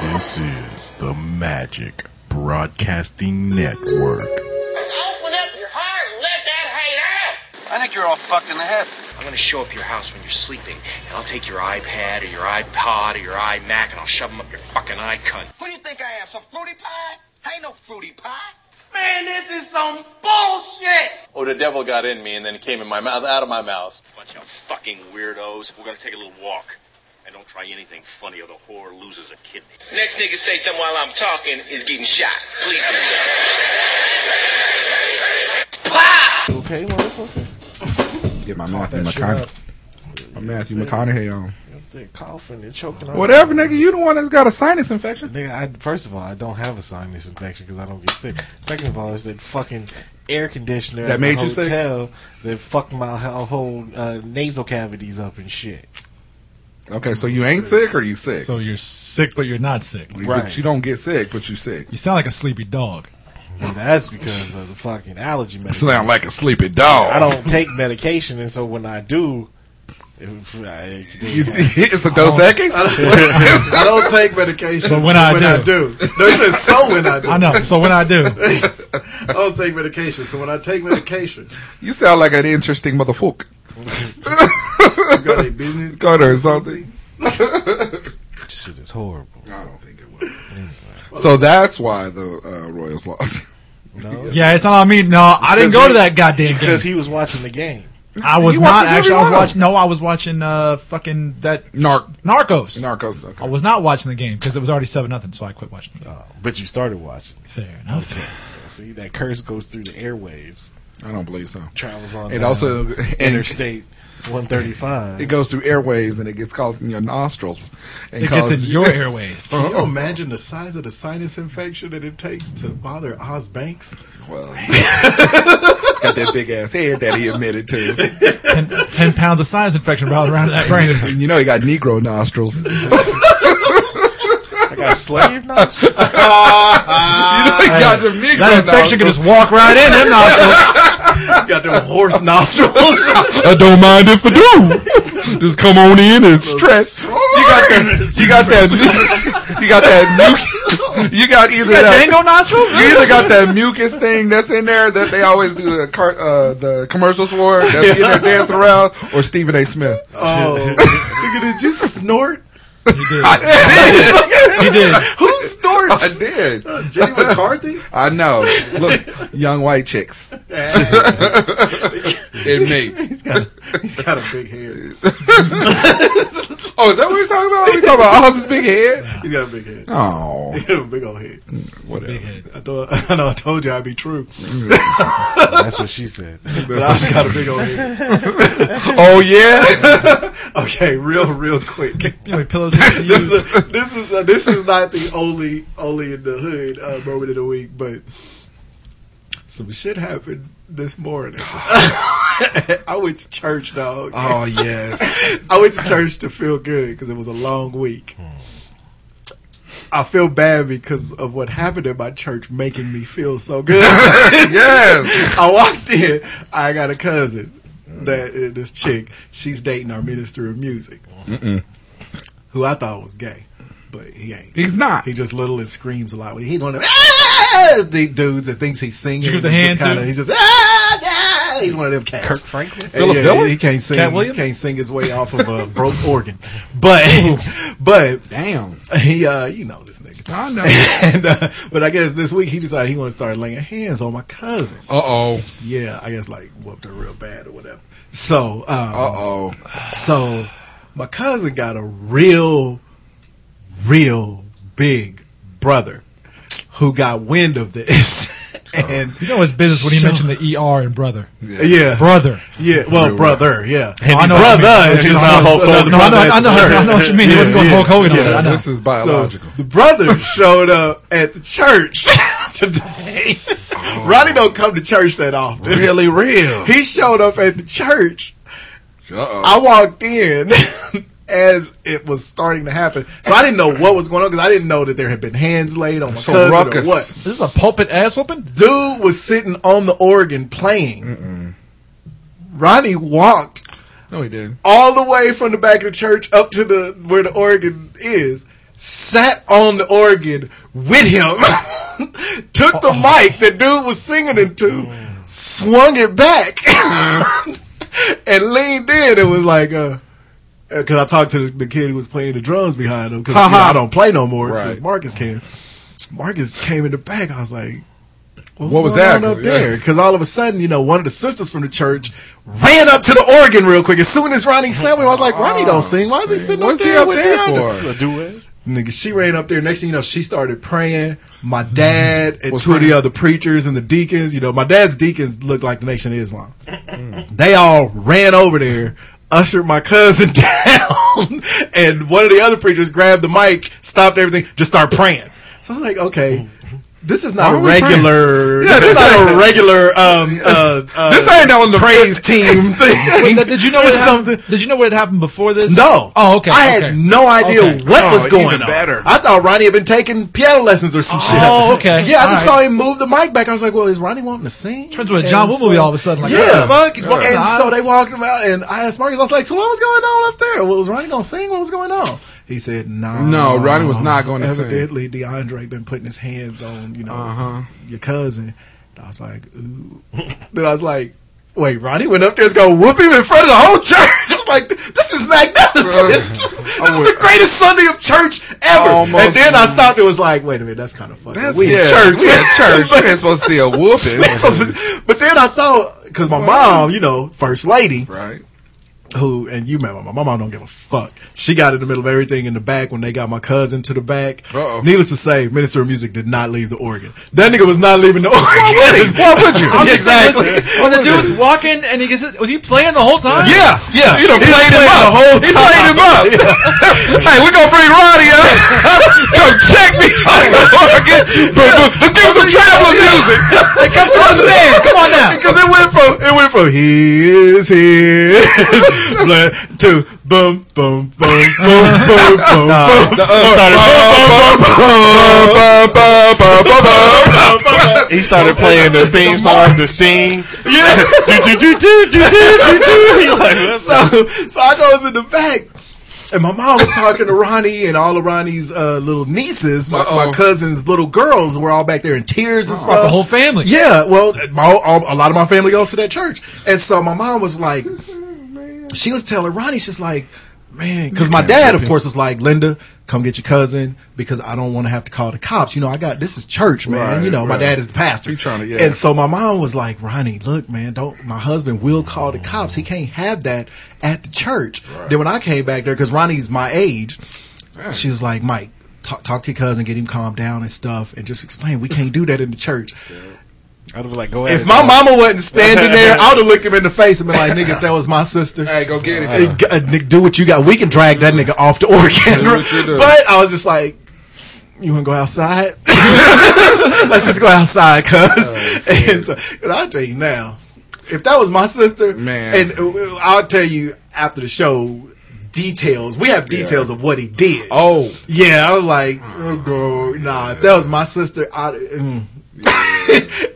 This is the Magic Broadcasting Network. Open up your heart and let that hate out. I think you're all fucked in the head. I'm gonna show up your house when you're sleeping, and I'll take your iPad or your iPod or your iMac, and I'll shove them up your fucking eye cunt. Who do you think I am? Some fruity pie? I ain't no fruity pie. Man, this is some bullshit! Oh, the devil got in me and then it came in my mouth, out of my mouth. Bunch of fucking weirdos. We're gonna take a little walk. And don't try anything funny, or the whore loses a kidney. Next nigga say something while I'm talking is getting shot. Please be shot. Okay, motherfucker. Get my Matthew McConaughey. My Matthew McConaughey on. They're coughing, they're choking. on Whatever, nigga. You the one that's got a sinus infection. Nigga, I, first of all, I don't have a sinus infection because I don't get sick. Second of all, it's that fucking air conditioner That at made the you sick? hotel that fucked my ho- whole uh, nasal cavities up and shit. Okay, so you ain't sick or you sick. So you're sick, but you're not sick. You- right. But you don't get sick, but you sick. You sound like a sleepy dog. And that's because of the fucking allergy medication. Sound like a sleepy dog. I don't take medication, and so when I do, if I, You, it's a Dos Equis. I don't take medication. But when so I when do. I do, no, you said so when I do. I I, know. So when I do, don't take medication. So when I take medication, You sound like an interesting motherfucker. you got a business Got her or something. this shit is horrible. I don't think it was. So that's why the uh, Royals lost. No, yeah, it's not on me. No, I didn't go to that goddamn game. because he was watching the game. I was He not watches actually. I every one was of watching. No, I was watching uh fucking that Narc, Narcos. Narcos. I Okay. was not watching the game because it was already seven nothing, so I quit watching. The game. Oh, but you started watching. Fair enough. So see that curse goes through the airwaves, I don't believe so. travels on. It down also and Interstate 135. it goes through airways and it gets caught in your nostrils. And It gets causes in your airways. Can you imagine the size of the sinus infection that it takes to bother Oz Banks? Well, it's got that big ass head that he admitted to. Ten, ten pounds of sinus infection rattling around in that brain. And you know he got Negro nostrils. you know I got slave nostrils. he got them Negro That infection could nostrils. just walk right in them nostrils. You got them horse nostrils. I don't mind if I do. Just come on in and stretch. You got that. You got that. You got that. Muc- you got either that. Dango nostrils. you either got that mucus thing that's in there that they always do the car, uh, the commercials for that's in there dancing around, or Stephen A. Smith. Oh, nigga, did you snort? He did. He did. Who I snorts? did. Jenny McCarthy? I know. Look, young white chicks and me. He's got, he's got a big head. Oh, is that what we're talking about? We talking about Oz's big head? He's got a big head. Oh, He got a big old head. Big head. I thought I know I told you I'd be true. That's what she said. But I just got a big old head. oh yeah. Okay, real real quick. You know, pillows. he used to this is this use. is uh, this is not the only only in the hood uh, moment of the week, but some shit happened this morning. I went to church, dog. Oh yes. I went to church to feel good because it was a long week. I feel bad because of what happened at my church making me feel so good. Yes. I walked in. I got a cousin that uh, this chick. She's dating our minister of music, who I thought was gay, but he ain't. He's not. He just little and screams a lot. When he- he's one of them "Ah!" the dudes that thinks he's singing. Did you give the He's hand, just kinda, too? He's just "Ah, ah!" He's one of them cats. Kirk Franklin? Yeah, Phyllis yeah, Diller? He can't sing. Cat Williams? He can't sing his way off of a broke organ. But but Damn. he uh you know this nigga. I know. And, uh, but I guess this week he decided he want to start laying hands on my cousin. Uh oh. Yeah, I guess like whooped her real bad or whatever. So um, Uh oh. so my cousin got a real, real big brother who got wind of this. Oh. and You know his business when he So- mentioned the ER and brother. yeah, Brother. yeah, well, brother, yeah, Oh, I know what you mean. brother. is No, not Hulk another Hogan. No, I know- brother at I know- the I know what you mean. He church. wasn't going Hulk Hogan on that. I know. This is biological. So the brother showed up at the church today. Ronnie don't come to church that often. Oh. really real. He showed up at the church Uh oh. I walked in as it was starting to happen, so I didn't know what was going on because I didn't know that there had been hands laid on my So cousin ruckus. or what. This is a pulpit ass whooping. Dude was sitting on the organ playing. Ronnie walked No, he didn't. all the way from the back of the church up to the where the organ is. sat on the organ with him, took the mic the dude was singing into, swung it back, and leaned in and was like, uh, because I talked to the, the kid who was playing the drums behind him because I don't play no more because Right. Marcus can. Marcus came in the back. I was like, What was going that? on up Yeah. there? Because all of a sudden, you know, one of the sisters from the church ran up to the organ real quick. As soon as Ronnie sang, we I was like, Ronnie don't sing. Why is he sitting What's up he there? up with there Deandra?" for? Nigga, she ran up there. Next thing you know, she started praying. My Mm-hmm. dad and Was two of the praying. other preachers and the deacons, you know, my dad's deacons looked like the Nation of Islam. Mm. they all ran over there, ushered my cousin down, and one of the other preachers grabbed the mic, stopped everything, just started praying. So I was like, okay, this is not Why a were we praying? regular. this, Yeah, this is not a ain't- regular. Um, uh, uh, This ain't on the praise team Wait, thing. that- did you know what It's had something? happened? Did you know what had happened before this? No. Oh, okay. I okay. had no idea Okay. what Oh, was even going on. better. I thought Ronnie had been taking piano lessons or some shit. Oh, okay. Yeah, I just All saw him move the mic back. I was like, well, is Ronnie wanting to sing? Turns into a John And Woo movie all of a sudden, like, yeah. what the fuck? He's walking and the so aisle. they walked him out, and I asked Marcus, I was like, so what was going on up there? was Ronnie going to sing? What was going on? He said, no. No, Ronnie was not gonna sing. Uh-huh. Evidently, DeAndre been putting his hands on, you know, your cousin. And I was like, ooh. then I was like, wait, Ronnie went up there and going to whoop him in front of the whole church. I was like, this is magnificent. this I is would- the greatest Sunday of church ever. Almost- and then I stopped and was like, wait a minute, that's kind of funny. That's we yeah, in church. We at church. You ain't supposed to see a whooping. That's what's- but then I saw, because my mom, you know, first lady, right. who and you met my mom. My mom don't give a fuck. She got in the middle of everything in the back when they got my cousin to the back. Uh-oh. Needless to say, Minister of Music did not leave the organ. That nigga was not leaving the organ. Why would you? I'm just saying, exactly. listen, When the dude's walking and he gets it, was he playing the whole time? yeah, yeah. You done He played him up. the whole He time. played him up. hey, we gonna bring Ronnie up. Come check me. Let's give him some traveling music. Like, come on, man, come on now. Because it went from it went from he is his blood to boom boom boom boom boom boom boom. He started playing the theme song, the Sting. so, so I goes in the back, and my mom was talking to Ronnie and all of Ronnie's uh, little nieces, my, my Uh-oh. cousin's little girls were all back there in tears and The stuff. whole family. Yeah, well, my, all, a lot of my family goes to that church, and so my mom was like, she was telling Ronnie, she's like, man, because my dad, of course, was like, Linda, come get your cousin because I don't want to have to call the cops. You know, I got this is church, man. Right, you know, my right. dad is the pastor. He tryna- yeah. And so my mom was like, Ronnie, look, man, don't. My husband will call the cops. He can't have that at the church. Then when I came back there, because Ronnie's my age, she was like, Mike, talk, talk to your cousin, get him calmed down and stuff, and just explain we can't do that in the church. I'd be like, go ahead. If my mama wasn't standing there, I would have looked him in the face and been like, nigga, if that was my sister. Hey, go get it. Uh, g- uh, nigga, do what you got. We can drag that nigga off the organ. Do what you do. But I was just like, you want to go outside? Let's just go outside, cuz. Oh, and so, 'cause I'll tell you now, if that was my sister, Man. and uh, I'll tell you after the show details. We have details of what he did. Oh. Yeah, I was like, oh, girl, nah, if that was my sister, I. Mm.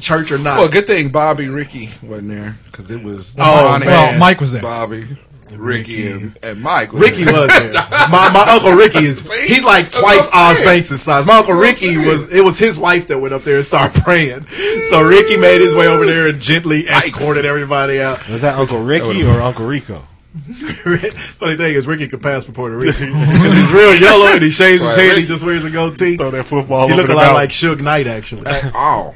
Church or not. Well, Oh, good thing Bobby Ricky wasn't there because it was Oh, Ronnie, man. Well, Mike was there. Bobby, Ricky, and, and Mike. Ricky there. was there. My, my uncle Ricky is See? he's like That's what twice I'm Oz saying. Banks' size. My uncle what I'm Ricky saying. was it was his wife that went up there and started praying. So Ricky made his way over there and gently escorted everybody out. was that Uncle Ricky or Uncle Rico? Funny thing is Ricky could pass for Puerto Rican because he's real yellow and he shaves his Right, head. He Ricky- just wears a goatee. Throw that football. He over look a the lot mouth. like Suge Knight actually. Ow.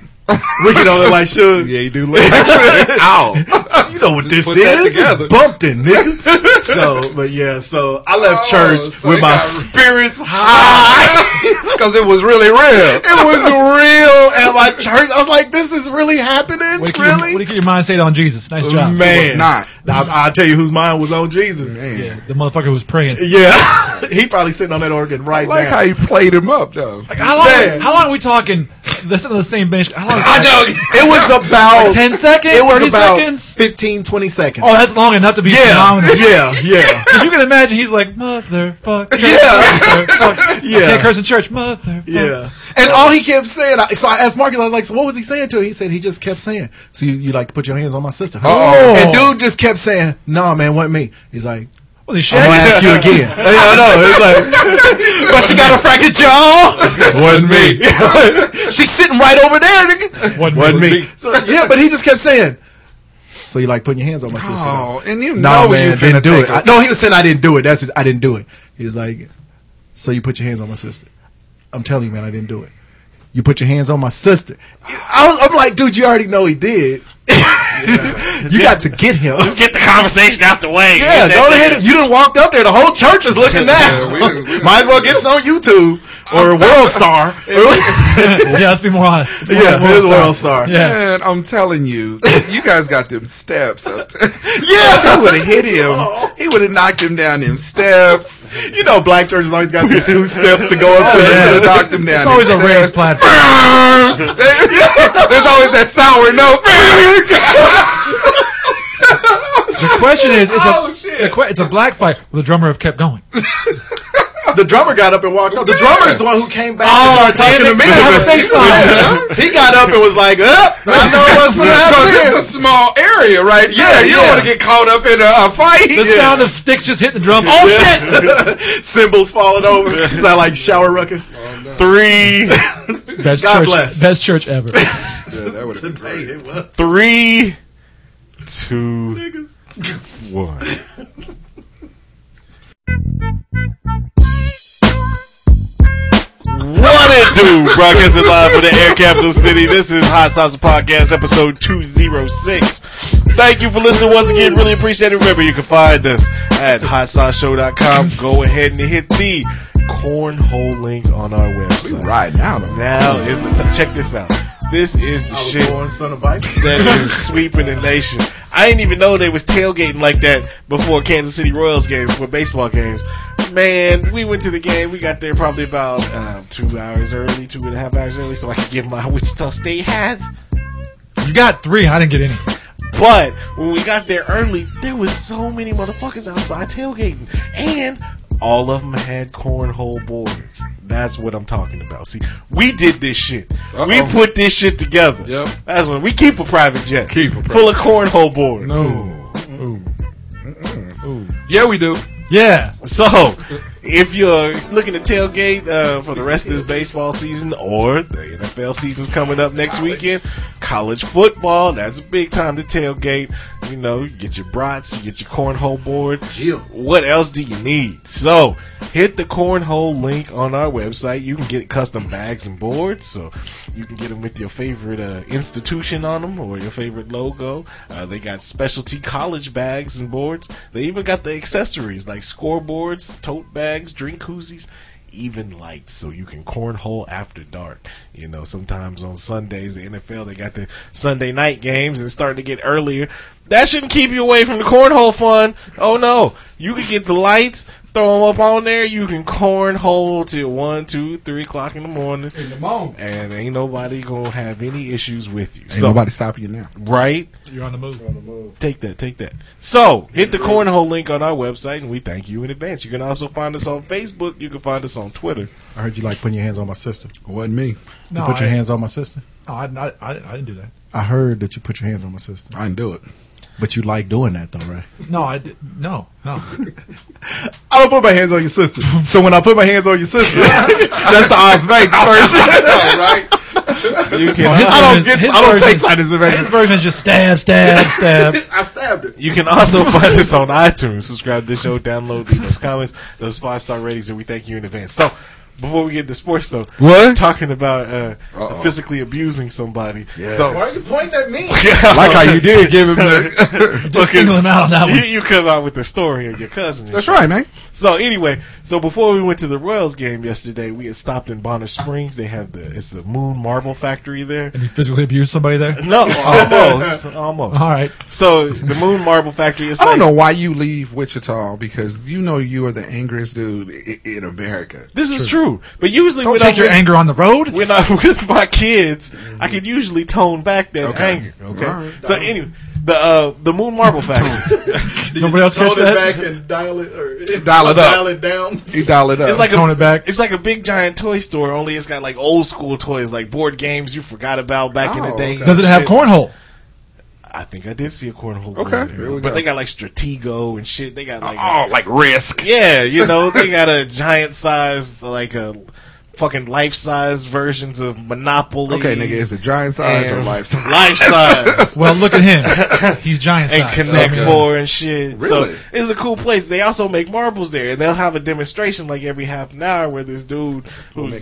Ricky don't look like Suge. Yeah, you do look. Ow. You know what this put that is? together. Bumpton, nigga. so, but yeah, so I left Oh, church so with it my got- spirits high. Because it was really real. It was real at my church. I was like, this is really happening? What do you keep your- What do Really? you keep your mind state on Jesus? Nice job. Man. It was not. I, I'll tell you whose mind was on Jesus. Yeah, the motherfucker who was praying. Yeah. he probably sitting on that organ right like now. how you played him up, though. How long? Man. How long are we talking? This on the same bench. How long? it was about Like 10 seconds? It was 30 about seconds? 15, 20 seconds. Oh, that's long enough to be yeah, phenomenal. yeah, yeah, 'Cause you can imagine he's like motherfucker. yeah, motherfucker. Yeah. Can't curse in church. Motherfucker. yeah. And all he kept saying, I, so I asked Marcus, I was like, "So what was he saying to?" Him? He said he just kept saying, "So you, you like to put your hands on my sister?" huh?" Oh. And dude just kept saying, "No, man, wasn't me." He's like, Was he shit? I'm gonna ask you again. Yeah, I know. It's like, but she got a fractured jaw. Wasn't me. She's sitting right over there. Nigga. Wasn't me. So yeah, but he just kept saying. So you like putting your hands on my sister? Oh, and you no, know man, you didn't finna do take it. her. I, no, he was saying I didn't do it. That's his, I didn't do it. He was like, so you put your hands on my sister. I'm telling you, man, I didn't do it. You put your hands on my sister. I was, I'm like, dude, you already know he did. you got to get him. Get the conversation out the way. Yeah, go ahead. You done walked up there. The whole church is looking now. Might as well get us on YouTube or World Star. yeah, let's be more honest. It's yeah, more it is World Star. Yeah, Yeah. Man, I'm telling you, you guys got them steps. up there. Yeah. he would have hit Oh. him. He would have knocked him down them steps. you know, black churches always got to do two steps to go up to He the would have knocked him down. It's always a them raised steps. platform. There's always that sour note. The question is, it's Oh, a the que- it's a black fight. Well, the drummer have kept going. The drummer got up and walked out. The drummer is the one who came back and started talking to me. have a baseline. he got up and was like, "Up, I know what's going to Because it's happen." a small area, right? Yeah, you don't yeah. want to get caught up in a, a fight. The sound of sticks just hitting the drum. Oh shit! Cymbals falling over. Sound like shower ruckus. Three, Best God church, bless. best church ever. three, two. One. What it do? Broadcasting live from the Air Capital City. This is Hot Sauce Podcast, episode 206. Thank you for listening once again. Really appreciate it. Remember, you can find us at hotsauceshow.com. Go ahead and hit the cornhole link on our website. Right now, though. Now is the time. Check this out. This is the shit son of bike. that is sweeping the nation. I didn't even know they was tailgating like that before Kansas City Royals games, for baseball games. Man, we went to the game. We got there probably about um, two hours early, two and a half hours early, so I could get my Wichita State hat. You got three. I didn't get any. But when we got there early, there was so many motherfuckers outside tailgating, and all of them had cornhole boards. That's what I'm talking about. See, we did this shit. We Uh-oh. put this shit together. Yep. That's when we keep a private jet. Keep a private- full of cornhole boards. Yeah, we do. Yeah, So, if you're looking to tailgate uh, for the rest of this baseball season or the NFL season's coming up next weekend, college football, that's a big time to tailgate. You know, you get your brats, you get your cornhole board. What else do you need? So, hit the cornhole link on our website. You can get custom bags and boards, so you can get them with your favorite uh, institution on them or your favorite logo. Uh, they got specialty college bags and boards. They even got the accessories like scoreboards, tote bags, drink koozies. Even lights, so you can cornhole after dark. You know, sometimes on Sundays, the NFL they got the Sunday night games and starting to get earlier. That shouldn't keep you away from the cornhole fun. Oh no, you can get the lights, throw them up on there. You can cornhole till one, two, three o'clock in the morning, and ain't nobody gonna have any issues with you. so, stopping you now. right? you're on the move. Take that, take that. So, hit the cornhole link on our website, and we thank you in advance. You can also find us on Facebook. You can find us on Twitter. I heard you like putting your hands on my sister. Wasn't me. No, Put your I, hands on my sister. no, I, I, I didn't- I didn't do that. I heard that you put your hands on my sister, I didn't do it. but you like doing that though, right? No, I did, no, no. I don't put my hands on your sister. So when I put my hands on your sister, that's the Oz Banks version. right? You can, Well, his I don't version get. is- his I don't take version- sides His version is just stab, stab, stab. I stabbed it. You can also find us on iTunes. Subscribe to the show, download, leave those comments, those five star ratings, and we thank you in advance. So, before we get to sports, though, What? talking about uh, physically abusing somebody. So, Why are you pointing at me? Like how you did give him the. Just single him out on that you, one. you come out with the story of your cousin. and That's right, man. So anyway, so before we went to the Royals game yesterday, we had stopped in Bonner Springs. They have the it's the Moon Marble Factory there. And you physically abused somebody there? No, almost, almost. All right. So the Moon Marble Factory is I like don't know why you leave Wichita because you know you are the angriest dude i- in America. this is true, but usually Don't when take I'm your with, anger on the road. when I'm with my kids, I can usually tone back that anger. Okay. Mm-hmm. All right. So anyway, the uh, the Moon Marble Factory. Nobody else catch that? and dial it or Dial it up. Dial it down. You dial it up. It's like Tone a, it back. It's like a big giant toy store. Only it's got like old school toys, like board games you forgot about back in the Oh, day. okay. Does it have Shit. cornhole? I think I did see a cornhole. Okay, game there we but go. they got like Stratego and shit. They got like Oh, like risk. yeah, you know they got a giant sized like a fucking life size versions of Monopoly. Okay, nigga, is it giant size or And- life size? Life size. Well, look at him. He's giant And size. Connect Four and shit. Really? So it's a cool place. They also make marbles there, and they'll have a demonstration like every half an hour where this dude, who's,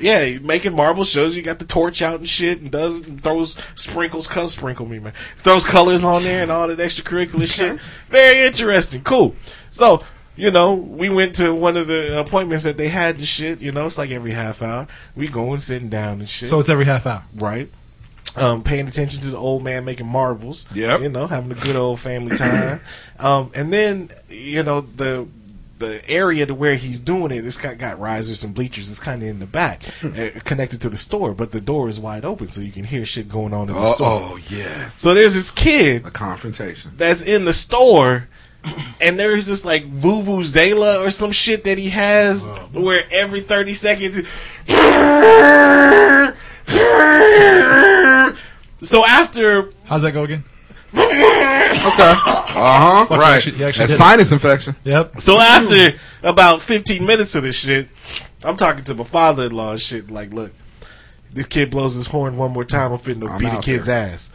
yeah, he making marbles, shows you got the torch out and shit, and does and throws sprinkles, cuz sprinkle me, man, throws colors on there and all that extracurricular shit. Very interesting, cool. So you know, we went to one of the appointments that they had and shit. You know, it's like every half hour we go and sitting down and shit So it's every half hour. right? Um, paying attention to the old man making marbles. Yep. You know, having a good old family time. um, and then, you know, the the area to where he's doing it, it's got, got risers and bleachers. It's kind of in the back, uh, connected to the store, but the door is wide open, so you can hear shit going on in the Oh, store. oh yes, So there's this kid a confrontation. that's in the store, and there's this like vuvuzela or some shit that he has, Oh, where every thirty seconds. So after How's that go again? Uh huh. you Right. actually- you actually That's did it. sinus infection. Yep. so after about fifteen minutes of this shit, I'm talking to my father in law and shit, like, look, this kid blows his horn one more time, I'm fitting to I'm beat the out kid's ass.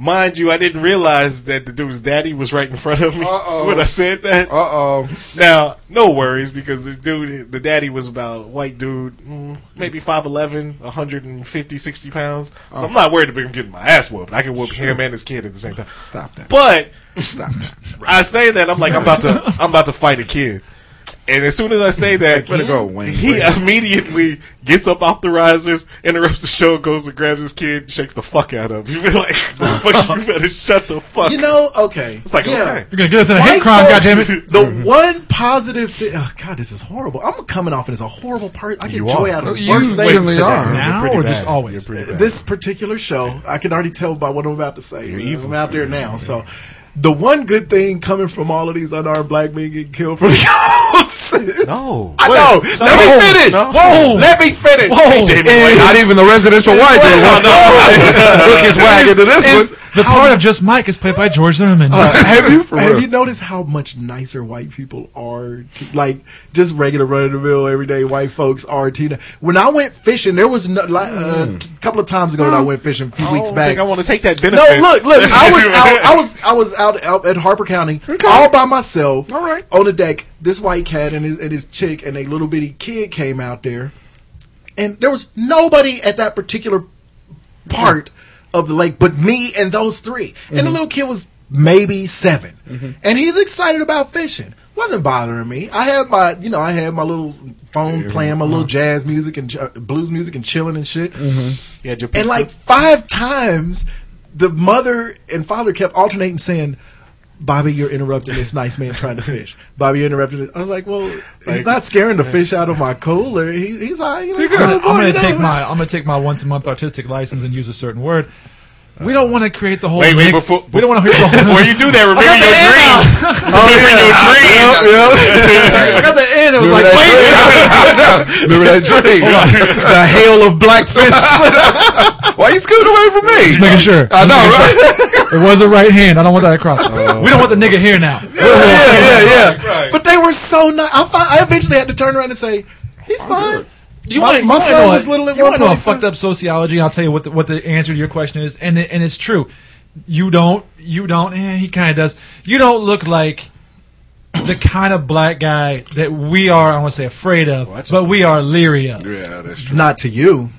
Mind you, I didn't realize that the dude's daddy was right in front of me Uh-oh. when I said that. Uh oh. Now, no worries because the dude, the daddy was about white dude, mm, maybe 5'11, 150, 60 pounds. So Oh. I'm not worried about him getting my ass whooped. I can whoop him and his kid at the same time. Stop that. But Stop that. I say that I'm like I'm about to I'm about to fight a kid. And as soon as I say that, Better go, Wayne. he immediately gets up off the risers, interrupts the show, goes and grabs his kid, shakes the fuck out of him. You feel like, fuck, you better shut the fuck. You know, okay. it's like, okay. You're gonna get us in a White hate crime, folks, goddammit. The one positive thing, oh God, this is horrible. I'm coming off as a horrible person. I get joy out of You worse things really today. are. Now or just always? This particular show, I can already tell by what I'm about to say. You're evil. I'm out there now, so. The one good thing coming from all of these unarmed black men getting killed from the cops is- No. I know. Let me finish. Whoa. Let me finish. Whoa. David Is- Not even the residential white dude wants to hook his wagon to this is- one. The part of Just Mike is played by George Thurman. Have you? For Have real. you noticed how much nicer white people are? to- Like just regular run of the mill everyday white folks are. Tina, when I went fishing, there was no, like, uh, a couple of times ago that I went fishing a few weeks Hmm. I back. think I want to take that No, benefit. look, look. I was out. I was I was out, out at Harper County all by myself. All right. on the deck. This white cat and his and his chick and a little bitty kid came out there, and there was nobody at that particular part of the lake but me and those 3 And Mm-hmm. the little kid was maybe 7 and he's excited about fishing. Wasn't bothering me. I had my, you know, I had my little phone playing my little jazz music and j- blues music and chilling and shit. Mm-hmm. Yeah, your And pizza. like five times, the mother and father kept alternating saying, Bobby, you're interrupting this nice man trying to fish. Bobby, you're interrupting it. I was like, well, he's not scaring the fish out of my cooler. He, he's all right. You know, he's a I'm little gonna, boy, I'm gonna you know, take but- my I'm gonna take my once a month artistic license and use a certain word. We don't want to create the whole. Wait, wait, Oh, Nick- before- we don't want to create the whole. Before you do that, remember your dream. Oh, Remember your dream. I got the end. It was like, Remember wait, that dream? Remember that dream? The hail of black fists. Why you scooting away from just me? making sure. I know, right? It was a right hand. I don't want that across. Oh. we don't want the nigga here now. yeah, yeah, yeah. But they were so nice. I, fi- I eventually had to turn around and say, he's fine. You My- wanna- my you wanna son know was a- little at you one wanna know a point in time. fucked up sociology. and I'll tell you what the, what the answer to your question is, and it, and it's true. You don't. You don't. Eh, he kind of does. You don't look like the kind of black guy that we are. I don't want to say afraid of, but we are leery of. Yeah, that's true. Not to you.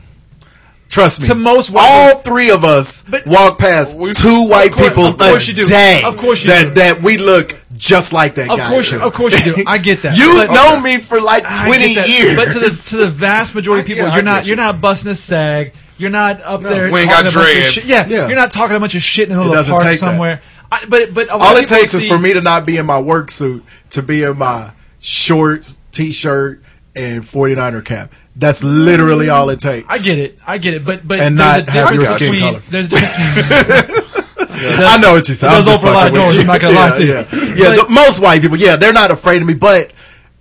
Trust me. To most white all three of us But- walk past We- two white Of course- people of course a you do. day. Of course you that, do. That we look just like that Of guy. course you- of course you do. I get that. you But- know me for like I twenty get that. years. But to the to the vast majority of people, yeah, I you're not get you're you. not busting a sag. You're not up there. we ain't talking got a bunch of dreads. shit- Yeah, Yeah. you're not talking a bunch of shit in the middle of a doesn't park take that. somewhere. I, but but a lot all of it people takes is see- for me to not be in my work suit, to be in my shorts, t shirt, and 49er cap. That's literally all it takes. I get it. I get it. But but And there's not a have your difference skin between color. there's a difference between I know what you said. I'm Those just open a lot fucking of with doors, you. I'm not gonna yeah, lie to you. Yeah, yeah the, most white people, yeah, they're not afraid of me, but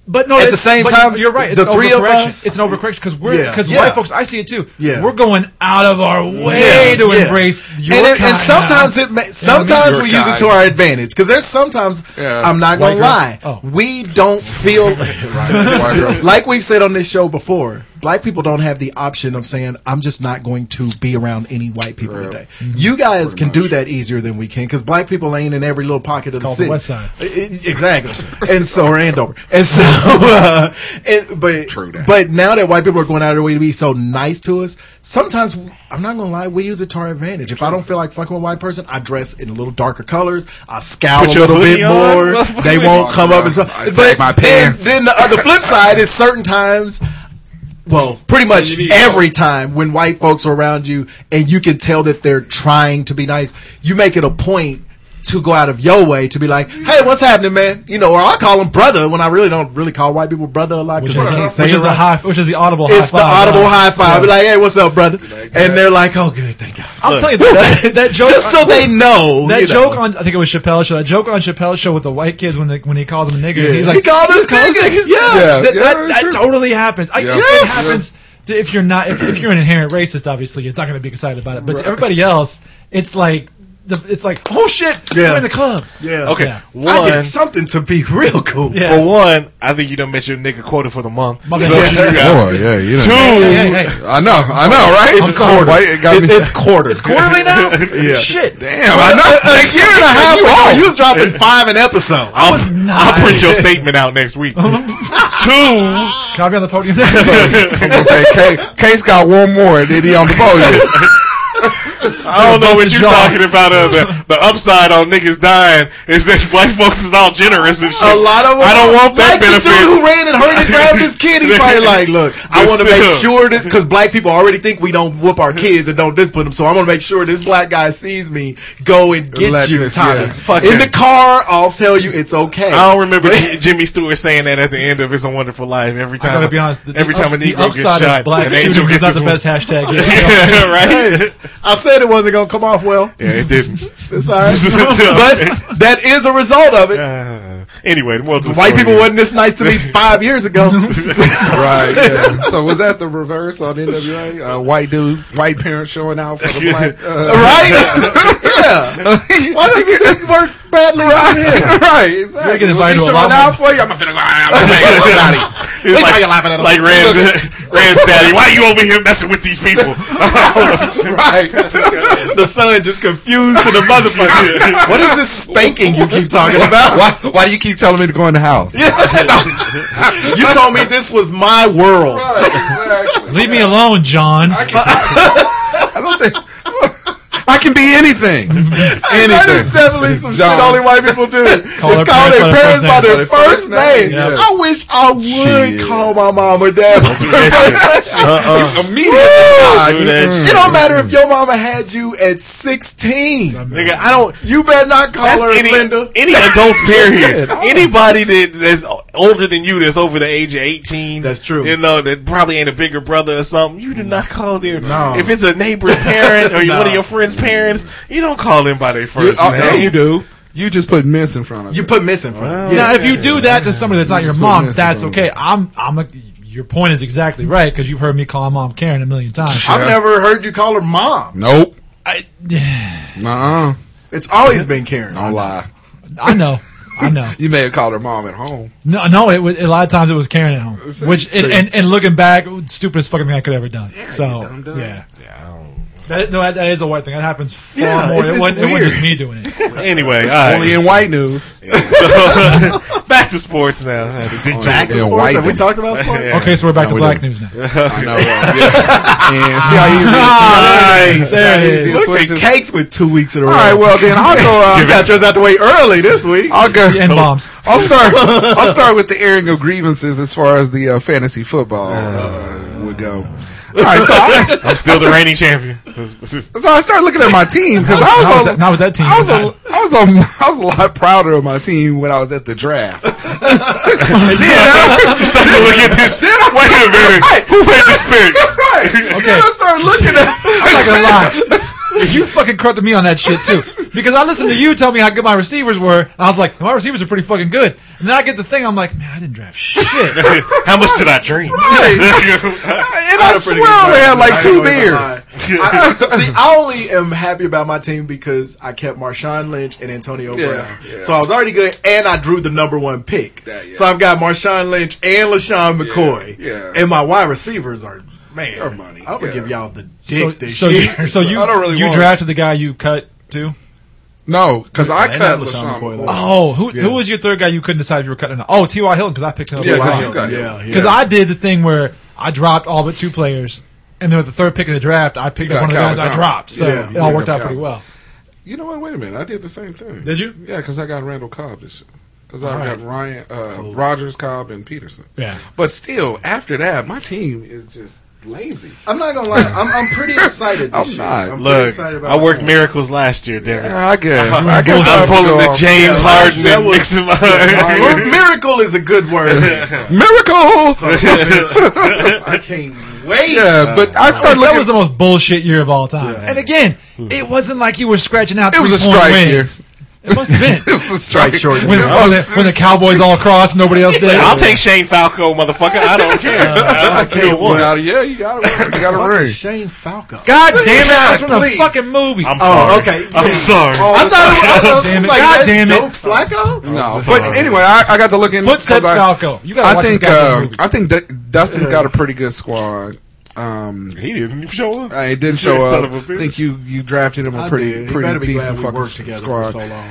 But no, At the it's- same but time, you're right. It's the an three of overcorrection. us- It's an overcorrection because we're Yeah, because yeah. white folks. I see it too. Yeah. we're going out of our way Yeah, to yeah. embrace your and, it, kind and sometimes now. it ma- what I mean? sometimes Your we use it kind. to our advantage because there's sometimes Yeah. I'm not gonna White girls? lie Oh. we don't feel White girls. like we've said on this show before black people don't have the option of saying I'm just not going to be around any white people today Mm-hmm. you guys can do that easier than we can because black people ain't in every little pocket of the called the city West Side. I- I- exactly and so or Andover and so uh, and, but True that. but but now that white people are going out of their way to be so nice to us, sometimes I'm not gonna lie, we use it to our advantage. If I don't feel like fucking with a white person, I dress in a little darker colors, I scowl Put a your little bit hoodie on, more. motherfucker. They won't come up as well. I sag my then, pants. then the other flip side is certain times. Well, pretty much You need every time when white folks are around you and you can tell that they're trying to be nice, you make it a point to go out of your way to be like, "Hey, what's happening, man?" You know, or I call them brother when I really don't really call white people brother a lot which because is, they can't say which it is the right. high, which is the audible. It's high the five. audible high five. Be like, hey, what's up, brother? and they're like, oh, good, thank God. I'll tell you that, that joke. Just so they know. That you know. joke on I think it was Chappelle's show. That joke on Chappelle's show with the white kids when they, when he calls them nigger, he's he like, called us niggas. Yeah. Yeah. that, that, that sure. totally happens. I, Yeah. It Yes. happens to, if you're not if, if you're an inherent racist. Obviously, you're not going to be excited about it. But to everybody else, it's like the, it's like oh shit, Yeah. we're in the club. Yeah. Okay, Yeah. I one did something to be real cool. Yeah. for one, I think you done met your nigga quota for the month. My So bad. you got Oh yeah, you two. know. Hey, hey, hey. I know, I know, right? It's sorry. quarter. It got It- me. it's quarter. It's quarterly now. Shit, Damn, I know. Like, Year and a half you ago, off. you was dropping five an episode. I was not. I'll print your statement out next week. two. Can I be on the podium next? time? I'm gonna say, K- Case got one more, and then he on the podium. I don't know what you're jaw. talking about. Uh, the, the upside on niggas dying is that white folks is all generous and shit. A lot of them. I don't want like that The dude who benefit. ran and hurt and grabbed his kid, he's probably like, "Look, I But want to make still. sure this because black people already think we don't whoop our kids and don't discipline them, so I'm gonna make sure this black guy sees me go and get Let you, this- Tommy. yeah. Fuck In him. the car, I'll tell you it's okay. I don't remember J- Jimmy Stewart saying that at the end of "It's a Wonderful Life." Every time, I gotta be honest. The, every the time a ups- the Negro upside gets shot, of black an angel shootings is gets not the his best hashtag. Yet. Yeah, right. I said it wasn't gonna come off well. Yeah, it didn't. It's all right. but that is a result of it. Uh, anyway, the moral to the White story people is- wasn't this nice to me five years ago. right. Yeah. So was that the reverse on NWA? Uh, white dude, white parents showing out for the black. Uh, right? yeah. Why does it work badly? Right, right, exactly. You're getting Was he invited to a showing lot out for you? I'm gonna finna go out. I'm gonna go out. It's That's like, how you laughing at us. like Rand's, Rand's daddy. Why you over here messing with these people? Right. The son just confused to the motherfucker. what is this spanking you keep talking about? Why, why do you keep telling me to go in the house? You told me this was my world. Exactly. Leave me alone, John. I don't think I can be anything. That is anything. definitely some John. shit only white people do. Call it's their call their parents parents by by their first name. Yeah. I wish I would Shit. call my mom or dad. by their first name. Immediately. Woo! Uh-uh. do that It don't matter if your mama had you at 16. Nigga, I don't. You better not call That's her any, Linda. any adults period. Yeah. Anybody that, that's older than you, that's over the age of eighteen, That's true. You know that probably ain't a bigger brother or something. You do not call them. If it's a neighbor's parent or No. one of your friend's parents, you don't call them by their You, first oh, name. yeah, you do. You just put miss in front of You it. put missing from it. Now, if you do that to somebody that's not your Just mom, put that's Instagram. okay. I'm, I'm a, your point is exactly right because you've heard me call my mom Karen a million times. I've never heard you call her mom. Nope. I, yeah, Nuh-uh. It's always been Karen. Don't lie. I know, I know. You may have called her mom at home. No, no. It was a lot of times it was Karen at home, which and, and, and looking back, stupidest fucking thing I could ever done. so dumb dumb. yeah, That, no, that, that is a white thing. That happens far Yeah, more. it's- it, wasn't, it's it wasn't just weird. me doing it. Anyway, all Only right. in white news. So, back to sports now. I had to dig Back deep. to Sports, white have we dude. talked about sports? Yeah. Okay, so we're back No, to we black didn't. news now. I know. uh, yeah. And see how you Nice. There Look at cakes with two weeks in a row. All right, well then I'll you go. Uh, got yours out the way early this week. I'll go. And bombs. I'll start. I'll start with the airing of grievances as far as the uh, fantasy football uh, would go. All right, so I, I'm still the reigning champion. so I started looking at my team because I was Not with on, that- not with that team. I was, a, I was a, I was a lot prouder of my team when I was at the draft. and then, Stop to look at this. Wait a minute. Who made this picks? that's right. Then I started looking at. I'm not gonna lie. You fucking corrupted me on that shit too. because I listened to you tell me how good my receivers were. And I was like, my receivers are pretty fucking good. And then I get the thing, I'm like, man, I didn't draft shit. How much did I dream? And I, swear I had like two beers. see, I only am happy about my team because I kept Marshawn Lynch and Antonio Yeah, Brown. yeah. So I was already good, and I drew the number one pick. That, yeah. So I've got Marshawn Lynch and LaShawn McCoy. yeah. And my wide receivers are, man, They're money, I'm going yeah. to give y'all the dick so, this so you, year. so you, I don't really you want- drafted the guy you cut to. No, because I And cut not LaShawn LaShawn McCoy. McCoy. Oh, who who was your third guy you couldn't decide if you were cutting? or not? Oh, T.Y. Hilton because I picked him up. Yeah, Wow. 'cause you got him. yeah, yeah. Because I did the thing where I dropped all but two players, and then with the third pick of the draft, I picked You got up one of the Calvin guys I Johnson. dropped. So Yeah. it all Yeah, worked out yeah. pretty well. You know what? Wait a minute. I did the same thing. Did you? Yeah, because I got Randall Cobb this year. Because I All got Ryan, uh, Rogers, Cobb, and Peterson. Yeah. But still, after that, my team is just lazy. I'm not going to lie. I'm, I'm pretty excited this year. I'm not. I'm pretty Look, excited about I my worked team. miracles last year, Devin. I guess. Uh-huh. I I'm, guess I'll pulling go the off. James Harden That and mixing was- Mir- Miracle is a good word. Oh! Miracle! I can't wait. yeah, but I That started was, that looking. was the most bullshit year of all time. And again, it wasn't like you were scratching out. It was a three-point strike wins. It must have It been was a strike short. when, when the, when the Cowboys all crossed, nobody else did. I'll take Shane Falco, motherfucker. I don't care. I still won. Yeah, you got it. You got a Fucking ring. Shane Falco. God damn it! That's from the Please. fucking movie. I'm sorry. Oh, okay. I'm sorry. I thought it was, I was Damn it. like, God that damn it. Joe Flacco? No, but anyway, I, I got to look in. Footsteps 'cause I- Falco. You gotta I watch think this goddamn um, movie. I think D- Dustin's got a pretty good squad. Um, He didn't even show up. I didn't You show son up. of a I bitch. think you you drafted him a I pretty did. You pretty better be glad decent we fucking worked together squad. for so long.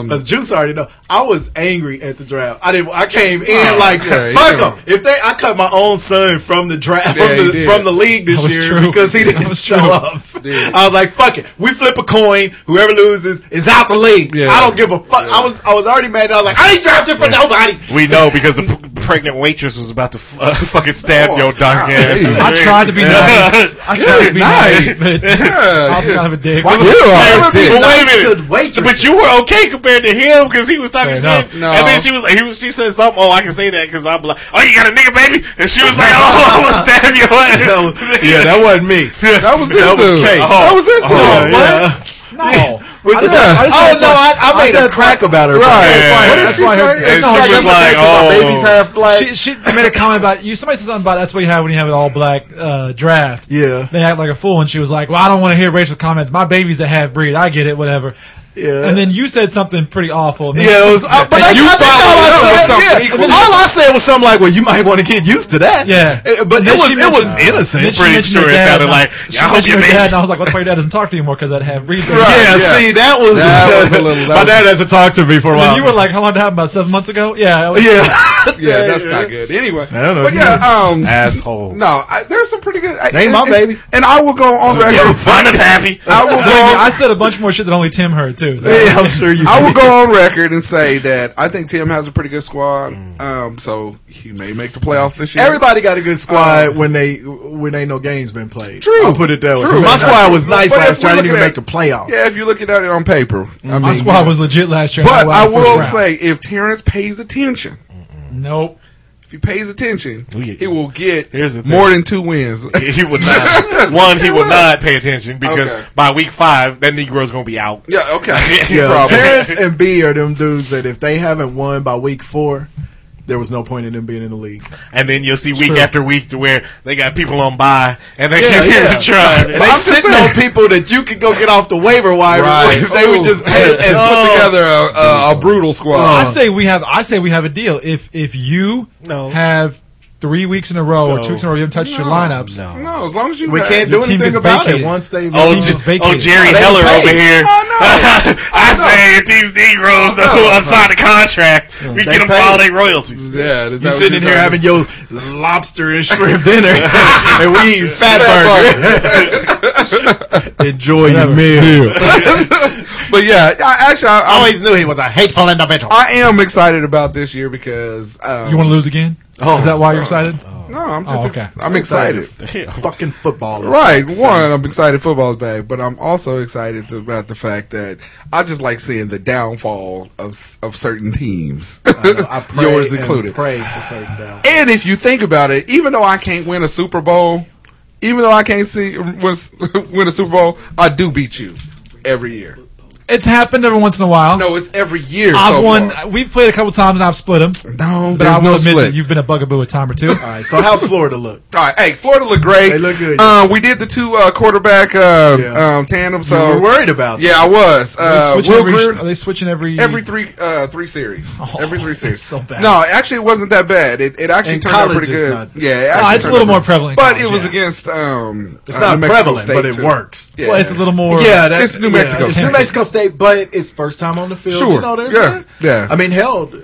Um, Because Juice already know. I was angry at the draft. I didn't. I came in Oh, like okay, fuck yeah. 'em." If they, I cut my own son from the draft Yeah, from he the did. from the league this That was year true. because he That didn't was show true. up. I was like, fuck it. We flip a coin. Whoever loses is out the league. Yeah. I don't give a fuck. I was I was already mad. I was like, I ain't drafted for nobody. We know because the p- pregnant waitress was about to f- uh, fucking stab Oh, your dark God. ass. Hey. I tried to be nice. I tried to be nice. nice, but I yeah, was kind of a dick. Why- you are a Never be dick. But nice wait a to minute. waitresses. But you were okay compared to him because he was talking Fair shit, enough. No. and then she was, he was, she said something. Oh, I can say that because I'm like, oh, you got a nigga baby, and she was like, oh, I'm gonna stab your ass. yeah, that wasn't me. that was this That was dude. Kate. That was this Oh, dude. yeah. No. With I the- just- I oh just- no, I, I made a crack about her. Right. What did That's she why her- say? that's And why she her was like, my oh. baby's half black. She, she made a comment about you. Somebody said something about that's what you have when you have an all black uh, draft. Yeah. they act like a fool, and she was like, "Well, I don't want to hear racial comments. My baby's a half breed. I get it, whatever." Yeah. And then you said something pretty awful. And then- Yeah, it was, uh, but I, And you I think followed all I it up with said, something yeah, equally- all I said was something like, "Well, you might want to get used to that." Yeah. Uh, but it Then was she it was mentioned- innocent. then she Pretty mentioned sure her it dad, sounded and I- like, she "Yeah, I hope mentioned your her baby- dad, and I was like, "That's why your dad doesn't talk to you anymore because that half breed." thing." Right. yeah, Yeah. see, that was That was a little- that my was- dad hasn't talked to me for a And while. then you were like, "How long did that happen? About seven months ago?" Yeah. I was- yeah, Yeah, that's not good. Anyway, don't know. but yeah, um, Asshole. no, I, there's some pretty good. I, They and- my and- baby. and I will go on record. Fun and happy. I will Wait a minute, go. I said a bunch more shit that only Tim heard too. So. Yeah, I'm sure you. I will go on record and say that I think Tim has a pretty good squad. Um, so he may make the playoffs this year. Mm. Everybody got a good squad when they when ain't no games been played. True. I'll put it that way. True. My squad was nice But if last year. I we're didn't even make looking the playoffs. Yeah, if you're looking at it on paper, I My mean, squad was legit last year. But and I went out first will round. say, if Terrence pays attention, nope. if he pays attention, get- he will get Here's the thing. more than two wins. He would not. One, he would not pay attention because Okay. by week five, that Negro's gonna be out. yeah, okay. Yeah, Problem. Terrence and B are them dudes that if they haven't won by week four, there was no point in them being in the league. And then you'll see week True. after week to where they got people on buy and they Yeah, yeah, yeah. yeah. trying. And But they I'm just sitting saying- on people that you could go get off the waiver wire Right. Oh, if they would Ooh. just pay and put together a, a, a brutal squad. I say we have. I say we have a deal. If if you No. have three weeks in a row or No. two weeks in a row you haven't touched your lineups, no, as long as you We got- can't Your do team anything gets about it vacated. once they Oh, team Je- is vacated. oh, Jerry Oh, they Heller paid. over here. Oh, I say if these Negroes don't sign a contract, we They get them paid. for all their royalties. no. Yeah, is that you what sitting you're in here talking- having your lobster and shrimp dinner, and we eating fat burger. Enjoy your meal. But yeah, I, actually, I, I I, always knew he was a hateful individual. I am excited about this year because um, you want to lose again. Oh. Is that why you're excited? no, I'm just Oh, okay. ex- I'm excited. Fucking football. is Right. exciting. One, I'm excited football's back, but I'm also excited about the fact that I just like seeing the downfall of s- of certain teams, I pray yours and included. Pray for certain down. And if you think about it, even though I can't win a Super Bowl, even though I can't see win, win a Super Bowl, I do beat you every year. It's happened every once in a while. No, it's every year. I've so won. Far. We've played a couple times and I've split them. No, But I there's will no admit split. Uh, that you've been a bugaboo a time or two. All right, so how's Florida look? All right, hey, Florida look great. They look good, Uh, we did the two uh, quarterback uh, Yeah. um, tandem. So So we're worried about Yeah, I was. Uh, Are they switching Will every- Greer- are they switching every every three uh, three series. every three series. Oh, so bad. No, actually, it wasn't that bad. It, it actually And turned out college pretty is good. not- yeah, it No, actually it's a turned little out more pretty- prevalent in But college, it was yeah. against. Um, It's uh, not New Mexico prevalent, State, but it too. works. Yeah. Well, it's a little more. Yeah, that, It's New Mexico It's State. New Mexico State, but it's first time on the field. Sure. You know, there's Yeah. that. Yeah. I mean, hell, uh,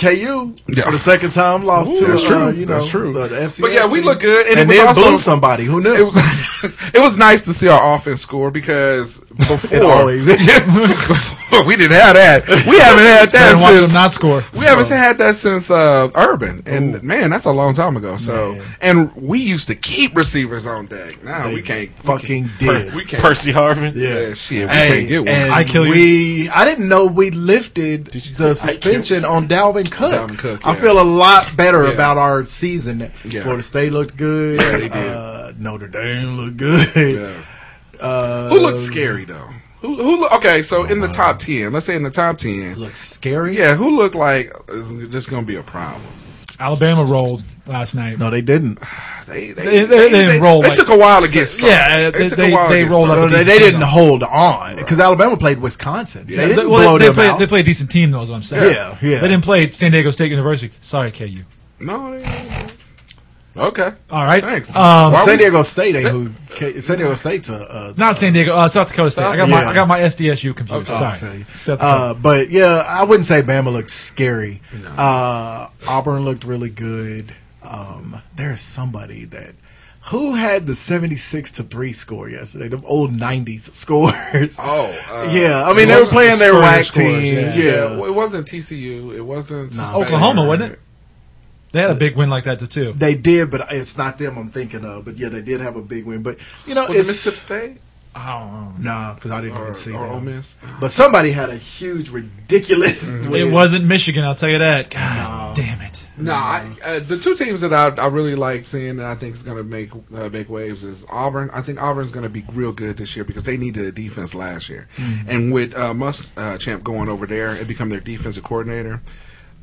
KU Yeah. for the second time lost to that's Uh, true. you know, That's true. The, the FCS But yeah, we team. look good, and and, it was then also- blew somebody. Who knew? It was it was nice to see our offense score because before, It always is. Before, we didn't have that. We haven't had Better that watch them since not Oh. score. We haven't had that since uh, Urban, and man, that's a long time ago. So, and we used to keep receivers on deck. Now They we can't fucking we can't, did. We can't. Percy Harvin. yeah. yeah, shit, we Hey, can't get one. and I kill you. We, I didn't know we lifted the suspension on Dalvin Cook. Dalvin Cook, I yeah. feel a lot better Yeah. about our season. Yeah. Florida State looked good. they did. Uh, Notre Dame looked good. Uh, who looks scary though? Who? who look, okay, so in the Uh-huh. top ten, let's say in the top ten, Looks scary. yeah, who looked like is this going to be a problem? Alabama rolled last night. No, they didn't. They They- they- they rolled, It like- took a while to get started. yeah, It they- took they- a while they to get rolled started. up. No, they, But these didn't teams don't. hold on because Alabama played Wisconsin. They didn't Well, blow they, them play, out. they play a decent team, though, is what I'm saying. Yeah, yeah. They didn't play San Diego State University. Sorry, KU. No. they didn't. Okay. All right. Thanks. Um, Why San we- Diego State ain't who. K- San Diego State's a. Uh, Not San Diego, uh, South Dakota State. I got my Yeah. I got my SDSU computer. Oh, I feel Sorry, you. South Dakota. Uh, but yeah, I wouldn't say Bama looked scary. Uh, Auburn looked really good. Um, there's somebody that who had the 76 to three score yesterday. The old 90s scores. Oh. uh, yeah, I mean they were Those playing their Spurrier whack scores, team. yeah. Yeah, Yeah. well, it wasn't TCU. It wasn't Oklahoma, wasn't it? They had a big win like that too. they did, but it's not them I'm thinking of. But yeah, they did have a big win. But you know, Was it it's Mississippi State I don't Nah, because I didn't or, even see or Ole that. Miss? Mm-hmm. But somebody had a huge, ridiculous. know. It win. wasn't Michigan. I'll tell you that. God damn it. No, I, uh, the two teams that I, I really like seeing that I think is going to make uh, make waves is Auburn. I think Auburn's going to be real good this year because they needed a defense last year, and with uh, Must uh, Champ going over there and become their defensive coordinator,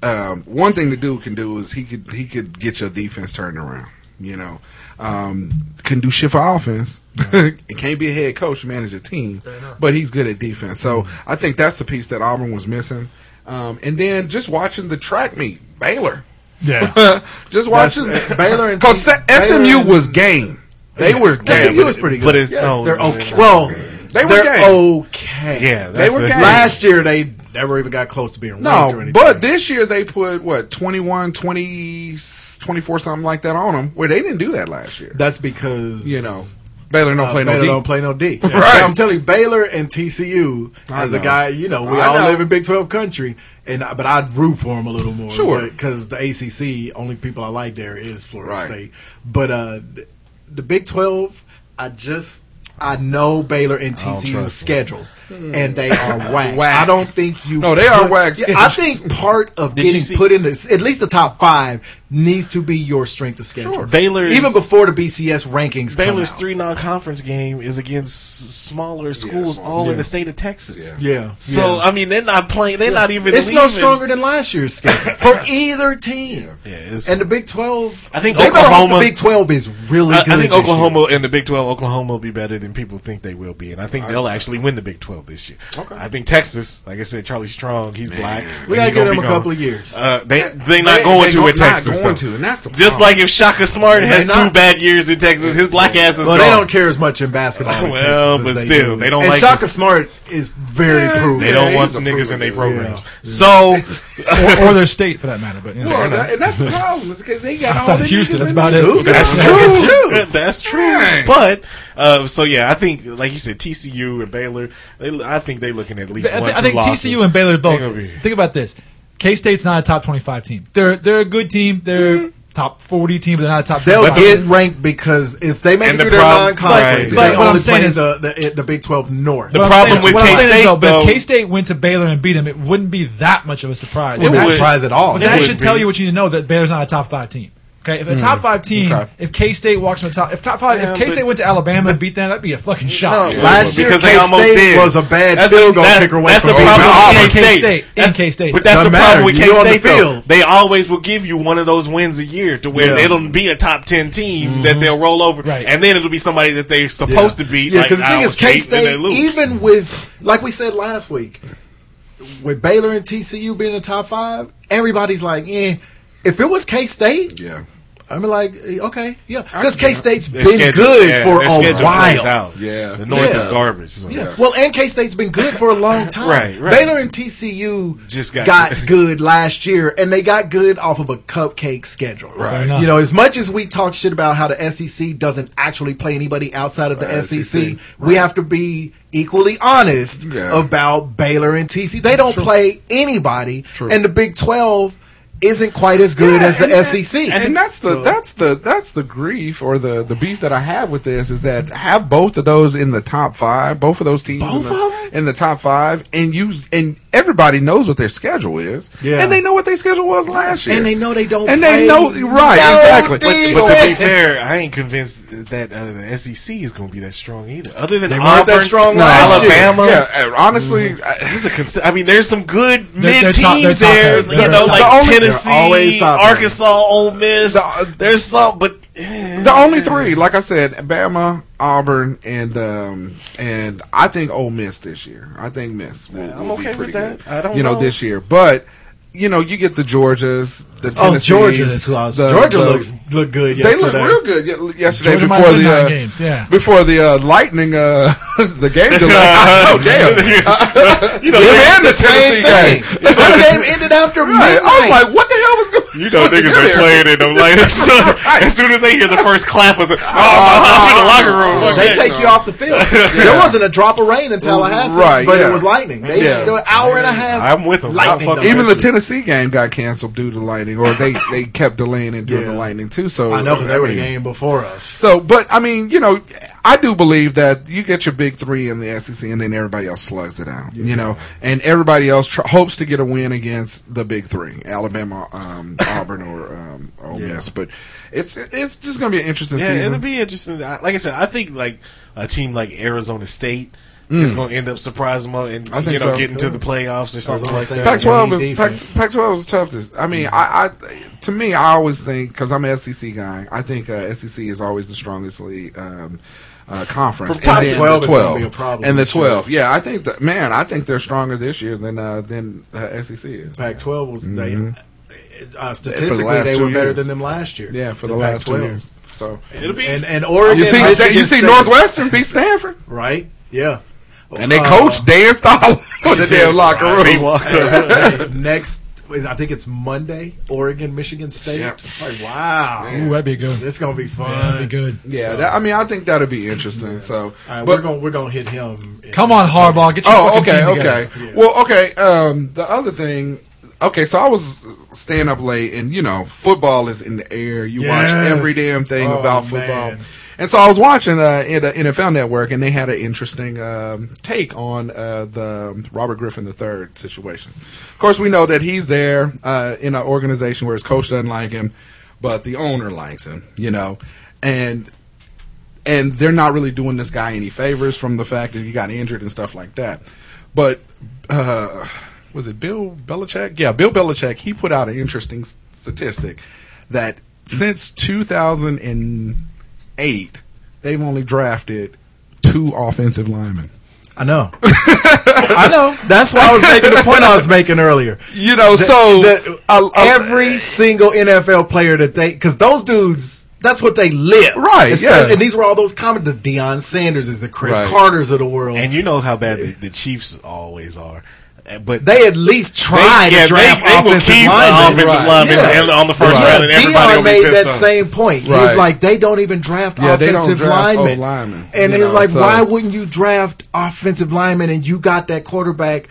um, one thing the dude can do is he could he could get your defense turned around. You know, um, can do shit for offense. it can't be a head coach to manage a team, but he's good at defense. So I think that's the piece that Auburn was missing. Um, and then just watching the track meet, Baylor. Yeah. That's- Just watching uh, Baylor and because T- SMU Baylor and- was game. They were game. SMU was pretty good. But it's no, they're no, okay. Well, They were they're game. okay. Yeah, They that's were the- game. Last year they never even got close to being ranked or No, anything. but this year they put what 21, 20, 24, something like that on them. Where they didn't do that last year. that's because You know, Baylor don't uh, play Baylor no don't D. play no D. Right. I'm telling you, Baylor and TCU I as a know. guy, you know, we I all know. live in Big Twelve country, and I- but I'd root for them a little more, Sure. because the ACC only people I like there is Florida Right. State, but uh, th- the Big Twelve, I just. I know Baylor and TCU schedules, and they are whack. Whack. I don't think you. No, they are put- whack Yeah, I schedules. think part of you getting see- put in this, at least the top five, needs to be your strength of schedule. Sure. Baylor's- even before the BCS rankings. come Baylor's out. three non-conference game is against smaller schools, small- all yeah. in the state of Texas. Yeah. So yeah. I mean, they're not playing. They're not even. it's no leaving. stronger than last year's schedule for either team. Yeah, it's- and the Big Twelve. I think they better hope Oklahoma- The Big Twelve is really I, good. I this think year. Oklahoma and the Big Twelve, Oklahoma will be better than people think they will be, and I think they'll actually win the Big Twelve this year. Okay. I think Texas, like I said, Charlie Strong, he's black. We and gotta he give gonna them be a gone. couple of years. Uh, they they not They- going they to go- in not Texas. going though. to, and that's the Just problem. like if Shaka Smart has not. two bad years in Texas, his black ass is Well, gone. they don't care as much in basketball. in Well, Texas as but they still, do. they don't And like Shaka it. Smart is very proven. They don't Yeah, want he's a niggas in proven their dude. programs. So or, or their state for that matter. But you know. Well, that- and that's the problem because they got Outside all the of Houston, niggas that's in about the- it. that's true. true. That's true. Dang. But uh, so yeah, I think like you said, TCU and Baylor. They, I think they're looking at least I, one. thi- Two I think losses. TCU and Baylor both. They gonna be- Think about this: K State's not a top twenty-five team. They're they're a good team. They're top forty team, but they're not a top. Mm-hmm. They'll 25 get ranked because if they make And it the through their problem- non-conference, Right. they But what I'm only saying play is- the, the the Big Twelve North. The What I'm problem saying with is- what I'm saying is, K-State, though, but though- K State went to Baylor and beat them. It wouldn't be that much of a surprise. I'm would- not surprised at all. But that would should be. tell you what you need to know that Baylor's not a top five team. Okay, if a top five team, Okay. if K State walks from the top, if top five, if K State went to Alabama and beat them, that'd be a fucking shock. Last year, because they almost K-State did. was a bad That's field the- goal that- kicker away that's from the problem beating with Auburn. K-State. K-State. State. In K-State. But that's Doesn't the matter. problem with You K on the State though. field. They always will give you one of those wins a year to where Yeah. Mm-hmm. it'll be a top ten team that they'll roll over, Right. and then it'll be somebody that they're supposed to beat. Yeah, like because the thing Iowa is, K and they State, lose. even with like we said last week, with Baylor and TCU being the top five, everybody's like, eh. If it was K State, Yeah. I'm like, eh, okay, yeah, because K State's Their been schedule- good yeah, for their a schedule plays while. out. Yeah. the North Yeah. is garbage. Yeah. Well, and K State's been good for a long time. Right, right. Baylor and TCU Just got- good last year, and they got good off of a cupcake schedule. Fair Right. enough. You know, as much as we talk shit about how the SEC doesn't actually play anybody outside of the SEC, we have to be equally honest Yeah. about Baylor and TCU. They don't play anybody, and the Big Twelve isn't quite as good Yeah, as the E and- and- SEC. And, that's the that's the that's the grief or the the beef that I have with this is that have both of those in the top five, both of those teams in, Both the, of 'em? in the top five, and you and everybody knows what their schedule is, Yeah. and they know what their schedule was last year, And they know they don't and they play know right no exactly. defense. But to be Correct. fair, I ain't convinced that uh, the SEC is going to be that strong either. Other than They Auburn, weren't that strong last year. Alabama, yeah, and honestly, Mm-hmm. I- These are cons- I mean, there's some good They're- they're mid top- teams they're top there. heavy. you They're know, top like heavy. They're Tennessee, always top heavy. Arkansas, Ole Miss. The- there's some, but eh, the only three, like I said, Bama, Auburn, and um, and I think Ole Miss this year. I think Miss will, I'm will okay be with pretty that. good. I don't you know, know. this year, but you know, you get the Georgias, the oh, Tennessees, Georgia is who I was. the- Georgia the- looks look good. They Yesterday. looked real good ye- yesterday Georgia might before win the nine uh, games, yeah. before the uh, lightning uh, the game delay. oh damn! you know, and the Tennessee game. Our game ended after Right. midnight. I was like, what the hell was going? you know, niggas are playing it. I'm like, as soon, as soon as they hear the first clap of the, oh, Uh, I'm in the locker room. Fuck They that. take you off the field. There wasn't a drop of rain in Tallahassee, Right, but yeah. it was lightning. They Yeah. you know, an hour and a half. I'm with them. Lightning Fuck though. Even the Actually. Tennessee game got canceled due to lightning, or they, they kept delaying and doing Yeah. the lightning too. So I know because they were the mean, game before us. So, but I mean, you know, I do believe that you get your big three in the SEC, and then everybody else slugs it out. You know, and everybody else tr- hopes to get a win against the big three: Alabama, um, Auburn, or um, Ole Miss. But it's it's just going to be an interesting Yeah, season. it'll be interesting. I- Like I said, I think like a team like Arizona State is going to end up surprising them and Mm. I think you know so. getting to the playoffs or something Arizona like State. that. Pac twelve is Pac Defense. Mm. Pac twelve is tough. To, I mean, I, I to me, I always think because I'm an SEC guy, I think uh, SEC is always the strongest league. Um, uh, conference From top and then 12 the is gonna be a problem and the this year. twelve. Yeah, I think that man, I think they're stronger this year than uh, than uh, SEC is. Pac-12 was they uh, Mm-hmm. For the statistically last they two were better years. than them last year. Yeah, for the, Pac-12. last two years. So It'll be And and Oregon, you see, Michigan you see State, Northwestern beat Stanford, right? Yeah, and they Uh, coach danced all over the damn locker They room. walked up. next is I think it's Monday. Oregon, Michigan State. Yep. Like wow, Ooh, that'd be a good. one. it's gonna be fun. That'd be good. Yeah, that, I mean, I think that'll be interesting. So, All right, but we're gonna we're gonna hit him. in- Come on, Harbaugh, get your Oh, fucking okay, team together. okay. Well, okay. Um, the other thing, okay. So I was staying up late, and you know, football is in the air. You Yes. watch every damn thing Oh, about football. man. And so I was watching uh, in the NFL Network, and they had an interesting um, take on uh, the um, Robert Griffin III situation. Of course, we know that he's there uh, in an organization where his coach doesn't like him, but the owner likes him. You know, and and they're not really doing this guy any favors from the fact that he got injured and stuff like that. But uh, was it Bill Belichick? Yeah, Bill Belichick. He put out an interesting s- statistic that since 2008, they've only drafted two offensive linemen. I know. I know. That's why I was making the point I was making earlier. You know, so The- uh, uh, every single NFL player that they, because those dudes, that's what they live, Right, Especially- yeah. And these were all those common. The Deion Sanders is the Chris Right. Carter's of the world, And you know how bad the, the Chiefs always are. Uh, But they at least try yeah, to draft they- they will offensive keep linemen. offensive Right. linemen Um, and on the first Yeah, round, and everybody Deion will be made pissed that off. same point. He was Right. like, they don't even draft Yeah, they don't offensive draft linemen. O-linemen, And you it's know, like, so- why wouldn't you draft offensive linemen and you got that quarterback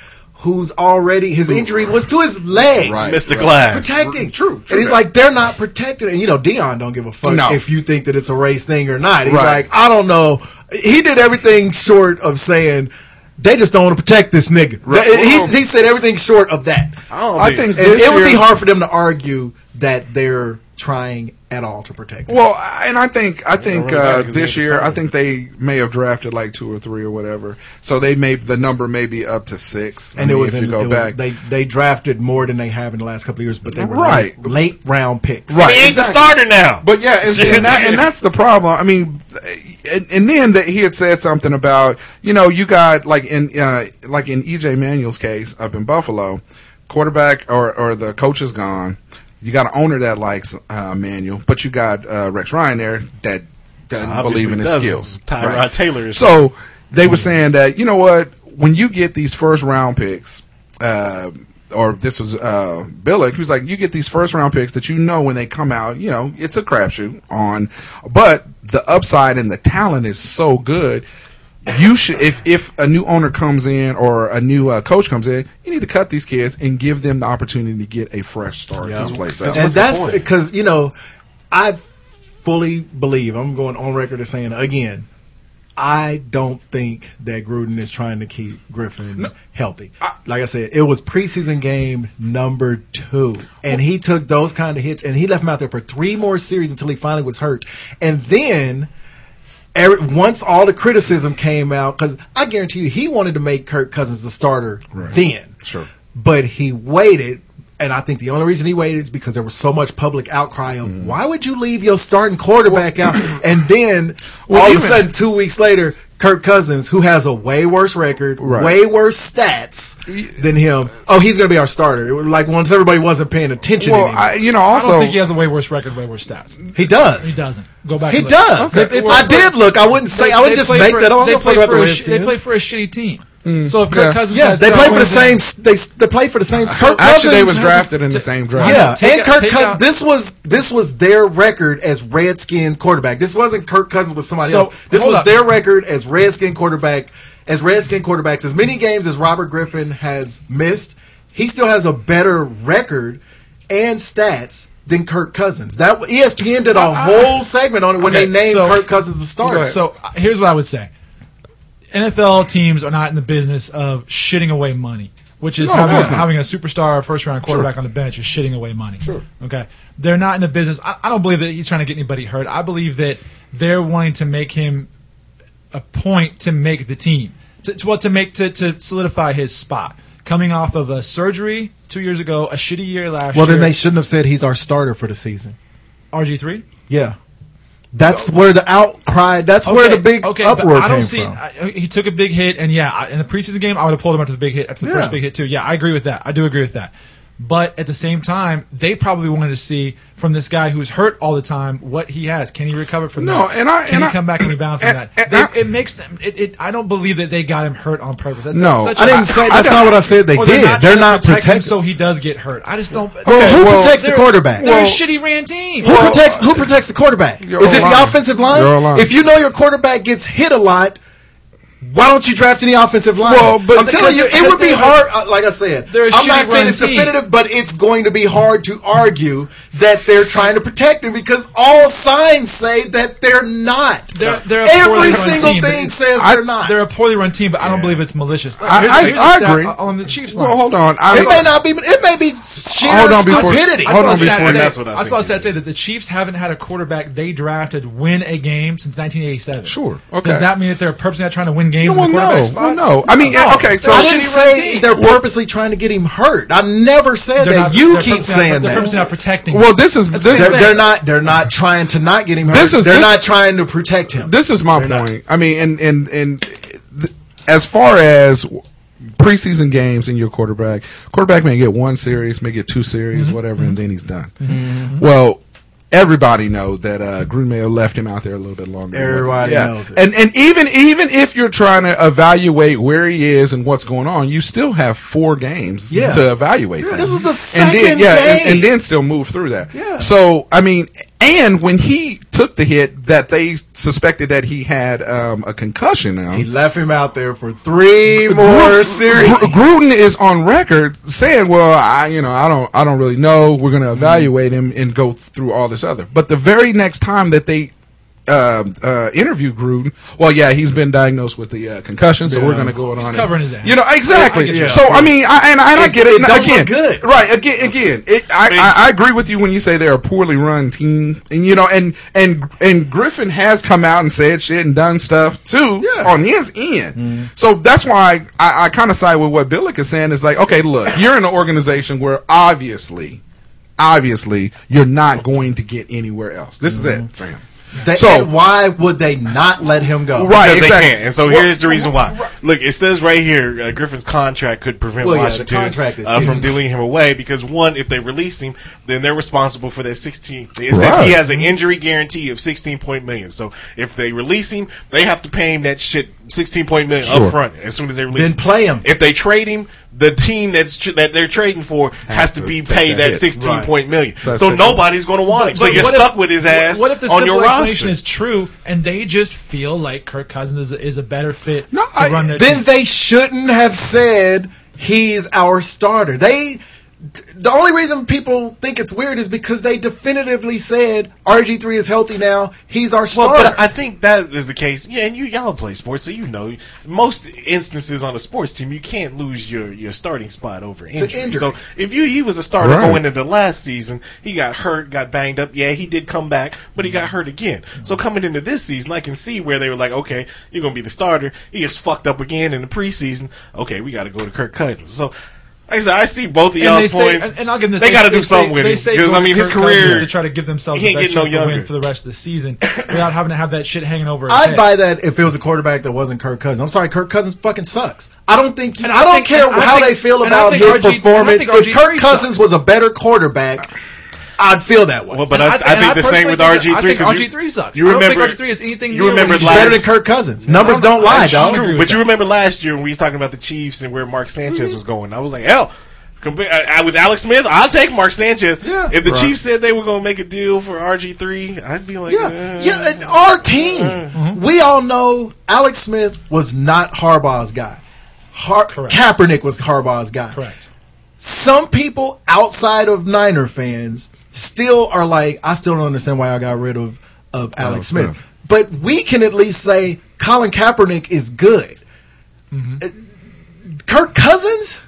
who's already his injury was to his legs. Right. Mr. Glass. Protecting, True, true and he's that. like they're not protected, and you know Dion don't give a fuck No. if you think that it's a race thing or not. He's Right. like, I don't know. He did everything short of saying they just don't want to protect this nigga. He, he said everything short of that. don't I think- think And this it would be year- hard for them to argue that they're trying at all to protect. him. Well, I- and I think I think really bad uh, because they this had to year sign I him. think they may have drafted like two or three or whatever, so they may the number may be up to six. I and it mean, was, if you in- go it was- back, they they drafted more than they have in the last couple of years, but they were Right. late, late round picks. right? He ain't exactly. the starter now. But yeah, and, and, that, and that's the problem. I mean, and, and then that he had said something about you know you got like in uh, like in EJ Manuel's case up in Buffalo, quarterback or or the coach is gone. You got an owner that likes uh, Manuel, but you got uh, Rex Ryan there that doesn't Obviously believe in his doesn't. skills. Tyrod Taylor is- so they were saying that you know what when you get these first round picks. Uh, or this was uh, Billick, who's like, you get these first round picks that you know when they come out, you know, it's a crapshoot on, but the upside and the talent is so good. You should, if if a new owner comes in or a new uh, coach comes in, you need to cut these kids and give them the opportunity to get a fresh start. This place out. and that's because you know I fully believe I'm going on record as saying again. I don't think that Gruden is trying to keep Griffin healthy. like I said, it was preseason game number two, and he took those kind of hits, and he left him out there for three more series until he finally was hurt, and then. Every, once all the criticism came out, because I guarantee you, he wanted to make Kirk Cousins the starter then. Sure. But he waited, and I think the only reason he waited is because there was so much public outcry of Mm-hmm. why would you leave your starting quarterback out? And then all of a even- sudden, two weeks later, Kirk Cousins, who has a way worse record, way worse stats than him, oh, he's going to be our starter. It was Like once everybody wasn't paying attention, well, anymore. I, you know, I don't also, think he has a way worse record, way worse stats. he does. He doesn't. Go back. He and look. does. They- they I play for- did look. I wouldn't say. I would they just play make for- that. I they don't play fuck about for the a Redskins. sh- They play for a shitty team. So if Kirk Cousins, Yeah, has they 12 play for the wins same. and- They they played for the same. Kirk actually, they Cousins was has- drafted in the same draft. Yeah, Take and out- Kirk take Cousins. out- This was this was their record as Redskin quarterback. This wasn't Kirk Cousins with somebody So, else. This hold was up. their record as Redskin quarterback. As Redskin quarterbacks, as many games as Robert Griffin has missed, he still has a better record and stats than Kirk Cousins. That E ESPN did a whole segment on it when Okay, they named so- Kirk Cousins the starter. So uh, here's what I would say: NFL teams are not in the business of shitting away money, which is having, having a superstar or first round quarterback on the bench is shitting away money. Sure. Okay. They're not in the business. I, I don't believe that he's trying to get anybody hurt. I believe that they're wanting to make him a point to make the team. To, to what to make to, to solidify his spot. Coming off of a surgery two years ago, a shitty year last Well, year. then they shouldn't have said he's our starter for the season. RG three. Yeah, that's where the outcry. That's where the big Oh. but uproar I don't came see, from. I, he took a big hit, and yeah, I, in the preseason game, I would have pulled him after the big hit, after the Yeah. first big hit too. Yeah, I agree with that. I do agree with that. But at the same time, they probably wanted to see from this guy who's hurt all the time what he has. Can he recover from No, that? and I- can and he I- come back and rebound from and- that? and They, I- it makes them. It, it, I don't believe that they got him hurt on purpose. That- that's No, such I a- didn't say that's not what I said. They Or did. They're, trying to not protect him protecting. so he does get hurt. I just don't. well, who well, protects the they're- quarterback? They're Well- a shitty ran team. who protects? uh, Who protects the quarterback? Your Is it the O-line. offensive Your O-line. line? If you know your quarterback gets hit a lot. Why don't you draft any offensive line? Well, but- I'm telling you, because- it would be because hard. uh, Like I said, They're a I'm not saying shitty run it's team. definitive, but it's going to be hard to argue that they're trying to protect him because all signs say that they're not. They're- they're a poorly Every run single team. thing says they're not. They're a poorly run team, but I don't believe it's malicious. Here's- I, here's a I, I stat agree. On the Chiefs line. well, hold on. I, It may not be. It may be sheer Hold on before- stupidity. I Hold saw on a stat before- today- that's what I I saw a think stat today that the Chiefs haven't had a quarterback they drafted win a game since 1987. Sure, okay. Does that mean that they're purposely not trying to win games? well, in the quarterback no, well, spot? no. I mean, yeah, okay, so I They're a didn't shitty red say team. they're purposely trying to get him hurt. I never said They're that. not- you they're keep purposely not- saying they're purposely that. not protecting. Well, him. this is That's this, They're, not- they're not. They're not trying to not get him hurt. This is- they're this- not trying to protect him. this is my point. I mean, and and and th- as far as preseason games and your quarterback, quarterback may get one series, may get two series, Mm-hmm. whatever, and then he's done. Well. Everybody know that uh, Green Mayo left him out there a little bit longer. Everybody knows it. and and even even if you're trying to evaluate where he is and what's going on, you still have four games Yeah. to evaluate. Yeah, things. this was the and then, second yeah, and- game. and then still move through that. Yeah. So I mean, and when he took the hit that they suspected that he had um, a concussion, now he left him out there for three more Gru- series. Gru- Gruden is on record saying, "Well, I, you know, I don't, I don't really know. We're going to evaluate him and go through all this other." But the very next time that they um, uh, interview Gruden. Well, yeah, he's been diagnosed with the uh, concussion, so we're going to go on. and- covering his ass. You know exactly. I get that. So I mean, I, and, and I get it. it don't again, look good. right? Again, again. It, I, I, I agree with you when you say they're a poorly run team, and you know, and and and Griffin has come out and said shit and done stuff too on his end. Mm-hmm. So that's why I, I kind of side with what Billick is saying. Is like, okay, look, you're in an organization where obviously, obviously, you're not going to get anywhere else. This Mm-hmm. is it, fam. That, So- and why would they not let him go? Right, Because exactly. they can. And so Well, here's the reason why. Look, it says right here uh, Griffin's contract could prevent Well, yeah, the Washington contract is uh, from huge. dealing him away because, one, if they release him, then they're responsible for that 16. It says Right. he has an injury guarantee of 16 point million. So if they release him, they have to pay him that shit. 16 point million Sure. up front as soon as they release Then play him. If they trade him, the team that's tr- that they're trading for has to, to be take paid that that, hit. 16 Right. point million. That's so it. nobody's going to want him. So But you're what if- stuck with his ass What if the on simple your roster. explanation is true and they just feel like Kirk Cousins is a, is a better fit No, to I- run their then team? they shouldn't have said he's our starter. They the only reason people think it's weird is because they definitively said RG3 is healthy now. He's our Well, starter. but I think that is the case. Yeah, and you y'all play sports, so you know most instances on a sports team you can't lose your, your starting spot over injury. injury. So if you he was a starter Right. going into last season, he got hurt, got banged up. Yeah, he did come back, but he got hurt again. So coming into this season, I can see where they were like, okay, you're gonna be the starter. He gets fucked up again in the preseason. Okay, we got to go to Kirk Cousins. So. Like I said, I see both of and y'all's they say, points. and- and I'll give them. They, they got to they do something say, with they him say because I go mean to his Kirk Cousins career to try to give themselves He the ain't getting best no chance to win younger. for the rest of the season without having to have that shit hanging over. his I'd head. buy that if it was a quarterback that wasn't Kirk Cousins. I'm sorry, Kirk Cousins fucking sucks. I don't think. I, don't think- care and I how think- they feel and I about think his RG3 performance. I think If Kirk RG3 Cousins was sucks. a better quarterback, I'd feel that way. Well, but And I, I, I th- and think I the same personally with think that- RG I three think because RG3 sucks. You I don't remember think RG3 is anything You near remember what He's he last? better than Kirk Cousins. Numbers no, don't no, lie, that's dog. true. agree with But you that. remember last year when we was talking about the Chiefs and where Mark Mm-hmm. Sanchez was going? I was like, hell. compa- I, I, with Alex Smith, I'll take Mark Sanchez. Yeah. if the Right. Chiefs said they were going to make a deal for RG three, I'd be like, Yeah, eh. yeah, and our team. Mm-hmm. We all know Alex Smith was not Harbaugh's guy. Har- Kaepernick was Harbaugh's guy. Correct. Some people outside of Niner fans still are like, I still don't understand why I got rid of of Alex Smith. Smith. But we can at least say Colin Kaepernick is good. Mm-hmm. Uh, Kirk Cousins.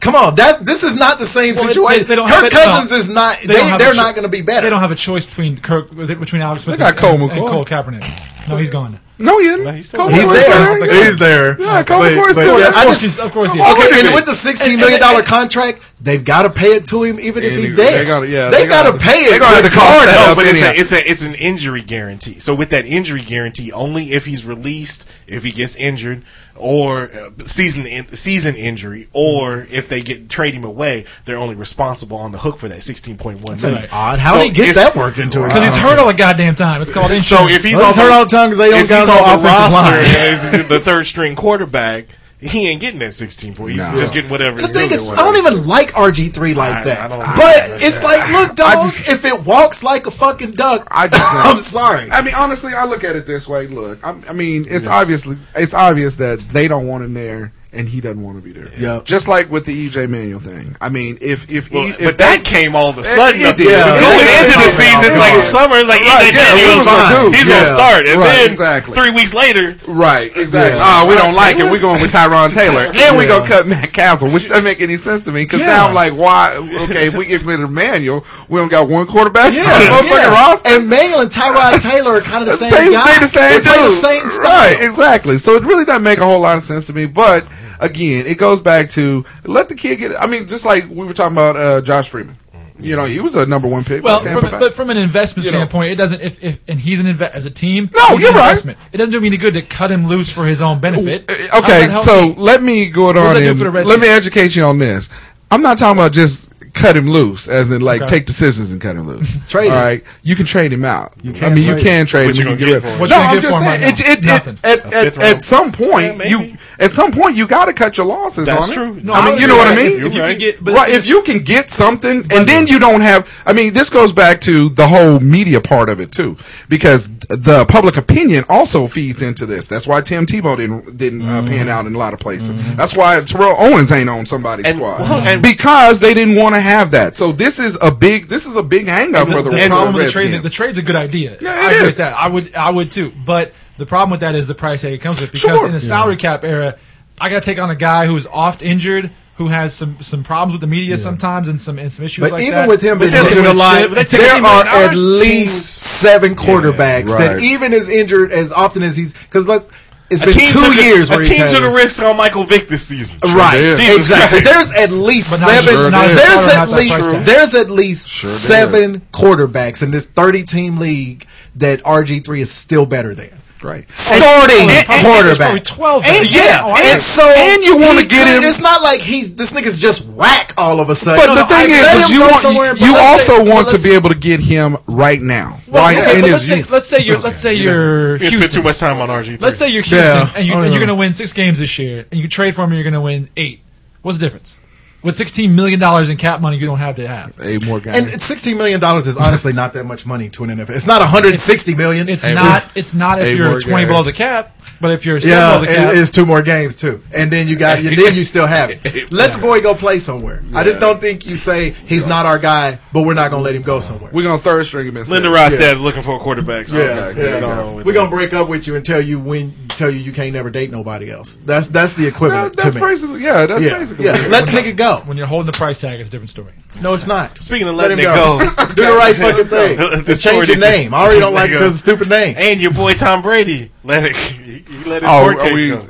Come on, that this is not the same Well, they- situation. they don't have- Kirk they don't- Cousins is not. They, don't have they, a are cho- not going to be better. They don't have a choice between Kirk between Alex Smith got and, Cole and- and McCoy. Cole Kaepernick. No, he's gone. No, he didn't. he's still Cole He's McCoy Of there. started. course he's- He's there. Yeah, Cole McCoy's but- still yeah, there. I just- Of course, he's, of course he is. Okay, Wait a and minute. with the sixteen million dollar contract, they've got to pay it to him, even if And he's they- there. they gotta- yeah, they they got to gotta- pay it. they gotta with have to cost Carter. that No, up but it's anyhow. a, it's a it's an injury guarantee. So with that injury guarantee, only if he's released, if he gets injured, or uh, season in, season injury, or if they get trade him away, they're only responsible on the hook for that sixteen point one. That's odd. How So did he get if- that worked into it? Because he's hurt all the goddamn time. It's called insurance. So if he's Well, on he's hurt all the time 'cause they don't if got he's no on the offensive roster line. and is the third string quarterback, he ain't getting that sixteen point. He's Nah. just getting whatever. The his thing number is, I was. don't even like RG three like I- that. I don't- but it's like, look, dog, just- if it walks like a fucking duck, I just- I'm sorry. I mean, honestly, I look at it this way. Look, I, I mean, it's obviously it's obvious that they don't want him there, and he doesn't want to be there. Yeah. just like with the EJ Manuel thing. I mean, if if Well, E- if but they- that came all of a sudden. it up did. there. Yeah. Going Yeah. into the Yeah. season, Yeah. like Yeah. summer, it's like Right, right. yeah, we Daniels, was gonna do. he's Yeah. gonna start, and Right, then exactly. three weeks later, right, exactly. Oh, we don't like it. We're going with Tyrone Taylor, and we gonna cut Matt Castle, which doesn't make any sense to me. Because now I'm like, why? Okay, if we get rid of Manuel, we don't got one quarterback. Yeah, on the motherfucking yeah. roster. And Mail and Tyrod Taylor are kind of the same, same, guys. they the same they play dude. the same stuff. Right, exactly. So it really doesn't make a whole lot of sense to me. But again, it goes back to let the kid get. I mean, just like we were talking about uh, Josh Freeman. You know, he was a number one pick. Well, by Tampa from, Bay. but from an investment You know. standpoint, it doesn't. If, if and he's an inve- as a team. No, he's an you're right. investment. It doesn't do me any good to cut him loose for his own benefit. Uh, How does okay, that help so me? let me go on does that do and for the let Redskins? me educate you on this. I'm not talking about just cut him loose, as in like Okay. take the scissors and cut him loose. Trade him. All right, you can trade him out. can I mean, you trade can trade What him. you you gonna can get for him? What no, you gonna I'm just saying. get for him It, right now? it, Nothing. it, at, fifth at, round. at some Yeah, point, maybe. you at some point you got to cut your losses. That's on it. true. No, I mean, you're you know what I right. mean. You're If you right. can get, but right, if you can get something, and then you don't have. I mean, this goes back to the whole media part of it too, because the public opinion also feeds into this. That's why Tim Tebow didn't didn't uh, pan out in a lot of places. That's why Terrell Owens ain't on somebody's And- squad well, and- because they didn't want to have that. So this is a big this is a big hang up for the, the, Raleigh problem with the trade, Redskins. the trade's a good idea. Yeah, I it agree is. with that. I would, I would too. But the problem with that is the price tag it comes with. Because Sure. in the salary cap era, I got to take on a guy who's oft injured, who has some, some problems with the media sometimes, and some and some issues. But like even that. with him being then injured when a lot, Chip- that's- there $60 are million at teams- least seven quarterbacks that right. even is injured as often as he's because let it's A been team two took a- years A where he's team had took a him. risk on Michael Vick this season. Right, did. Jesus exactly. Christ. There's at least But not seven. sure did. there's Sure at did. Sure least did. there's at least did. seven quarterbacks in this 30 team league that RG three is still better than. right. Starting and- and- there's quarterback, probably 12 And, of them. yeah, Yeah, and and- so and you wanna he get could- him- It's not like he's this nigga's just whack all of a sudden. But the No, no, I- thing let is, is him you go want somewhere, but you let's also say- want to let's- be able to get him right now, Well, while yeah, in but his let's say, youth. let's say you're let's say you're You spent too Houston. much time on RG. Let's say you're Houston, Yeah. Uh-huh. and, you, I and know. you're going to win six games this year, and you trade for him, and you're going to win eight. What's the difference? With sixteen million dollars in cap money, you don't have to have. Hey, more guys. And it's sixteen million dollars is honestly not that much money to an NFL. It's not one hundred and sixty million. It's Hey, not. listen. It's not if Hey, you're more twenty guys. below the cap, but if you're seven yeah, below the cap, it is two more games too, and then you got and then you still have it. Let the boy go play somewhere. I just don't think you say he's not our guy, but we're not gonna let him go somewhere. We're gonna third string him. Linda Rostad is looking for a quarterback. So Yeah, yeah. get on with We're it. gonna break up with you and tell you when tell you you can't never date nobody else. That's that's the equivalent that's to me. basically yeah. That's Yeah, basically yeah. Let the nigga go. when you're holding the price tag, it's a different story. No, it's not. Speaking of Let letting it him go, Do the right fucking thing. The Just story change your is that- name. I already don't like it Let it because it's a stupid name. and your boy Tom Brady, let it. He, he let his Oh, court are case we? go.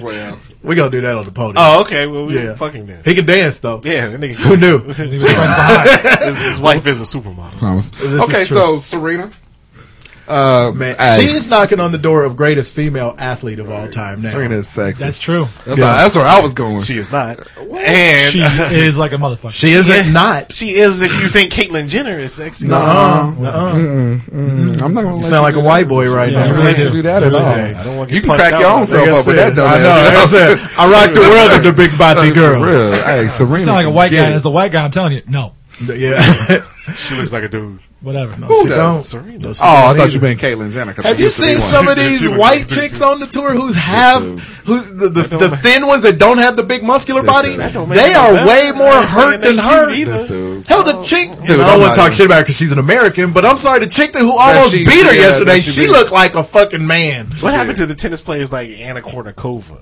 well, We're gonna do that on the podium. Oh, okay. Well, we Yeah. fucking did. He can dance though. Yeah, that nigga. Who knew? Leave his friends behind. His, his wife is a supermodel. Thomas. is Okay, true. so Serena. Uh, Man, hey, she's knocking on the door of greatest female athlete of all time now. Serena is sexy. That's true. That's, how- that's where I was going. She is not. And She is like a motherfucker. She isn't not. she is if you think Caitlyn Jenner is sexy. I'm not gonna You sound Uh-uh. like a white boy right Yeah, now. you I really don't let you do that at all. I don't want to You get can punched crack out your own like that. self Like I up said, I with that know. dumbass. Like I said, I rock the world with the big body Uh, For girl. real. Hey, Serena. You sound like a white guy. As the white guy, I'm telling you, no, Yeah. She looks like a dude. whatever. She don't. Serena. No, she Oh, I don't thought either. you meant Caitlyn Jenner. 'cause Have she you used to be seen one. some of these She was- white chicks on the tour who's half who's the, the, the thin ones that don't have the big muscular body? don't make They no are sense. way more I'm saying hurt than they her. cute either. This dude. Hell, the chick. Dude, I don't I'm want not to talk even- shit about because she's an American, but I'm sorry, the chick that who almost she- beat her yeah, yesterday, that she she beat. looked like a fucking man. What happened to the tennis players like Anna Kournikova?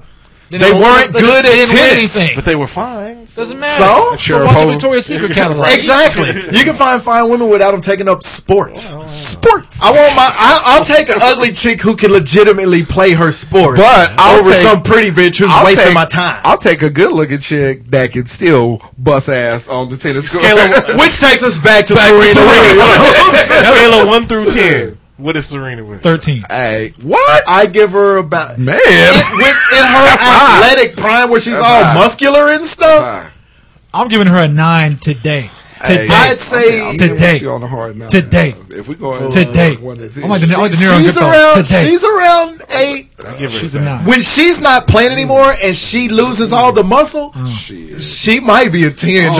They weren't good at tennis. But they were fine. So Doesn't matter. So? So Sure, watch a Paul. Victoria's Secret catalog. Exactly. You can find fine women without them taking up sports. Oh. Sports. I want my. I, I'll take an ugly chick who can legitimately play her sport, But I'll over take- some pretty bitch who's I'll wasting take- my time. I'll take a good looking chick that can still bust ass on the tennis court. Scale of- Which takes us back to Serena. a Williams. scale of one through ten. What is Serena with? Thirteen. hey, what? I give her about Man. It- with, in her athletic prime where she's all high. muscular and stuff. I'm giving her a nine today. Today. I'd say I'm Today. gonna put you on the hard now. Today. If we go Today. Oh What is I'm like the- it? like- Nero she's Goodfellas around. today. She's around eight. Give her She's a a seven. nine. When she's not playing anymore and she loses all the muscle, Mm. she might be a ten, Oh,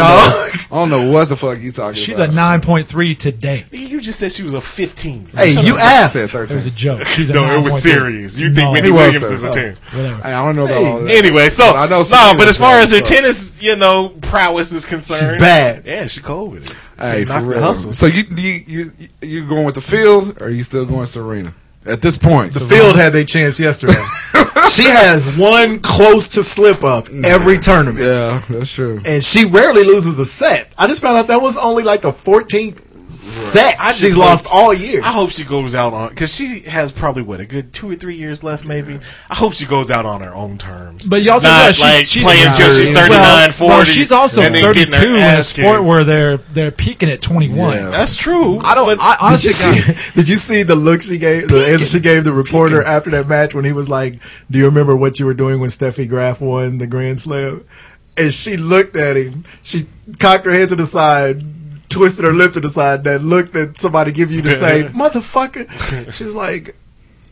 dog. I don't know what the fuck you talking She's a about. nine point three today. You just said she was a fifteen. Hey, you I said asked. It was a 13. joke. She's a no, it 9.3. was serious. You think No, Wendy He was Williams serious. is a ten? whatever. Hey, I don't know about all that. Anyway, so But I know no, Serena but as is far bad, as her so- tennis, you know, prowess is concerned, She's bad. Yeah, she cold with it. Hey, for Knock the real. hustle. So you you you you going with the field, or are you still going Serena at this point? The field had their chance yesterday. she has one close to slip up every tournament. yeah, that's true. and she rarely loses a set. I just found out that was only like the 14th set I just she's hope- lost all year. I hope she goes out on because she has probably what a good two or three years left, maybe. I hope she goes out on her own terms. But you also Not yeah, she's, like she's playing till she's 39, well, 40, well, she's also and then getting her 32 in a ass sport kicked. where they're they're peaking at 21. Yeah. that's true. I don't. I, did honestly, you, see, did you see the look she gave, the answer she gave the reporter after that match when he was like, "Do you remember what you were doing when Steffi Graf won the Grand Slam?" And she looked at him. She cocked her head to the side, twisted her lip to the side, that look that somebody give you to say, "Motherfucker." She's like.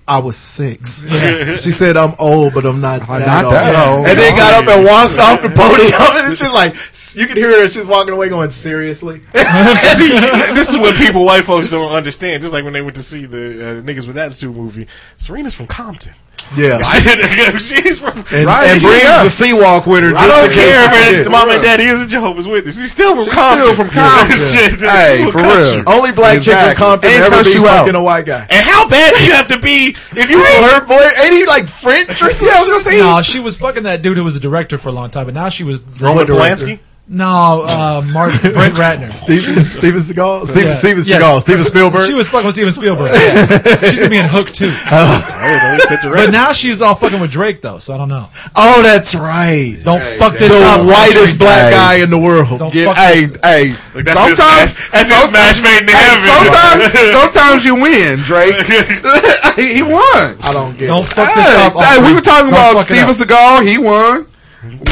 I was six. She said, "I'm old, but I'm not I'm that not old." that old. And then got up and walked off the podium. And she's like, you could hear her. She's walking away, going, "Seriously." See, this is what people, white folks, don't understand. Just like when they went to see the uh, Niggas with Attitude movie, Serena's from Compton. Yeah. She's from. And, Right, and she brings does. the Seawalk with her I just in don't case. care you if forget. her mom and daddy is a Jehovah's Witness. He's still from She's Compton. still from Compton. Shit, this Hey, will for cut real. you. Only black chick from Exactly. Compton And ever cuss be you out. fucking a white guy. And how bad you have to be if you Her boy, ain't he like French or something? No, she was fucking that dude who was the director for a long time, but now she was Roman director. Polanski? no uh, Mark Brent Ratner. Steven, Steven Seagal? Steven, Yeah. Steven Yeah. Seagal. Steven Spielberg? She was fucking with Steven Spielberg. She's gonna be in Hook too. But now she's all fucking with Drake though, so I don't know. oh, that's right. Don't fuck this up. The whitest country. black Hey. guy in the world. Don't Yeah, fuck hey, this- Hey, that's his sometimes, match- that's his match made in hey, heaven. sometimes, sometimes you win, Drake. he he won. I don't get Don't it. fuck this Hey, up. hey, Austin. we were talking Don't about fuck it Steven up. Seagal. He won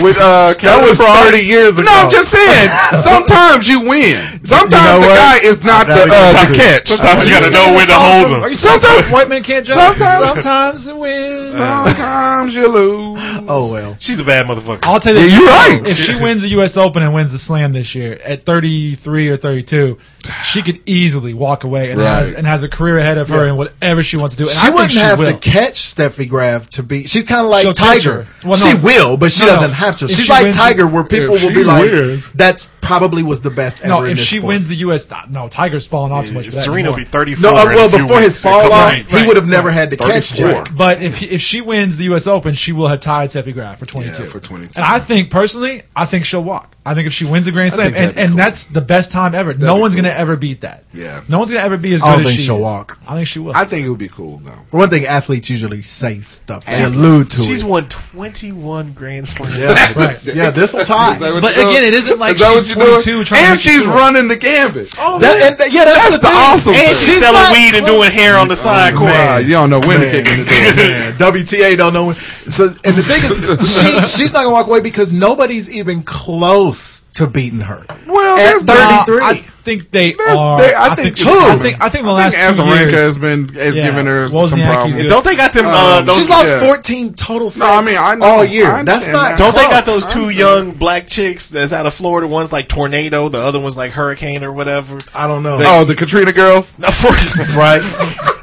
with uh. That Kevin was Fraud. 30 years ago. No, I'm just saying. Sometimes you win. Sometimes You know the what? guy is not I'm the, not uh, the against it. catch. Sometimes you Are gotta singing know the when to song hold from- them. Are you sometimes Sometimes- white men can't jump? sometimes- Sometimes it wins. Sometimes you lose. Oh, well. She's a bad motherfucker. I'll tell you, Yeah, this, you're right. If she wins the U.S. Open and wins the Slam this year at 33 or 32, she could easily walk away and, has, Right. and has a career ahead of her in whatever she wants to do. And She I think wouldn't she have will. to catch Steffi Graf to be. She's kind of like She'll catch Tiger. her. Well, She no. will, but she No, no. doesn't have to. If She's she like wins- Tiger, where people will be like, wins- "That probably was the best ever." no, in if this she sport. wins the U.S., no, Tiger's falling off too much. for that Serena will anymore. be 34. no, uh, in a well, few before his weeks. Come fall on. off, he would have never had to catch 34. Jack. But if if she wins the U.S. Open, she will have tied Steffi Graf for 22. Yeah, for 22. And I think personally, I think she'll walk. I think if she wins the Grand Slam, think and, that'd be and cool. that's the best time ever. no be one's cool. gonna ever beat that. Yeah. No one's gonna ever be as good I don't as think she she'll is. walk. I think she will. I think it would be cool though. For one thing, athletes usually say stuff. They allude to She's it. won 21 Grand Slams. Yeah, right. yeah, this tie. Is that what But you're doing? again, it isn't like Is that she's what you're doing? 22 trying to Oh, and make it she's cool. running the gambit. That- and th- yeah, that's, That's the thing. awesome And part. she's, selling not- weed and doing hair on the side corner. Man, you don't know when to Man. kick in the door. Man, WTA don't know. When, so, and the thing is, she, she's not gonna walk away because nobody's even close to beating her. Well, At there's been- Uh, 33. I think they There's- are. they- I Uh, I, think think. it's I cool. think. I think the I last think two Azarenka years. has been has Yeah. given her Wozniacki's some good. problems. Don't they got them? Uh, those, Um, She's lost yeah. 14 total sets I mean, I know. all I year. That's understand not. that. don't they got close. those two young black chicks that's out of Florida? One's like tornado, the other one's like hurricane or whatever. I don't know. Oh, the Katrina girls. No, for- no, right?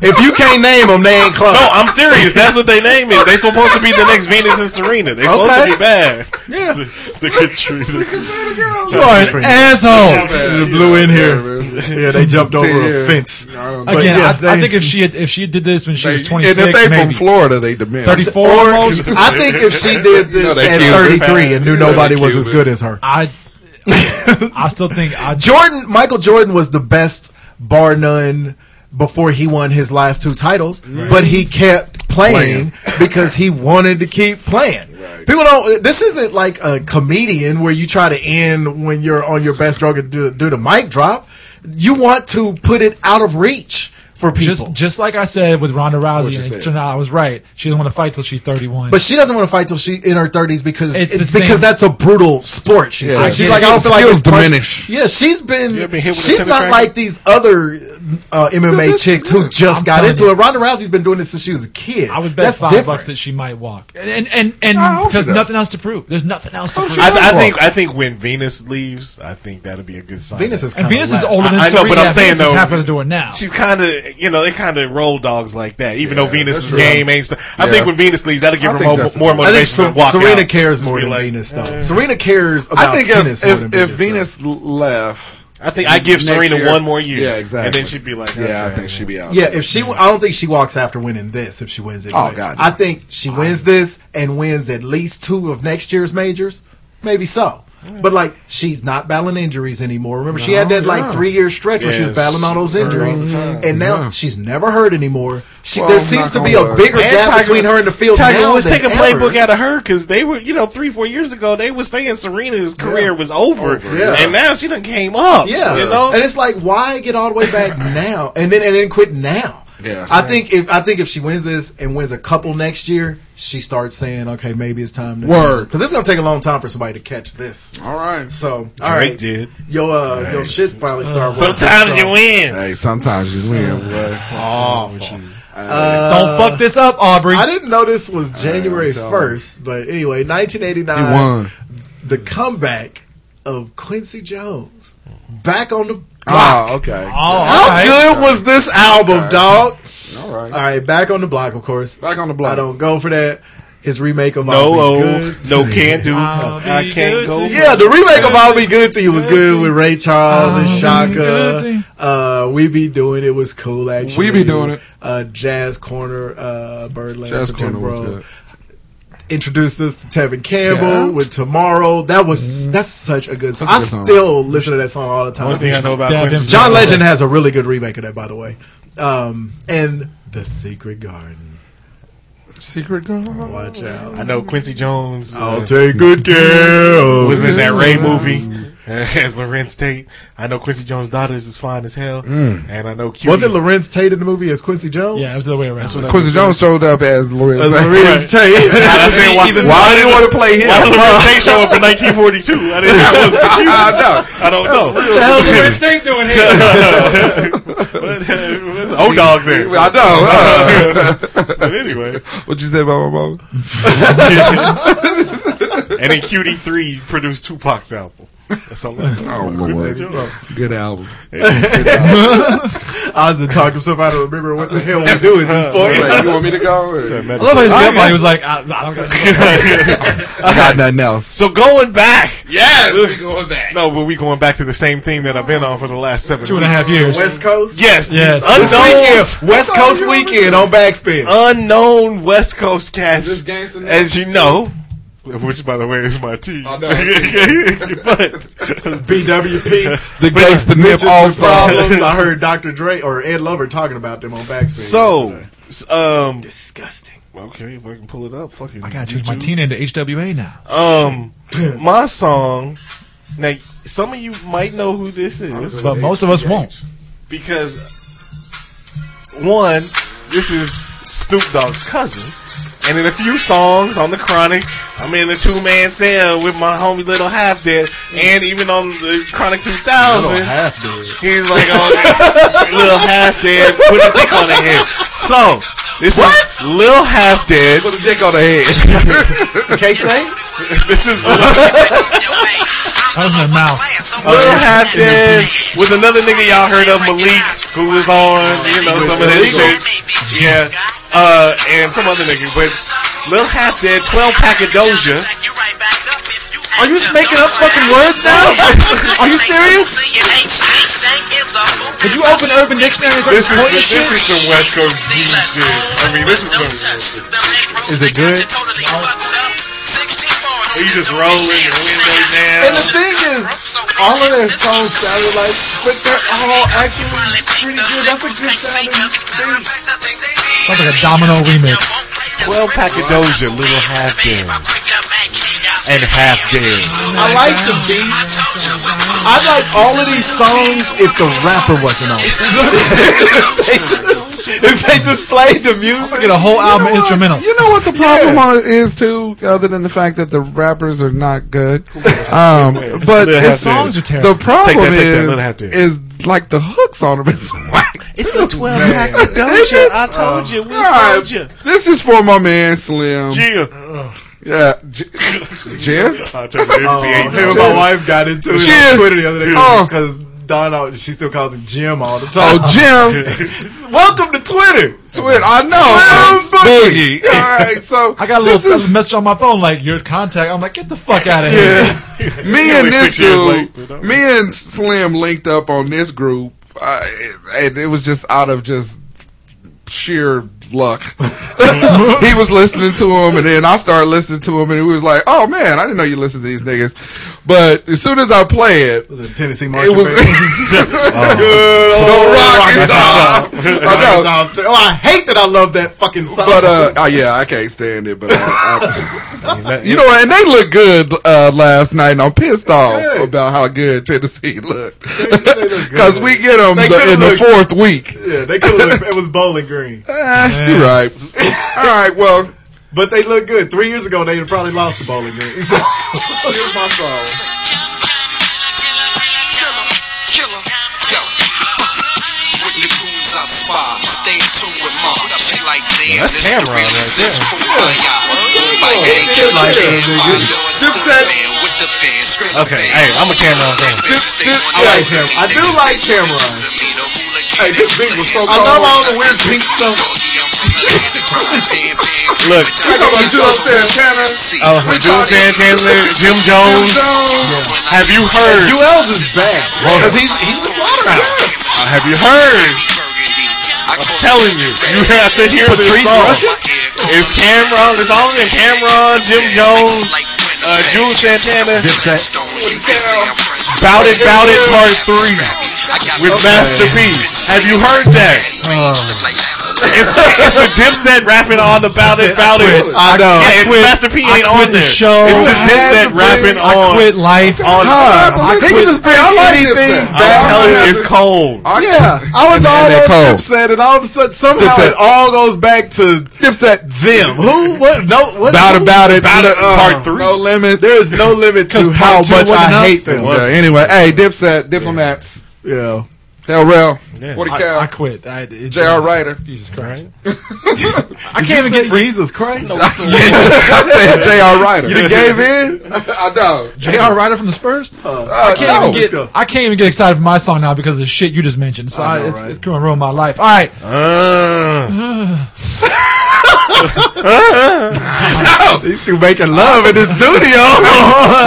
if you can't name them, they ain't close. I'm serious. That's what they name it. They supposed to be the next Venus and Serena. They supposed Okay. to be bad. Yeah. the, the Katrina. You are an asshole. It blew in here. Yeah, Yeah, they jumped over Yeah. a fence. I don't know. But Again, yeah, I, I they- think if she had, if she did this when she They- was and if 26, they from maybe Florida, they demand 34 almost, I think if she did this No, they at Cuban. 33 and knew No, they nobody was Cuban. as good as her, I, I still think I. Jordan Michael Jordan was the best bar none before he won his last two titles, but he kept playing because he wanted to keep playing. People don't. This isn't like a comedian where you try to end when you're on your best drug and do, do the mic drop. You want to put it out of reach for people. Just, just like I said with Ronda Rousey, you and said. it turned out I was right. She doesn't want to fight till she's 31. But she doesn't want to fight till she in her thirties because It's it's the because same. that's a brutal sport. She said. Yeah. She's Yeah. like, I don't feel like Skills it's much- diminish. Yeah, she's been. You ever been hit with a she's tennis not racket? like these other uh, MMA chicks who just I'm got telling into you. it. Ronda Rousey's been doing this since she was a kid. I would bet that's five different. bucks that she might walk, and and and I hope she because does. nothing else to prove. There's nothing else to prove. I, I think. I think when Venus leaves, I think that'll be a good sign. Venus is and kind Venus of is older than I- I know, Serena. but I'm Venus saying, is though, half of the door now. She's kind of, you know, they kind of roll dogs like that. Even though Venus's true. game ain't. St- I Yeah. think when Venus leaves, that'll give I her think more, that's- more I think motivation Ser- to walk Serena out. cares Just more be than like, eh. Venus, though. Serena cares about I think tennis if more if, than if does. Venus left, I think I give Next Serena year. one more year. Yeah, exactly. And then she'd be like, yeah, I okay. think she'd be out. Yeah, if she, I don't think she walks after winning this. If she wins it, Oh, God, no. I think she wins this and wins at least two of next year's majors, maybe so. But like, she's not battling injuries anymore. Remember, she had that like three year stretch where she was Yes. battling all those injuries, and now she's never hurt anymore. She, Well, there I'm seems to not be gonna a bigger And gap Tiger- between her and the field Tiger now was than taking ever. playbook out of her because they were, you know, three four years ago they were saying Serena's career was over, yeah. and now she done came up. Yeah, you know, and it's like why get all the way back now and then and then quit now? Yeah. I think if I think if she wins this and wins a couple next year, she starts saying, okay, maybe it's time to Word. because it's gonna take a long time for somebody to catch this. All right. So all right, did. Uh, Yo, uh, your shit finally started. sometimes you win. Hey, sometimes you win. boy. Don't fuck this up, Aubrey. I didn't know this was January telling first, but anyway, He 1989, won. the comeback of Quincy Jones back on the block. Oh, okay. Oh, How okay. good was this album, dog? All right. All right, back on the block, of course. Back on the block. I don't go for that. His remake of I'll No, Be oh, Good to no, You. can't do. I'll be I good can't to go. you. Yeah, the remake of I'll Be Good to You was good with Ray Charles and I'll Be Good to Shaka. You. Uh, we be doing it was cool actually. We Be Doing It. Uh, Jazz Corner, uh, Birdland, Jazz Jazz Corner was good. Introduced us to Tevin Campbell Yeah. Mm-hmm. with Tomorrow. That was that's such a good song. a I good song. still listen to that song all the time. One thing I know about Stab Quincy him. John Legend has a really good remake of that, by the way. Um, and The Secret Garden. Secret God. Watch out. I know Quincy Jones uh, I'll take good care. of was in that you. Ray movie as Lorenz Tate. I know Quincy Jones' daughters is fine as hell, Mm. and I know Cutie. Was it Lorenz Tate in the movie as Quincy Jones? Yeah, it was the other way around. Quincy Jones showed up as Lorenz. As Lorenz Tate. I said why, Even- why Why do did you want to play him? why did Lorenz Tate show up in 1942? I didn't. I was confused. I don't know. hell's Lorenz Tate doing here? uh, It's old dog there. I know. But anyway, Uh, what you say about my mama? and then Cutie Three produced Tupac's album. That's all. I know. Oh, Quincy Lord. Jones. uh, Good album. I was talking himself out of remember what the hell we do at this He's point. like, you want me to go? Or? I love how his grandma was like, I, I don't got I got nothing else. So going back, Yes, we going back. no, but we going back to the same thing that I've been on for the last seven two and a half years. West Coast? Yes, Yes. This unknown, weekend, West Coast Uh, weekend on Backspin. unknown West Coast This cats, gangster nigga? as you know, which by the way is my team. I know. but BWP. The gangster nip Bitches all with star. problems. I heard Dr. Dre or Ed Lover talking about them on Backspin. so, yesterday. um, disgusting. okay, if I can pull it up, fucking, I gotta change my Tina into HWA now. Um, my song. Now, some of you might know who this is. But most of us won't. because one, this is Snoop Dogg's cousin, and in a few songs on the Chronic, I'm in a two man cell with my homie Little Half Dead, and even on the Chronic 2000, he's like on Little Half Dead, put a dick on the head. So this is Little Half Dead. Put a dick on the head. This is That was my mouth. Oh, Lil Half Dead was another nigga y'all heard of, Malik, who was on, you know, some of that shit. Yeah. Uh, and some other nigga. But Lil Half Dead, 12 pack of Doja. Are you making up fucking words now? Are you serious? Did you open Urban Dictionary and This is, start this is some West Coast deep shit. I mean, this is some. Is it good? He just rolling the window And the down. thing is, all of their songs sounded like, but they're all actually pretty good. That's a good sounding thing. Sounds like a domino remix. 12 pack of Doja, Lil Half Dead. And Half Dead. I like the beat. I like all of these songs if the rapper wasn't on. They just- if they just played the music. Get a whole album instrumental. You know what the problem on- is too, other than the fact that the rappers are not good. Um, but Lil Half it's, Dead. songs are the terrible. Take problem that, take that, Lil Half is, Dead. is like the hooks on them is whack. It's the 12 pack of Doja. I told you. We All told you. right, this is for my man Slim. Jill. Yeah, J- Jim. I told you. This Oh, is the Him eighth and my wife got into it Shit. on Twitter the other day Oh. because Donna, she still calls him Jim all the time. Oh, Jim. Welcome to Twitter. Twin. I know. Slim Boogie. All right, so I got a this little is message on my phone like your contact. I'm like, get the fuck out of here. Yeah. me and Only this six years dude, late, but okay. me and Slim linked up on this group, uh, and it was just out of just sheer luck. he was listening to him, and then I started listening to him, and he was like, "Oh man, I didn't know you listened to these niggas." But as soon as I play it. The Tennessee It marching was band. good old rock Rock and roll. I know, Oh, I hate that I love that fucking song. but uh, oh, yeah, I can't stand it. But uh, I, I, That- you know, what, and they look good uh, last night, and I'm pissed off about how good Tennessee looked. they look good. Because we get them They the, could've in the looked- fourth week. yeah, they could have. It was Bowling Green, Ah, You're right. All right. Well, but they look good. Three years ago, they'd have probably lost to Bowling Green. here's my song. Killer, yo. Uh, With the goons I spy, stay tuned with mom. She like, damn, that's this the Cameron right realest. It's there. kumbaya. Kumbaya, Yeah, killer, yeah, man. nigga. My lord, still the Dipset. man with the pen, script Okay, the hey, pen. I'm a Cameron fan. Bitches, they dip- wanna I like know him. what I do these like niggas Cameron. do to me. The hooligan Hey, this beat was so I cold. love all the weird pink stuff. Look, You talking about Joe Santana? oh, Joe Oh, Santana, Jim Jones. Have you heard? Jewels is bad. Because he's, he's the slaughterhouse. Have you heard? I'm telling you, you have to hear this Patrice song. Russian? It's Cameron. It's all in Cameron, Jim Jones, uh, Jules Santana. Dipset. Bout It, Bout It Part 3 with Master P. Have you heard that? It's, it's a Dipset rapping on the Bout It, Bout It. I know. Yeah, and Master P ain't quit on the there. show. It's just I Dipset rapping I on. quit life. on Huh. They can just bring I like anything Dipset. I'm back. telling you, it's cold. Yeah, I was all and they on cold. Dipset, and all of a sudden, somehow Dipset. it all goes back to Dipset. Them. Who? What? No. What? About who? about it. Bout It Uh, Part 3. No limit. There is no limit to how part two much wasn't I out. hate them. Yeah, anyway, hey, Dipset, Diplomats, Yeah. Hell Rail, 40 I, Cal, I quit. I, it, J.R. Ryder. Jesus Christ. I can't even get Jesus Christ. I said J.R. Ryder. You gave in. I know. J.R. Ryder from the Spurs? I can't can't even get- I can't even get excited for my song now because of the shit you just mentioned. So I it's, it's going to ruin my life. All right. These two making love in the studio.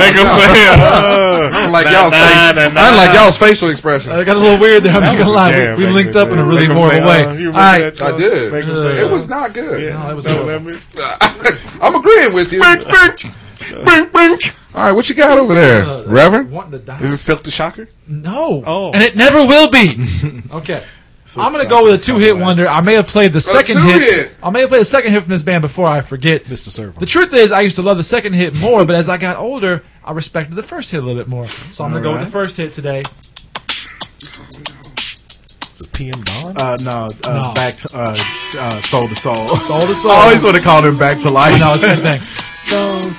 Make 'em say, uh, like y'all's face. nah, nah, nah. I like y'all's facial expression. I got a little weird there. I'm not was going to a lie. jam we we back linked then. up in a really Make 'em horrible say, way. uh, you All remember right. that I song? did. Make 'em say, It uh, was not good. yeah, No, it was know awful. what I mean? I'm agreeing with you. All right, what you got over there, Reverend? Wanting to die. Is it Silk the Shocker? No. Oh. And it never will be. okay. I'm gonna go with a two-hit wonder. I may have played the second hit. two-hit. I may have played the second hit from this band before I forget. Mr. Servo. The truth is, I used to love the second hit more, but as I got older, I respected the first hit a little bit more. So I'm gonna go with the first hit today. PM Don? Uh, no, uh, No. back to uh, uh, soul to soul. Soul to Soul. I always want to call them back to life. No, it's the same thing.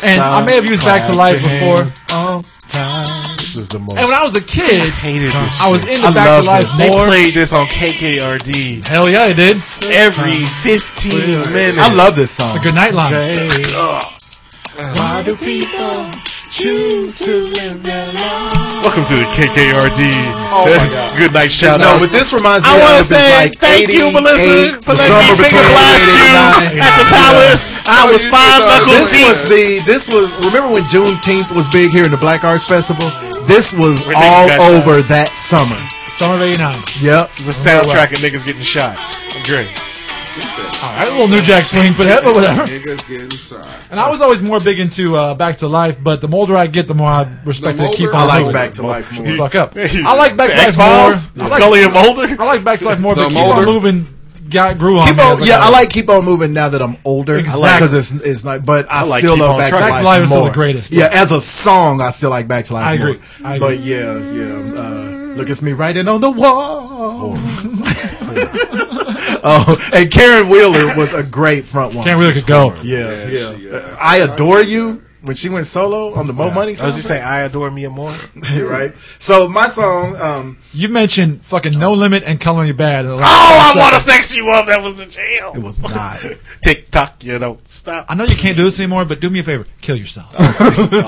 And I may have used Back to Life before. This was the most. And when I was a kid, Hated this I was into I Back love to Life this. They more. played this on KKRD Hell yeah, I did. every 15 minutes. I love this song. Good night, line. Welcome to the KKRD. Oh my God. Good night, shout No, out. but this reminds me. I want to say thank you, Melissa, for letting me finger blast you at the palace. I was five knuckles This was deep. the. This was. Remember when Juneteenth was big here in the Black Arts Festival? This was Where niggas all got shot. over that summer. Summer of '89. Yep. This is a soundtrack of niggas getting shot. Great. All right, a little New Jack swing for that, but whatever. Niggas getting sorry. And I was always more big into uh, Back to Life, but the older I get, the more I respect The to keep older- on I like moving. Back to Life Shut the more. fuck up. I like Back to Life X-Files? more. I like, Scully and Mulder? I like Back to Life more, but The keep on older- moving. Got grew on Keep me. I was on, like, yeah, oh. I like keep on moving now that I'm older. I like Exactly. because it's it's like, but I, like still Keep love on Back to Track. Life. Back to Life is still more. the greatest. Yeah, as a song, I still like Back to Life. I agree. More. I agree. But yeah, yeah. Uh, look, it's me writing on the wall. oh, and Karen Wheeler was a great front one. Can't really could go. Yeah, yeah. Uh, I adore you. When she went solo on the Mo Money I song, was just saying, I adore Mia Moore. right? So my song, um, You mentioned fucking No Limit and Color Me Bad. Oh, Oh, I want to sex you up. That was the jail. it was not. Tick tock, you don't stop. I know you can't do this anymore, but do me a favor. Kill yourself.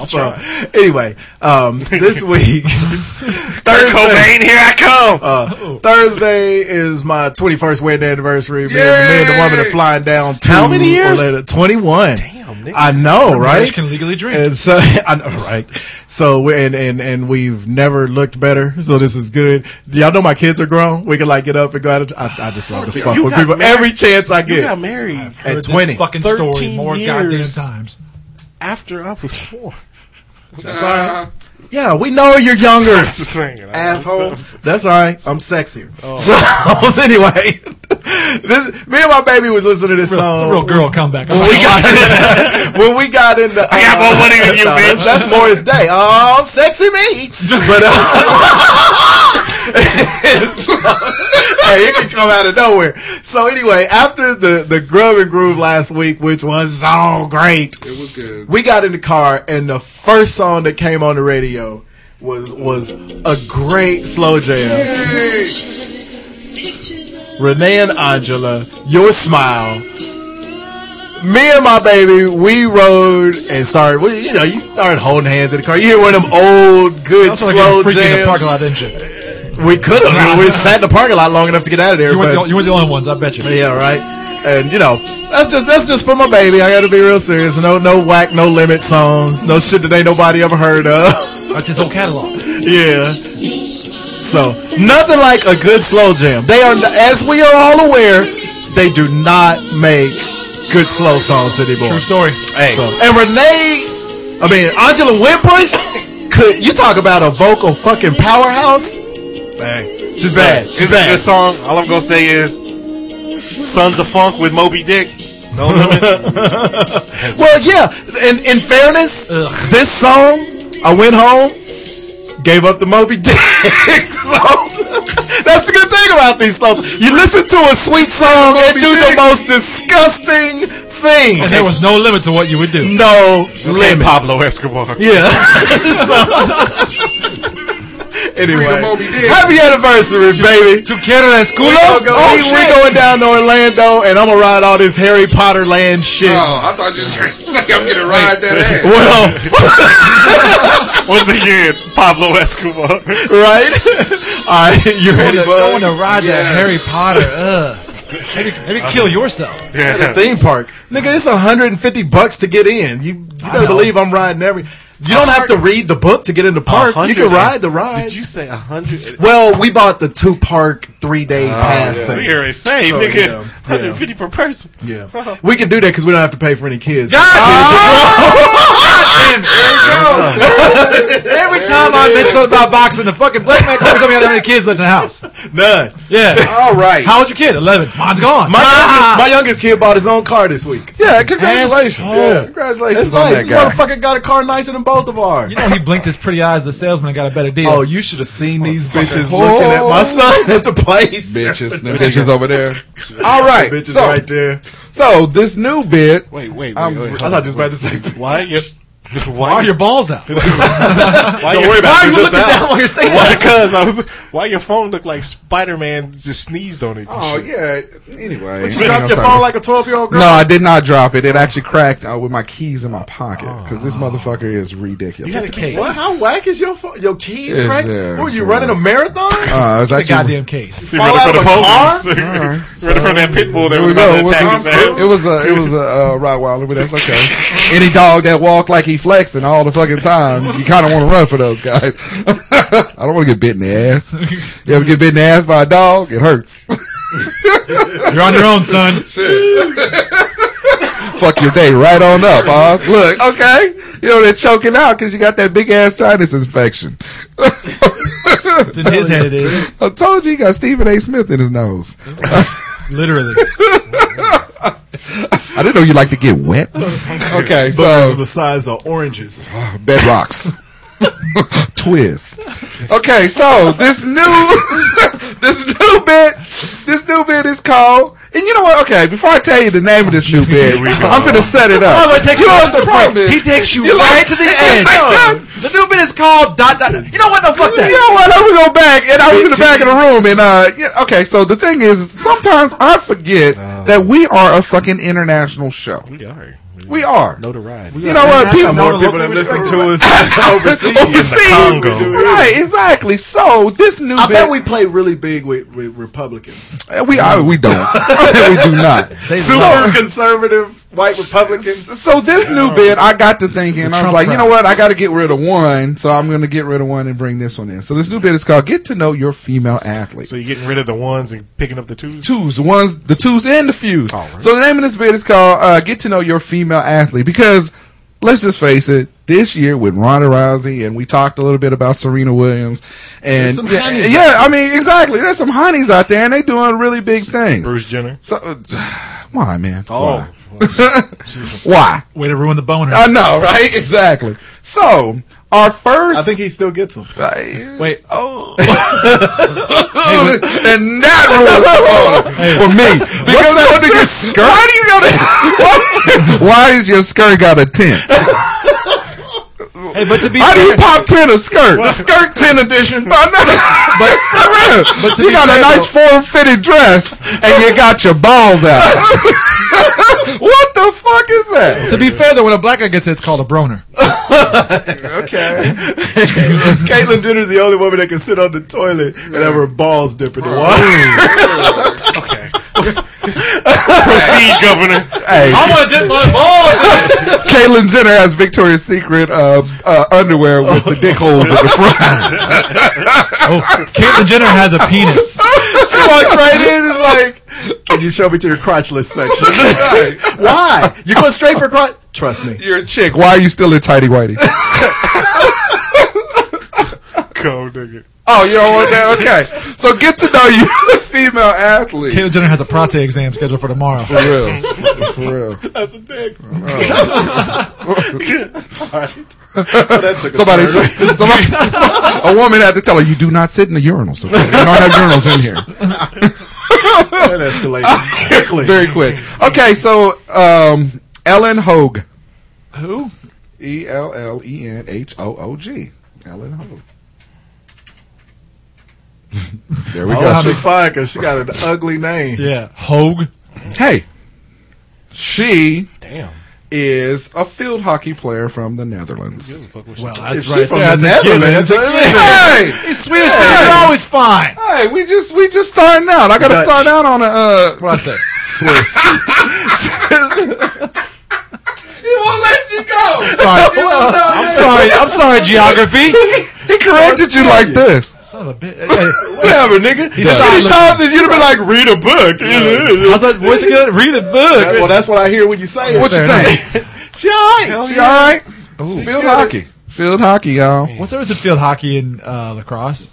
so anyway, um, this week, Kurt Thursday, Cobain, here I come. Oh. Uh, Thursday is my 21st wedding anniversary. Me and, me and the woman are flying down to How many years? Orlando. 21. Damn, nigga. I know, right? Marriage can legally drink. And so I know, right? So we and and and we've never looked better. So this is good. Y'all know my kids are grown. We can like get up and go out. And, I, I just love to fuck you with got people married- every chance I you got get. married Heard At this 20. fucking story 13 more years. goddamn times. after I was four. Yeah, we know you're younger. Just saying. I- asshole. That's all right. I'm sexier. Oh. So anyway, this, me and my baby was listening to this It's a song. real girl comeback. when we got in, when we got in the, I got more money than you, no, bitch. That's, that's Morris Day. Oh, sexy me. But uh, so, hey, it can come out of nowhere. So anyway, after the the grub and groove last week, which was so great, It was good. we got in the car, and the first song that came on the radio was was a great slow jam. Renee and Angela, your smile. Me and my baby, we rode and started. Well, you know, you start holding hands in the car. You hear one of them old, good That's like slow a freak in the jams. parking lot, didn't you? We could have. We sat in the parking lot long enough to get out of there. You weren't, but- the, you weren't the only ones, I bet you. Yeah, right. And you know, that's just that's just for my baby. I gotta be real serious. No, no whack, no limit songs, no shit that ain't nobody ever heard of. That's his whole catalog. yeah. So nothing like a good slow jam. They are, as we are all aware, they do not make good slow songs anymore. True story. Hey. and Renee, I mean Angela Wimbush, could you talk about a vocal fucking powerhouse? Hey. She's bad. This She's is a bad. good song. All I'm gonna say is Sons of Funk with Moby Dick. No limit. Well, yeah. In in fairness, this song, I went home, gave up the Moby Dick. so that's the good thing about these songs. You listen to a sweet song and do the most disgusting thing. And there was no limit to what you would do. no And limit. Pablo Escobar. Yeah. So- Freedom anyway, Moby Dick. happy anniversary, baby. To Canada, that's cool. We're Oh, going down to Orlando, and I'm gonna ride all this Harry Potter land shit. Oh, I thought you was gonna say I'm gonna ride that ass. Well, Once again, Pablo Escobar. right? All right, you ready? going to ride Yeah. that Harry Potter. uh. Uh-huh. Ugh. Maybe, maybe kill yourself. Yeah. Theme park, nigga. It's 150 bucks to get in. You, you better believe I'm riding every. You don't have to read the book to get in the park. You can ride the rides. Did you say a hundred? well, we bought the two park three day pass Ah, We thing. are insane, So, nigga. yeah, yeah. 150 per person. Yeah, we can do that because we don't have to pay for any kids. Every time I mention something about boxing, the fucking black man comes up and how many kids live in the house. None. Yeah. All right. How old's your kid? 11. Mine's gone. My, Ah! youngest, my youngest kid bought his own car this week. Yeah, congratulations. Asshole. Yeah, congratulations It's on nice. that You guy. motherfucker got a car nicer than both of ours. You know, he blinked his pretty eyes. The salesman got a better deal. Oh, you should have seen these bitches looking at my son at the place. bitches, them bitches over there. All right, bitches so, right there. so this new bit. Wait, wait, wait. I'm- wait. I thought you was about to say. Why? you- Why Why? are your balls out? Why Why? Don't your- worry about are it. you They're just looking out. down while you're saying Why? that? Because I was. Why your phone looked like Spider Man just sneezed on it? and Oh shit? yeah. Anyway, You dropped your phone like a 12 year old girl? no, I did not drop it. It actually cracked uh, with my keys in my pocket because Oh. this motherfucker is ridiculous. Gotta be What? How whack is your phone? Your keys Is cracked? there, Were you sure. running a marathon? Uh, it was The actually, goddamn case. You Fall running out for the of police. running from that pit bull that Here was we about go. to It was, attack his ass. it was a it was a uh, Rottweiler, but that's okay. Any dog that walk like he flexing all the fucking time, you kind of want to run for those guys. I don't want to get bit in the ass. You ever get bit in the ass by a dog? It hurts. You're on your own, son. fuck your day right on up, huh? Look, okay. You know, they're choking out because you got that big ass sinus infection. It's in his head, it is. I told you, you got Stephen A. Smith in his nose. Literally. I didn't know you like to get wet. Okay, This is so the size of oranges. bedrocks. Twist. Okay, so this new this new bit this new bit is called and you know what? Okay, before I tell you the name of this new bit, I'm gonna set it up. Oh, but it takes you you know right what to the the point. problem is? He takes you You like- right to the edge. The new bit is called dot dot. dot. You know what? No, fuck You that. know what? I was go back, and I was in the back of the room, and uh, yeah, okay. So the thing is, sometimes I forget Uh, that we are a fucking international show. We are. We are. Know the ride. You know what? People More people that listen to us overseas. overseas, Congo. right? Exactly. So this new I bit, bet we play really big with, with Republicans. uh, we uh, we don't, we do not. Super conservative white Republicans. So this new bit, I got to thinking, I was Trump like, you know crowd. what? I got to get rid of one, so I'm going to get rid of one and bring this one in. So this new bit is called "Get to Know Your Female Athlete." So you're getting rid of the ones and picking up the twos. twos, the ones, the twos and the fews. So the name of this bit is called uh, "Get to Know Your Female Athlete" because let's just face it, this year with Ronda Rousey and we talked a little bit about Serena Williams and There's some yeah, honeys yeah, I mean exactly. There's some honeys out there and they doing really big things. Bruce Jenner. So uh, why, man? Oh, Why? Way to ruin the boner. I know, right? Exactly. So our first, uh, I think he still gets them. Wait, and that rules the boner for me because up with your skirt? Why do you got a? why is your skirt got a tent? hey, but to be How do you fair, pop ten a skirt? The Skirt 10 edition. but, but to you be got a fair, nice though, form fitted dress and you got your balls out. what the fuck is that? to be fair though, when a black guy gets it, it's called a broner. okay. Caitlyn Jenner's the only woman that can sit on the toilet and have her balls dip in the water. Proceed, Governor. I want to dip my balls. Caitlyn Jenner has Victoria's Secret uh, uh, underwear with the dick holes at the front. oh, Caitlyn Jenner has a penis. she walks right in and is like, Can you show me to your crotchless section? Why? You're going straight for crotch? Trust me. You're a chick. Why are you still in tidy whitey? Go, nigga. Oh, you don't want that? Okay. So get to know you, female athlete. Caitlyn Jenner has a prostate exam scheduled for tomorrow. For real. For real. That's a dick. Somebody, somebody, a woman had to tell her, you do not sit in the urinal. So we don't have urinals in here. That escalated quickly. Very quick. Okay, so um, Ellen Hogue. Who? E L L E N H O O G. Ellen Hogue. there we Got go. you fine because she got an ugly name. Yeah, Hogue. Hey, she Damn. is a field hockey player from the Netherlands. Well, If that's she right from there. the that's a given. Netherlands, Hey, These Swedish things are always fine. hey, we just we just starting out. I got to Dutch. start out on a. Uh, Prostate. Swiss. he won't let you go. Sorry. I'm sorry. I'm sorry, geography. He corrected you like this. Son of a bitch. Whatever, nigga. How many silent. times is you'd have been like, read a book? I was like, voice good? Read the book. Well, that's what I hear when you say it. What you think? She all right. She all right? Field hockey. Field hockey, y'all. What's there is in field hockey and uh, lacrosse?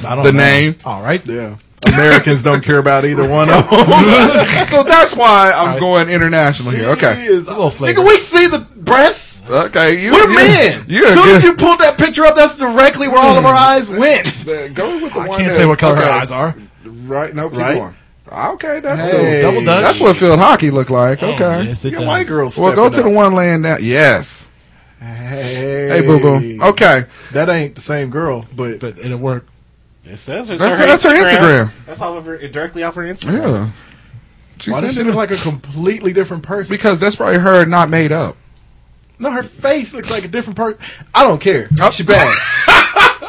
The name. All right. Yeah. Americans don't care about either one of them. so that's why I'm going international here. Okay. Is- A little flavor. Nigga, we see the breasts. Okay. You, We're you- men. You're as soon good. Hmm. as you pulled that picture up, that's directly where all of our eyes went. The- go with the I one can't that- say what color her okay. eyes are. Right. No, keep Right? going. Okay, that's Hey. cool. Double dutch. That's what field hockey looked like. Okay. Oh, Yes, it Your white does. girls. well, go to the one laying down. Yes. Hey, Hey, Oh. boo boo. Okay. That ain't the same girl, but, But it'll work. It says it's That's her, her- that's her Instagram. Instagram. That's all over directly off her Instagram. Yeah. She why does she said it look like a completely different person? because that's probably her not made up. no, her face looks like a different person. I don't care. She bad.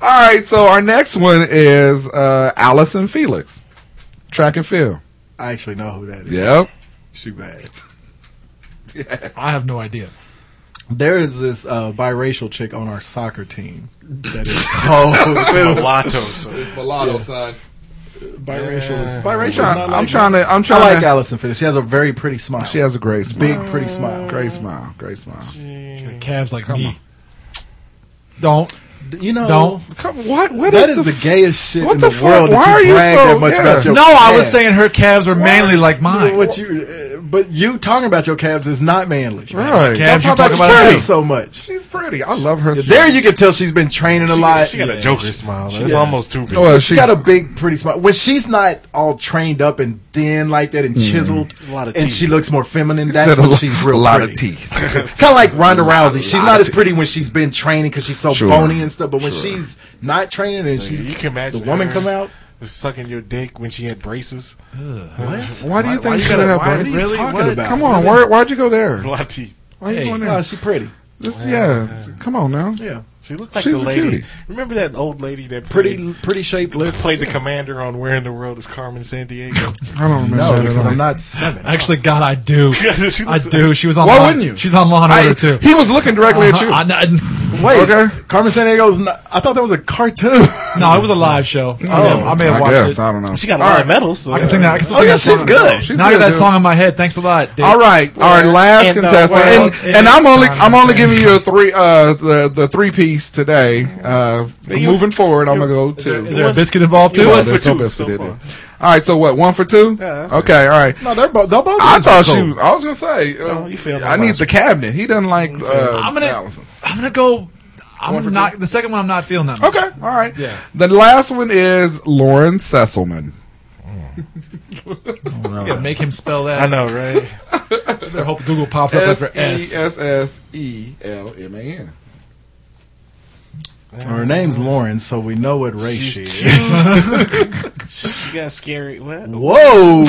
All right, so our next one is uh, Allison Felix, track and field. I actually know who that is. Yep. She bad. I have no idea. There is this uh, biracial chick on our soccer team that is Oh, called Mulatto son. biracial. Biracial. is not Trying, I'm like trying to. I'm I trying like to. Allison Felix. She has a very pretty smile. She has a great smile. big, pretty smile. Great smile. Great smile. The Cavs like me. Don't You know, don't. Come, what? What that is is the, gayest shit what in the the, fuck? world. Why that you are you brag so- that much yeah. about your No, I was calves. saying her calves were manly like mine. What you, uh, but you talking about your calves is not manly. right? Cavs, you Talk about talk your about her. calves so much. She's pretty. I love her. There, you can tell she's been training a lot. She got a Joker smile. That's almost too big. Well, She got a big, pretty smile. When she's not all trained up and thin like that and chiseled, a lot of and teeth. she looks more feminine, Mm-hmm. said that's a when lo- she's real. a lot pretty. of teeth. Mm-hmm. Kind of like Ronda Rousey. She's not as pretty when she's been training because she's so Sure. bony and stuff. But when she's not training and she's You can imagine the woman her come out, Sucking your dick when she had braces. why do why you think she you gotta- would have why braces? you really- talking what? about? Come on, why, why'd you go there? There's a lot of teeth. Why are you going Nah, there? she pretty. This, yeah, come on now. Yeah, She looked like She's the a lady. cutie. Remember that old lady that pretty, pretty shaped lips. played the commander on Where in the World is Carmen San Diego? I don't remember No, that because at all. I'm not seven. Actually, God, I do. She I looks- do. She was on. Why Law- wouldn't you? She's on Law and I- Order too. He was looking directly at you. I- I- Wait, Okay. Carmen San Diego's. Not, I thought that was a cartoon. no, it was a live show. I may have- I may have Oh, I watched guess it. I don't know. She got a lot of medals. So I can sing that. I can still Oh, sing yeah, that she's song. good. She's now I got good, that dude. song in my head. Thanks a lot. Dude. All right, our last uh, in the contestant, world and, and is I'm only I'm only Jonathan. giving you a three uh the, the three piece today. Uh, moving forward, I'm gonna go Is there- to. is there a biscuit involved too? Oh, one there's for no two biscuit so in far. there. All right, so what? One for two? that's okay, all right. no, they're both. They're both I is thought cool. she. Was, I was gonna say. Uh, No, you failed I on need last the cabinet. He doesn't like. Uh, I'm gonna. Allison. I'm gonna go. for I'm not the second one. I'm not feeling that. Much. Okay, all right. Yeah. The last one is Lauren Sesselman. Yeah, make him spell I that. know, right? I hope Google pops up S after e S. s s e l m a n. Her name's Lauren, so we know what race She's she is. she got scary. What? Whoa!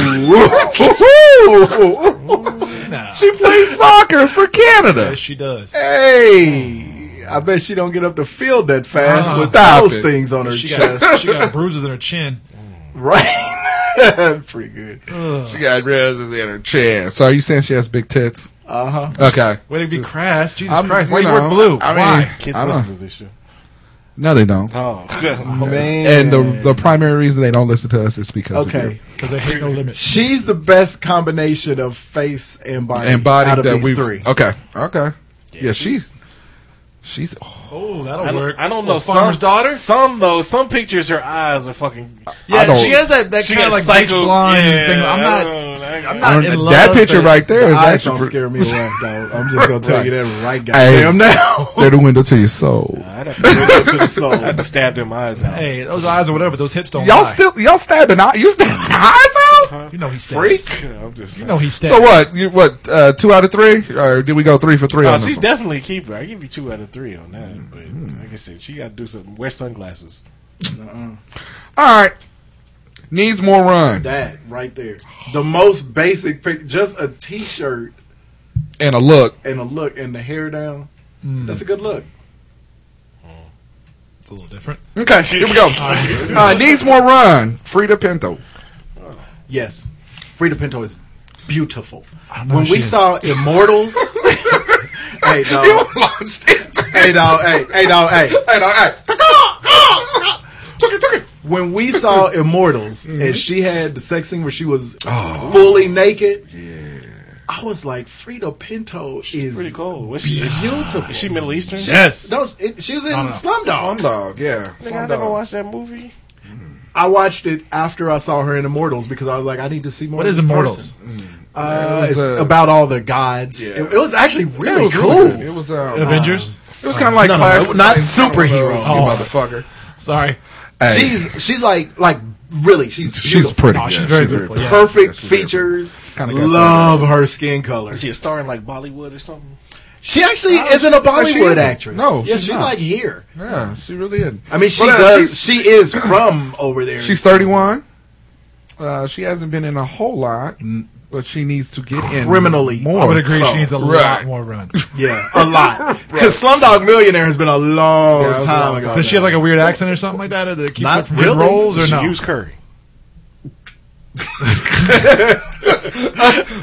No. She plays soccer for Canada. Yes, she does. Hey, I bet she don't get up the field that fast with those Uh-huh. it. things on her She chest, got, she got bruises in her chin. right? Pretty good. She got roses in her chair. So are you saying she has big tits? Uh huh. Okay. Way to be crass. Jesus I'm- Christ. Why you you wear know, blue? I mean- Why? Kids I don't- listen to this show. No, they don't. Oh, Man. And the the primary reason they don't listen to us is because of okay, you. Because they hate no limits. she's the best combination of face and body and body out of that these we three. Okay. Okay. Yeah, she's she's oh, Oh, that'll I work. don't, I don't know. Oh, farmer's some, daughter. Some though. Some pictures, her eyes are fucking. Yeah, don't- she has that, that She kind got of like bleach psycho. blonde yeah, thing. I'm I not. don't know. I- I'm not in love. that picture but right there The is eyes don't actually scare me away, though. I'm just gonna tell you that right Hey. goddamn now. they're the window to your soul. I'd have to go to the soul. I'd have to stab them eyes out. Hey, those eyes or whatever, those hips don't Y'all lie. still y'all stabbing eye you stabbing eyes out? You know he stabs. Freak. I'm just. You know he stabs. So what? You what, uh, two out of three? Or did we go three for three Oh, on this she's one? definitely a keeper. I give you two out of three on that. But like I said, she got to do something. Wear sunglasses. All right. Needs more run That right there, the most basic pic, just a t-shirt and a look. and a look and the hair down. Hmm. That's a good look. It's a little different. Okay, here we go. Uh, needs more run. Frida Pinto. Yes, Frida Pinto is beautiful. know When if we she is. saw Immortals, hey dog, launched it. hey dog, hey hey dog, hey. Hey, no, hey. Took it, took it. When we saw Immortals and she had the sex scene where she was fully naked, yeah, I was like, Frida Pinto is Pretty cool. What's she? Is she, beautiful. is she Middle Eastern? Yes. No, it, she was in no. Slumdog. Slumdog, yeah. Nigga, I never Slumdog. watched that movie. I watched it after I saw her in Immortals because I was like, I need to see more. What of is this Immortals? person. Uh, It was, it's uh, about all the gods. Yeah. It, it was actually really It was cool. really good. It was, um, Avengers? it was kind of like No, no, class. no, not superheroes. you Oh. motherfucker. Sorry. She's she's like like really she's she's beautiful. pretty. Oh, she's very beautiful, yeah. perfect She's very features. Kinda got Love her skin color. Is she a star in like Bollywood or something? She actually isn't a no, she Bollywood isn't. actress. No, yeah, she's she's, not. like here. Yeah, she really is. I mean, she But, uh, does. she's- She is from over there. She's 31. Uh, she hasn't been in a whole lot, but she needs to get in Criminally. more. I I would agree So, she needs a Oh, right. lot more run. yeah, a lot. Because Slumdog Millionaire has been a long Yeah, it was a time long ago. Does she have like a weird accent or something like that? Or that keeps Not her from getting really. roles or She no? Hughes Curry.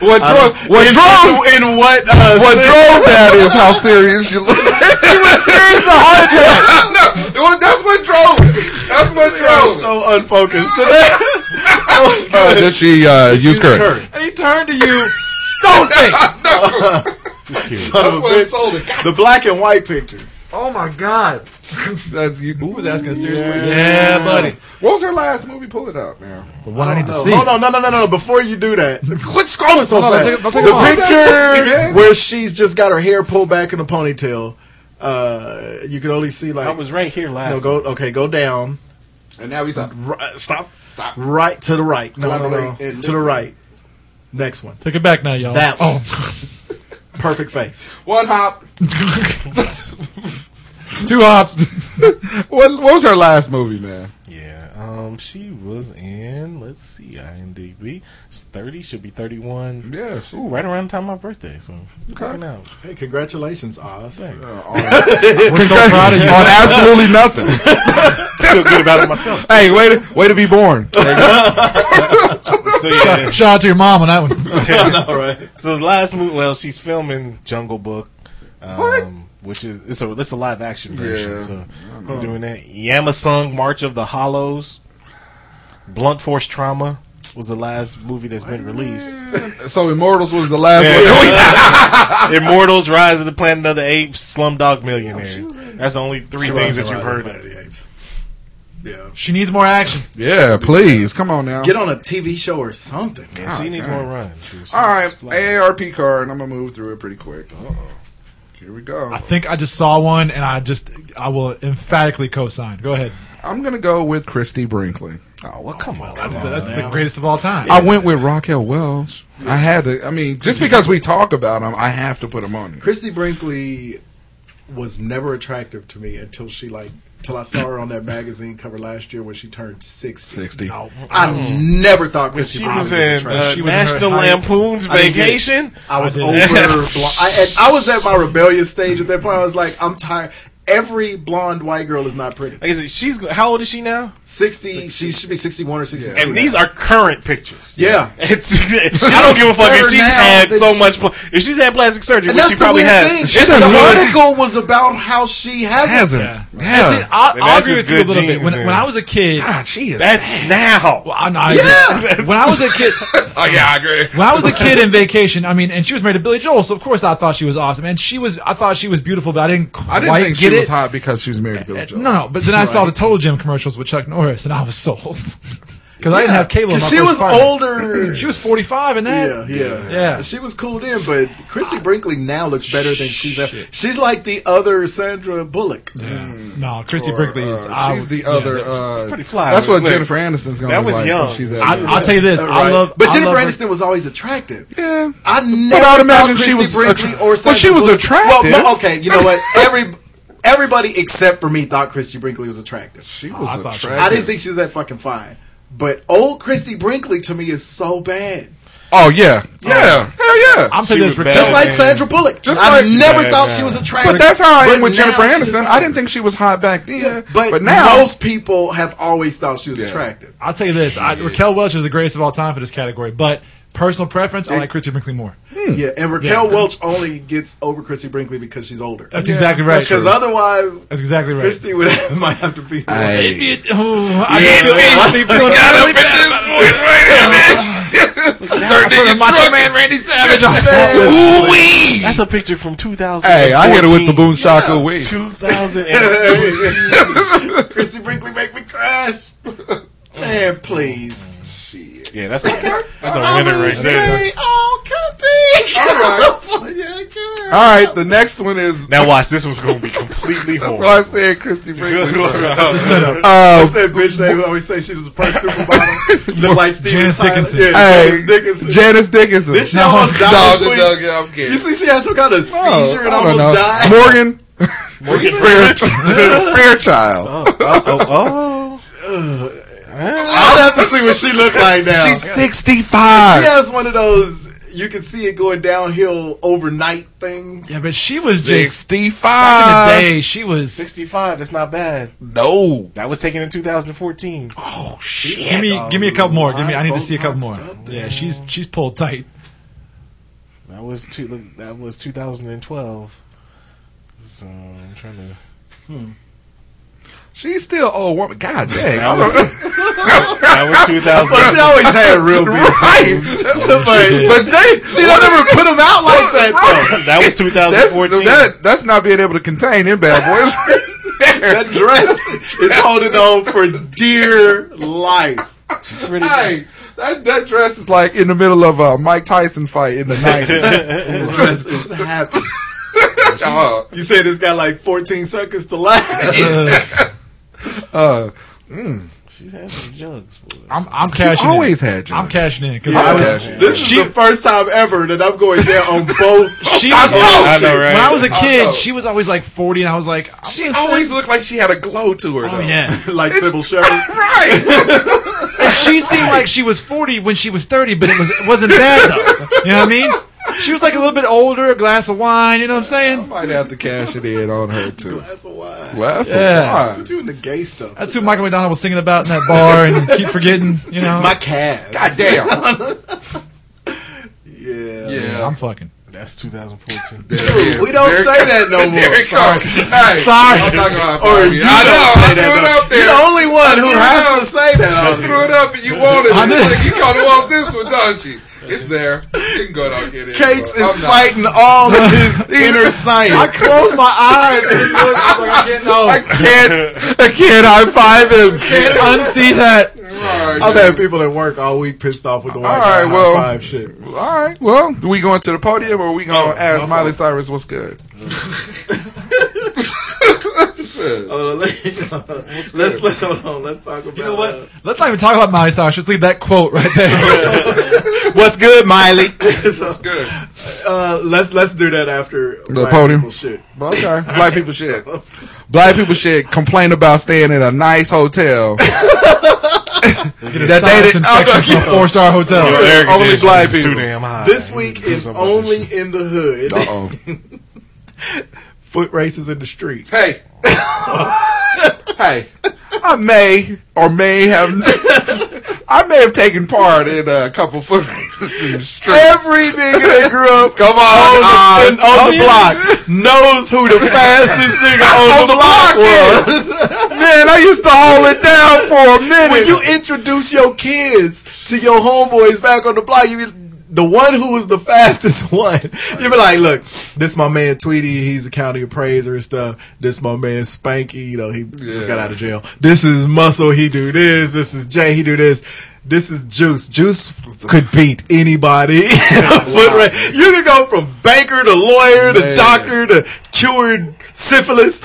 What drove, what drove, in what? Uh, what sense? drove that is how serious you look. she was serious the heart attack. no, well, that's what drove it. That's what I'm drove it. so unfocused today. That was good. Uh, did she uh, use curry? And he turned to you. Stone face. Son of a bitch. sold it. The black and white picture. Oh my god. That's, you, who was asking a serious question. Yeah, buddy. What was her last movie? Pull it up, man. The one I need to Oh, No, see. hold on, no, no, no, no, no. Before you do that, quit scrolling so No, no, fast. take it- no, take it off. the Yeah. picture where she's just got her hair pulled back in a ponytail. Uh, you can only see like I was right here last. no go. Okay, go down. And now he's up. Right, stop. Stop. Right to the right. No, no, no. Collaborate To and the listen. right. Next one. Take it back now, y'all. That Oh, one. Perfect face. One hop. two hops. What, what was her last movie, man? Yeah, um, she was in. Let's see, IMDb. She's thirty. Should be thirty-one. Yeah, she- Ooh, right around the time of my birthday. So looking out. Hey, congratulations, Oz. Thanks. We're so proud of you. On absolutely nothing. Feel good about it myself. hey, way to, way to be born. So yeah. Shout out to your mom on that one. All right. So the last movie. Well, she's filming Jungle Book. Um, What? Which is it's a it's a live action version. Yeah. So I'm doing that. Yamasung March of the Hollows. Blunt Force Trauma was the last movie that's been released. So Immortals was the last Yeah. one. Immortals, Rise of the Planet of the Apes, Slumdog Oh, Millionaire. That's the only three things that you've heard of. Yeah. She needs more action. Yeah, please. Come on now. Get on a TV show or something. Yeah, she needs more run. She's- All right, she's flying. AARP card. I'm gonna move through it pretty quick. Here we go. I think I just saw one, and I just I will emphatically co-sign. Go ahead. I'm gonna go with Christy Brinkley. Oh, well, come on. That's, the, that's the greatest of all time. I went with Raquel Wells. I had to. I mean, just because we talk about them, I have to put them on. Christy Brinkley was never attractive to me until she like till I saw her on that magazine cover last year when she turned 60. 60. I never thought Chrissy She Brinkley was a in trash- uh, she was in her National height. Lampoon's I didn't get it. Vacation. I was I over. did. I, and I was at my rebellious stage at that point. I was like, I'm tired. Every blonde white girl is not pretty. Like I said, she's how old is she now? 60, she should be 61 or 62. And these are current pictures. Yeah. It's, I don't give a fuck if better she's now had than so she- much. pla- If she's had plastic surgery, And which that's she the probably weird has, thing. it's the a weird- article was about how she hasn't. Hasn't. And see, Yeah. I'll, And I'll that's just agree with you a good little bit. When, genes, when yeah. I was a kid, God, she is. That's now. I know, I Yeah. agree. when I was a kid, oh, yeah, I agree. when I was a kid in vacation, I mean, and she was married to Billy Joel, so of course I thought she was awesome, and she was, I thought she was beautiful, but I didn't quite I didn't think get she it. was hot because she was married to Billy Joel. No, no, but then I saw the Total Gym commercials with Chuck Norris, and I was sold because I didn't have cable. in my Because she was first apartment. older. She was forty five, and that Yeah, yeah, Yeah. She was cool then, but Chrissy Brinkley now looks better than she's ever. She's like the other Sandra Bullock. no, Christy Brinkley is. Uh, I, she's the other. uh, pretty fly. That's what Look, Jennifer Aniston's going to that be was like young. when She's I, that will tell you this. I Right. love, but I Jennifer love her- Aniston was always attractive. yeah. I never I would thought imagine she Christy was Brinkley attra- or Well, Sandra she was Bullock- attractive. Well, well, okay, you know what? Every everybody except for me thought Christy Brinkley was attractive. She was I thought she- I didn't attractive. think she was that fucking fine. But old Christy Brinkley to me is so bad. Oh, yeah. Yeah. Hell yeah. I'm saying She this. was Rick- Just Bad like man. Sandra Bullock. Just I like- never Bad thought guy. she was attractive. But that's how I am But with now Jennifer she's Aniston. I didn't think she was hot back then. attractive. but, But, now, most people have always thought she was attractive. I'll tell you this. I, Raquel Welch is the greatest of all time for this category, but personal preference, I like Christy Brinkley more. Yeah, and Raquel Welch only gets over Christy Brinkley because she's older. That's exactly right. Because otherwise, That's exactly right. Christy would might have to be. It- oh, I just feel man. instantly feeling really bad. Turn I'm nigga Macho truck. Man Randy Savage. Ooh-wee. That's a picture from 2000. Hey, I hit her with the boom shaka wig. 2000. Christy Brinkley make me crash. Man, please. yeah, that's a, that's a winner right there. all company. All right. yeah, All right, the next one is. Now watch, this one's going to be completely That's why I horrible. said Christy Brinkley. setup. Uh, What's that bitch name? who always say she was the first supermodel. Look like Steven Janice Tyler. Dickinson. Yeah, hey, Janice Dickinson. Janice Dickinson. Did she almost die this no, week? no, yeah, I'm kidding. you see, she had some kind of Oh, seizure and I don't almost know. died. Morgan. Morgan Fairchild. Fairchild. Oh, I'd have to see what she looked like now. She's she 65. has one of those you can see it going downhill overnight things. Yeah, but she was just back in the 65. day. She was. 65, that's not bad. No. That was taken in 2014. Oh, shit. Give me, give me a couple more. Give me. I need to Botox see a couple more. up there. Yeah, she's she's pulled tight. That was two, look, that was 2012. So I'm trying to. She's still old woman. God dang. I don't- That was 2000. But she always had real big. Right. but, but they, she don't ever put them out like that. Though. That was That's, 2014. that, that's not being able to contain them bad boys. That dress is holding on for dear life. Pretty hey, that, that dress is like in the middle of a Mike Tyson fight in the 90s. The dress is happy. uh, You said it's got like 14 seconds to last. uh, She's had some jugs, boy. I'm I'm she's cashing. always in. had I'm drugs. cashing in because Yeah, I was. cash in. This is She- the first time ever that I'm going down on both. She I was, know. I know, right? when I was a know. kid, she was always like forty, and I was like, I'm She gonna always say- looked like she had a glow to her, though. Oh yeah, like Sybil Sherry. Right. and she seemed like she was forty when she was thirty, but it was it wasn't bad though. You know what I mean? She was like a little bit older, a glass of wine. You know what I'm saying? Might have to cash it in on her, too. That's why. Glass Yeah. of wine. What you in the gay stuff? That's who Michael McDonald was singing about in that bar, and keep forgetting. You know, my calves. God damn. Yeah. Yeah. I'm fucking. That's 2014. We don't There it say that no There more. it comes. Hey, Sorry. I'm not gonna Or or Oh, you I don't know. say I that threw it no- up there. You're the only one who threw it has up. to say that. I on threw here. it up and you wanted I it. did. It's Like you caught him off this one, don't you? It's there. You can go down and get it. Cakes I'm is not- fighting all of his inner I science. closed my eyes and looked. I was like, I can't know. I can't. I can't high five him. can't unsee that. All right, I've had people at work all week pissed off with the white All guy right, well. high five shit. All right. Well, do we going to the podium or we gonna ask no. Miley Cyrus what's good? Hold on, let- let's let hold on. Let's talk about uh, You know what? Let's not even talk about Miley Cyrus. Just leave that quote right there. what's good, Miley. so, Good. uh, let's let's do that after The black podium. people shit. Okay. Black people shit. black people should complain about staying in a nice hotel. that they Oh, did, four star hotel. Your air Only conditioning black is Too people. damn high. This week is only in the hood. Uh-oh. Foot races in the street. Hey. hey. I may or may have I may have taken part in a couple foot races in the street. Every nigga that grew up Come on the, on, Oh, on the block knows who the fastest nigga on, On the, the block, block was. man, I used to hold it down for a minute. when you introduce your kids to your homeboys back on the block, you be the one who was the fastest one. You be like, look, this my man Tweety, he's a county appraiser and stuff. This my man Spanky, you know, he just got out of jail. This is Muscle, he do this. This is Jay, he do this. This is Juice. Juice could beat anybody. in a foot race. You could go from banker to lawyer to Man. doctor to cured syphilis.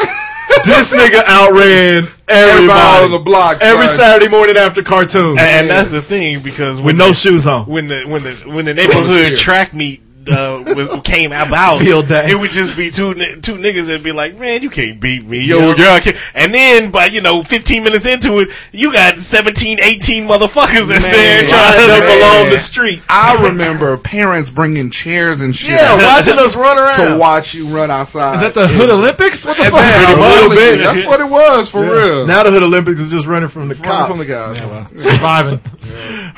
this nigga outran everybody on the block, every son. Saturday morning after cartoons and, and that's the thing because with when no the- shoes on. when the when the when the neighborhood track meet uh, was, came about, Field day. it would just be two ni- two niggas that'd be like, "Man, you can't beat me, yo, yeah. I can And then by you know, fifteen minutes into it, you got 17, 18 motherfuckers that's there trying Lined to up belong. along the street. I remember parents bringing chairs and shit Yeah, watching us run to around. watch you run outside. Is that the Hood Olympics? What the Man, fuck? I'm Pretty much. telling you, That's what it was for real. Now the Hood Olympics is just running from the Running cops. from the cops. Surviving.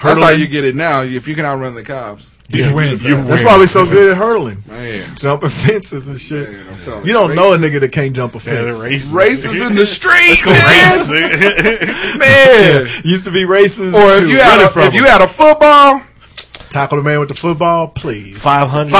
That's how you get it now. If you can outrun the cops, You win. That's why we're so good at hurling, man. jumping fences and shit. Man, I'm telling You don't know a nigga that can't jump a Yeah, fence. races. races in the streets, Races. man. Yeah, man. used to be racist. Or to if you had running a, from if them. you had a football, tackle the man with the football, please. 500,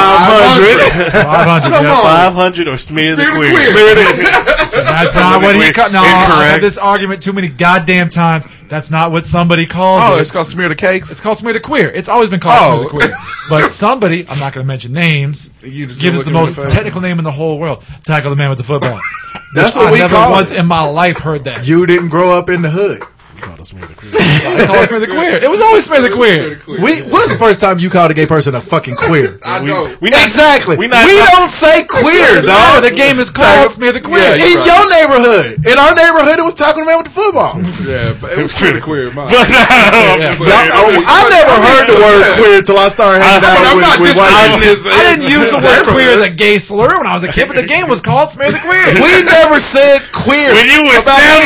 Five hundred. come on, 500 or smear the Smear the quick. quick. That's not what he Wait, cut. No, I've incorrect. had this argument too many goddamn times. That's not what somebody calls Oh, it. it's called smear the It's cakes. called Smear the Queer. It's always been called Oh. Smear the Queer. But somebody, I'm not going to mention names, You just gives look it the him in most the face. technical name in the whole world Tackle the Man with the Football. That's what I we never call once it. in my life heard that. You didn't grow up in the hood. It's always Smear the Queer. It was always Smear the Queer. We, when's the first time you called a gay person a fucking queer? I know. We not, exactly. we not- we don't say queer, No, dog. the game is called Smear the Queer. Yeah, in your neighborhood. In our neighborhood, it was Taco the Man with the football. Yeah, but it was pretty queer. Mine. But, uh, I'm just But- saying. oh, I never heard the word queer until I started hanging I mean, I'm out not with, with white people. discounting his. I didn't use the word Never. queer as a gay slur when I was a kid, but the game was called Smear the Queer. We never said queer. when you was about seven,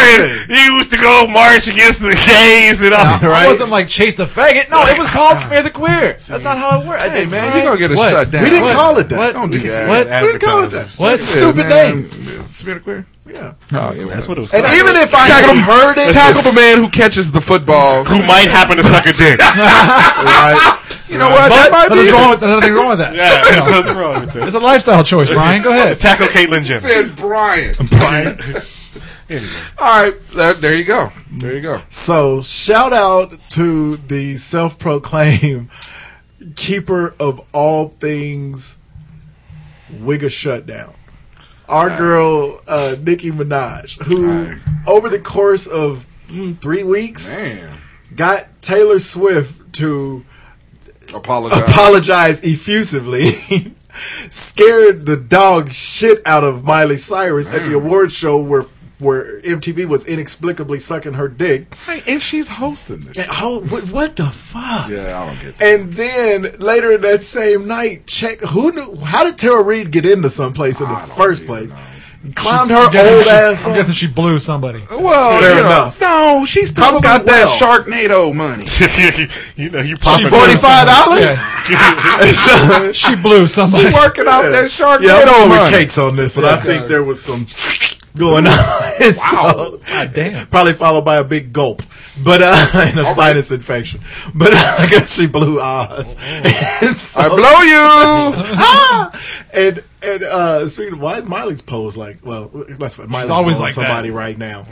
anything. you used to go march against the gays and all. It right? wasn't like chase the faggot. No, it was called Smear the Queer. That's not how it works. Hey, Man, you gonna get a What? shutdown. we didn't call it that. What? Don't do that. What? We didn't call it that. Advertisers. What? Yeah, Stupid man. name. Smear the queer. Yeah. Oh, yeah, that's what it was. And even if I Tackle had heard it, Tackle the man who catches the football. Who might happen to suck a dick? You know what? But That might nothing's be. wrong with nothing wrong with that. yeah, there's nothing wrong with that. It's a lifestyle choice, Brian. Go ahead. Tackle Caitlyn Jenner. Said Brian. Brian. All right, there, there you go. There you go. So shout out to the self-proclaimed keeper of all things Wigga Shutdown. Our girl uh, Nicki Minaj, who Right. over the course of mm, three weeks Man, got Taylor Swift to apologize. apologize effusively. Scared the dog shit out of Miley Cyrus at the award show where where MTV was inexplicably sucking her dick. Hey, and she's hosting this. And how- what, what the fuck? Yeah, I don't get that. And then later in that same night, check who knew how did Tara Reid get into someplace in the first place? Climbed her I'm guessing old she- ass. I'm up. guessing she blew somebody. Well, Fair you know, enough. No, she still Probably got will. that Sharknado money. you know, you popping Forty five dollars. She blew somebody. Working out that Sharknado Yeah, I'm going with money. cakes on this one. I think there was some going on. So, damn. Probably followed by a big gulp, but uh, and a sinus infection. But I guess she blew Oh, Oz. And so- I blow you. and and uh, speaking of why is Miley's pose like well that's what Miley's always always like like that. somebody right now,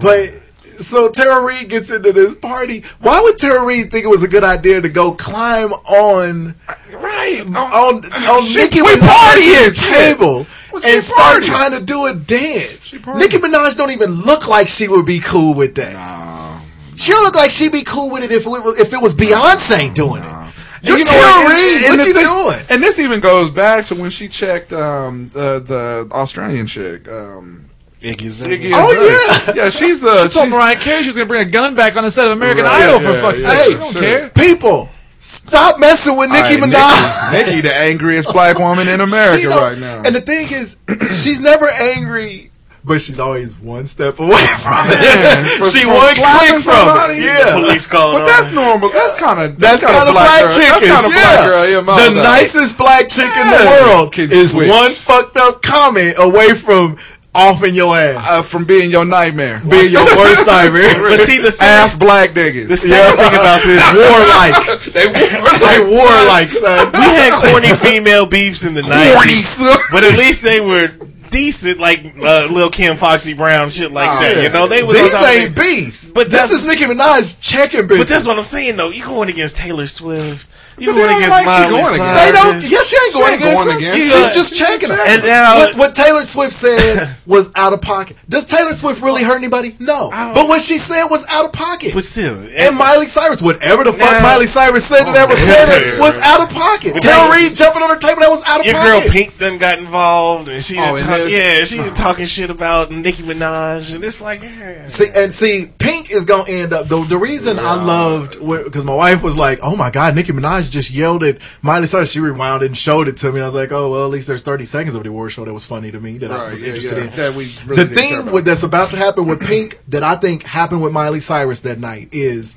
but. So Tara Reid gets into this party. Why would Tara Reid think it was a good idea to go climb on right. on on She- Nicki we Minaj's partying, shit. table Well, she and start partying. trying to do a dance? Nicki Minaj don't even look like she would be cool with that. She don't look like she'd be cool with it if it was, if it was Beyonce doing it. You're You know Tara what? And- Reid. and What the you thing- doing? And this even goes back to when she checked um, the the Australian chick. Um, Iggy Iggy Azalea. oh yeah, yeah. She's the. Told she- Mariah Carey she was gonna bring a gun back on the set of American Right, Idol yeah, for fuck's yeah, sake. yeah, She don't sure. care. People, stop messing with Nicki All Minaj. right, Nicki, Nicki, the angriest black woman in She America don't- right now. And the thing is, she's never angry, but she's always one step away from it. for- she for one slapping click from somebody? it. Yeah. Police calling but on that's her. normal. That's kind of That's kind of black, chickens. That's kind of yeah. black girl. Yeah, mom, the though. nicest black chick in the Yeah. world Can is switch. one fucked up comment away from offing your ass, uh, from being your nightmare, being your worst nightmare. But see, the ass serious, black niggas. the serious thing about this, warlike, they like warlike, son. we had corny female beefs in the Forty, nineties, but at least they were decent, like uh, Lil Kim, Foxy Brown, shit like Oh, that. yeah. You know, they was on These top of ain't their- beefs. But But this that's- is Nicki Minaj checking bitches. But that's what I'm saying, though. You going against Taylor Swift? You they going don't against like you Miley going Cyrus? against They don't. Yeah, she ain't going ain't against going him. against him. She's just checking him. And now- what, what Taylor Swift said was out of pocket. Does Taylor Swift really hurt anybody? No. But what she said was out of pocket. But still, and Miley Cyrus, whatever the fuck Nah. Miley Cyrus said to that reporter was out of pocket. Tell Taylor- Reed jumping on her table, that was out of your girl pocket. Pink done got involved, and she Oh, done and talk, there's- yeah, she done talking shit about Nicki Minaj, and it's like, yeah. See, and see, Pink is gonna end up. The, the reason I loved because my wife was like, "Oh my god, Nicki Minaj just yelled at Miley Cyrus." She rewound it and showed it to me. I was like, "Oh well, at least there's 30 seconds of the award show that was funny to me that I Right, was yeah, interested yeah, in." that we really the didn't care thing about. with, that's about to happen with Pink that I think happened with Miley Cyrus that night is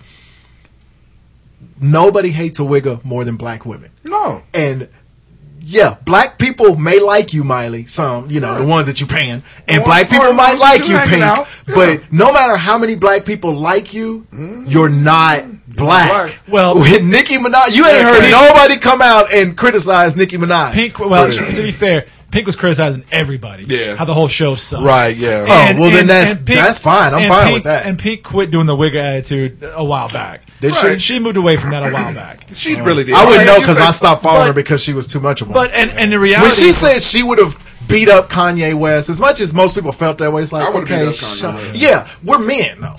nobody hates a wigger more than black women No, and yeah, black people may like you, Miley. Some, you know, the ones that you paying, and Or- black people or might ones like you you, hanging Pink. out. Yeah. Mm-hmm. But no matter how many black people like you, you're not black. black. Well- with Nicki Minaj, you ain't heard nobody come out and criticize Nicki Minaj. Pink. Well, to be fair, Pink was criticizing everybody. Yeah. How the whole show sucked. right? Yeah. Oh, well, then that's- that's fine. I'm and fine Pink- with that. And Pink quit doing the wigger attitude a while back. Did she? She moved away from that a while back. she really did. I wouldn't know You because said- I stopped following but- her because she was too much of one. But and and the reality when she is- said she would have beat up Kanye West, as much as most people felt that way, it's like, I would've beat okay, up Kanye shut- West. yeah, we're men though.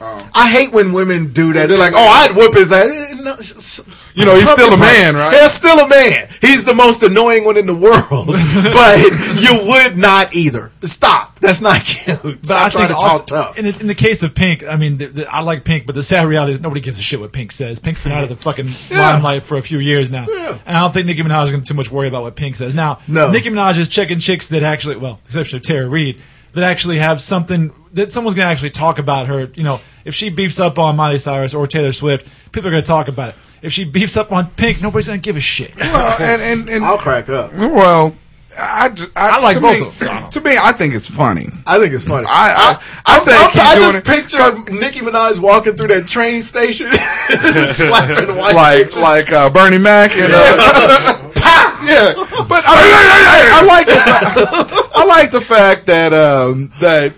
Oh. I hate when women do that. They're like, "Oh, I'd whoop his ass." Eh, no, sh- sh- You know, he's pump still your a brakes. man, right? He's still a man. He's the most annoying one in the world, but you would not either. Stop. That's not cute. Stop trying to talk tough. In, the, in the case of Pink, I mean, the, the, I like Pink, but the sad reality is nobody gives a shit what Pink says. Pink's been out of the fucking limelight for a few years now, and I don't think Nicki Minaj is going to too much worry about what Pink says. Now, No. Nicki Minaj is checking chicks that actually, well, exception of Tara Reid, that actually have something that someone's going to actually talk about her. You know, if she beefs up on Miley Cyrus or Taylor Swift, people are going to talk about it. If she beefs up on Pink, nobody's going to give a shit. Well, uh, and and, and I'll crack up. well, I, ju- I, I like to both me, of them. To me, I think it's funny. I think it's funny. I- I- I I'm- say I'm- keep I doing just it. picture Nicki Minaj walking through that train station, slapping white like bitches. like uh, Bernie Mac and uh, yeah. But I, I, I like the fact, I like the fact that um, that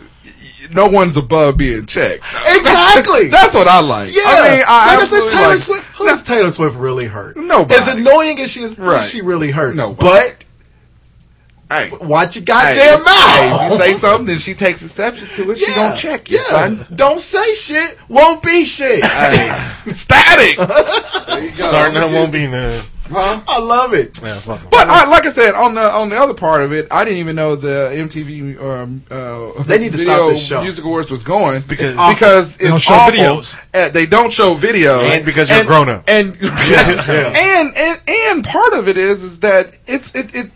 no one's above being checked. exactly. That's what I like. yeah. I mean, I like I said, absolutely Taylor like- Swift. Who does Taylor Swift really hurt? Nobody. As annoying as she is, who does Right. she really hurt? Nobody. But Hey, watch your hey, goddamn hey, mouth. if you say something, and she takes exception to it, she gonna check you, yeah. son. Don't say shit. Won't be shit. Hey, static. starting out won't be none. I love it. But I, like I said, on the on the other part of it, I didn't even know the MTV um, uh, They need to stop Video this show. Music Awards was going because awful. because don't it's show awful. videos. Uh, they don't show videos, And because you're grown up. And and and and part of it is is that it's it. it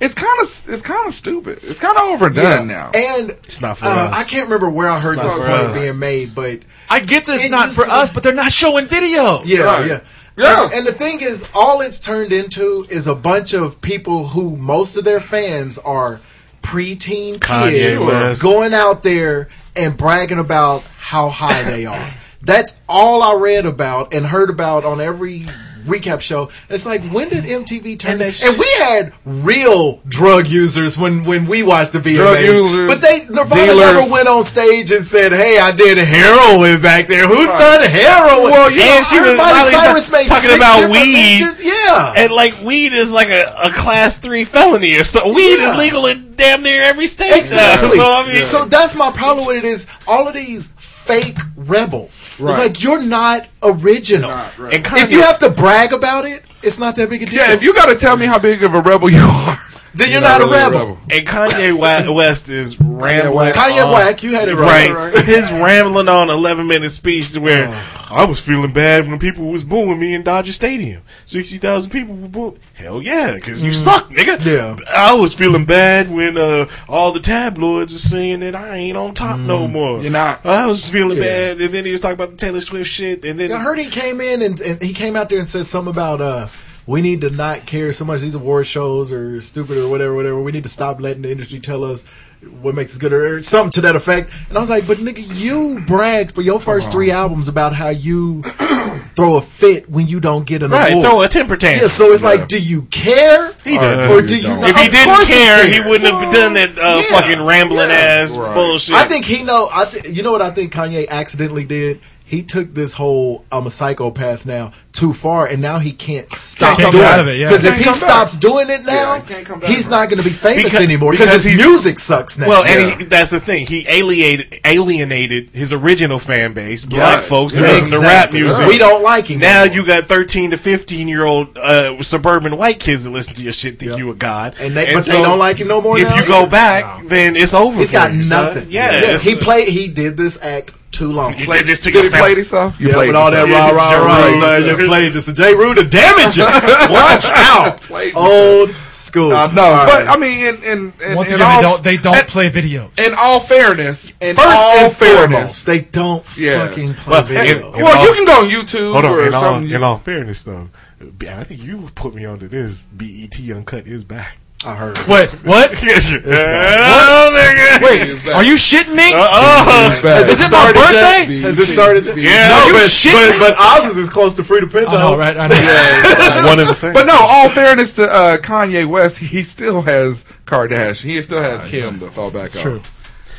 it's kind of it's kind of stupid. It's kind of overdone now. And it's not for uh, us. I can't remember where I heard not this for point us. being made, but I get this And not you for said- us, but they're not showing video. Yeah, Right. yeah. Yeah. And, and the thing is, all it's turned into is a bunch of people who most of their fans are preteen Kanye kids West. going out there and bragging about how high they are. That's all I read about and heard about on every recap show. It's like when did MTV turn? And And, they sh- and we had real drug users when when we watched the VMAs. Drug users, but they Nirvana dealers. never went on stage and said, "Hey, I did heroin back there." Who's done heroin? Well, you And she was Miley Cyrus talking made six about different weed, bitches. Yeah. and like weed is like a, a class three felony or so. Weed is legal in damn near every state. now. Exactly. So I mean, So that's my problem with it is all of these fake rebels. It's Right. like you're not original. and Kanye, If you have to brag about it, it's not that big a deal. yeah, if you got to tell me how big of a rebel you are, Then you're not a really a rebel. rebel. And Kanye Wa- West is rambling. Kanye on- Whack, you had it Right. right. Oh. His rambling on 11 minute speech to where I was feeling bad when people was booing me in Dodger Stadium. 60,000 people were booing. Hell yeah, because you suck, nigga. Mm. Yeah. I was feeling bad when uh, all the tabloids were saying that I ain't on top Mm. no more. You're not. I was feeling bad. And then he was talking about the Taylor Swift shit. And then. I heard he came in and, and he came out there and said something about uh we need to not care so much these award shows are stupid or whatever, whatever. We need to stop letting the industry tell us what makes us good or or something to that effect. And I was like, but nigga, you bragged for your first three albums about how you throw a fit when you don't get an Right, award. throw a temper tantrum. yeah, so it's like, do you care? He does. Or do you If not? if he Of didn't course care, he cares. wouldn't have done that uh, Yeah. fucking rambling Yeah. ass Right. bullshit. I think he know. I th- you know what I think Kanye accidentally did. He took this whole "I'm a psychopath now" too far, and now he can't stop come doing out of it, yeah. Because if Can't he come back. stops doing it now, Yeah, he can't come back he's from not going to be famous Because- anymore. because Because his he's- music sucks now. Well, and he, that's the thing. He alienated alienated his original fan base, black folks, that Yeah, listen to rap exactly. music. We don't like him. Now anymore. you got thirteen to fifteen year old uh, suburban white kids that listen to your shit, think you a god, And they- but they don't like him no more If now you go either. back, then it's over. he's for got you, son. nothing. Yeah, it's- he played. He did this act too long. You did this to Did he yourself. play this off? You Yeah, played with all that yourself. rah rah Right. rah, son, you played this. J. Rude to damage you. Watch out, Played old school. Uh, no, but I mean, in in, in, Once in again, all, they don't they don't in- play video. in all fairness, in first all and fairness, foremost, they don't Yeah. fucking play Well, video. in- well, all- you can go on YouTube Hold or on. In all, something. in all fairness, though, I think you put me onto this. BET Uncut is back. I heard. Wait, what? Oh, nigga. Wait, are you shitting me? Oh, Has Is it my started yet? birthday? Has it started yet? Yeah. No, You but, shitting but, but Oz is close to Free to Pinch. I know, Oz. right? I know. one in the same. But no, all fairness to uh, Kanye West, he still has Kardashian. He still has Kim to fall back on. true.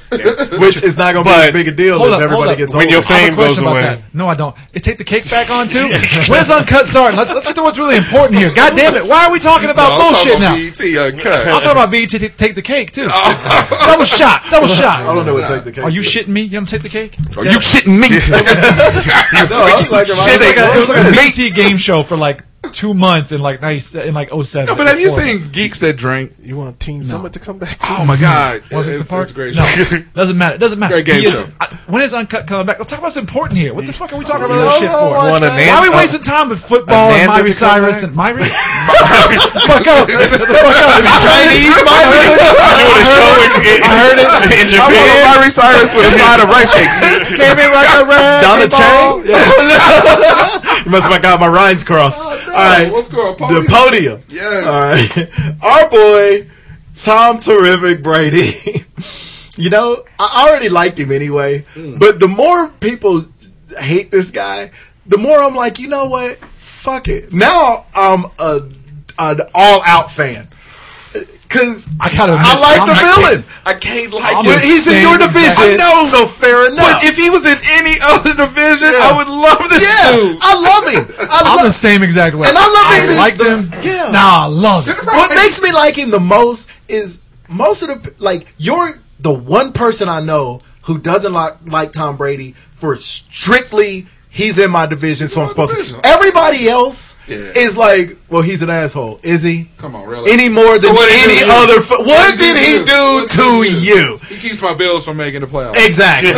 Which is not going to be But- as big a deal as Hold up, hold everybody up. gets When older. your I have fame a question goes about away. that. No, I don't. Is take the cake back on too? When's uncut starting? Let's let's get to what's really important here. God damn it! Why are we talking about I'm bullshit talking E now? BET uncut. I'm talking about BET to take the cake too. double shot, I double shot. don't know what take the cake. Are you is. shitting me? You don't take the cake? Are Oh, you shitting me? No, I was like, Shit, they I got- was like, It was like a BET game show for like two months in like nice in like 07. no, but have you seen Geeks That Drink? You want Teen Summit to come back? Oh my God, Was It's- it the part? it's a great no, show. doesn't matter. Doesn't matter. Great game He is- show. I- when is uncut coming back? Let's talk about what's important here. What the fuck are we talking about that shit for? Want a Why Nan- are we wasting time with football and Amanda Miley to come Cyrus back? and Myri? fuck up! Shut the fuck up! Chinese doing a show in, in, I heard it. in I Japan. want a Larry Cyrus with a side of rice cakes. Came in like a red Donna ball. Chang. you must have got my rhymes crossed. All right, What's going on? the podium. Yes. All right, our boy Tom Terrific Brady. you know, I already liked him anyway, but the more people hate this guy, the more I'm like, you know what? Fuck it. Now I'm a an all out fan because I gotta I admit, like I'm the not- villain. I can't like I'm it. a- But he's in your Same division, exact- so fair enough. But if he was in any other division, Yeah. I would love this yeah, dude. I love him. I I'm love the same exact way. And I love him in I liked the- him. yeah. Nah, I love him. What makes me like him the most is most of the like you're the one person I know who doesn't like like Tom Brady for strictly he's in my division, so I'm supposed to. division. Everybody else Yeah. is like, well, he's an asshole, is he? Come on, really? Any more than what did he any do? other? F- what, What did he do What did to he do? you? He keeps my Bills from making the playoffs. Exactly.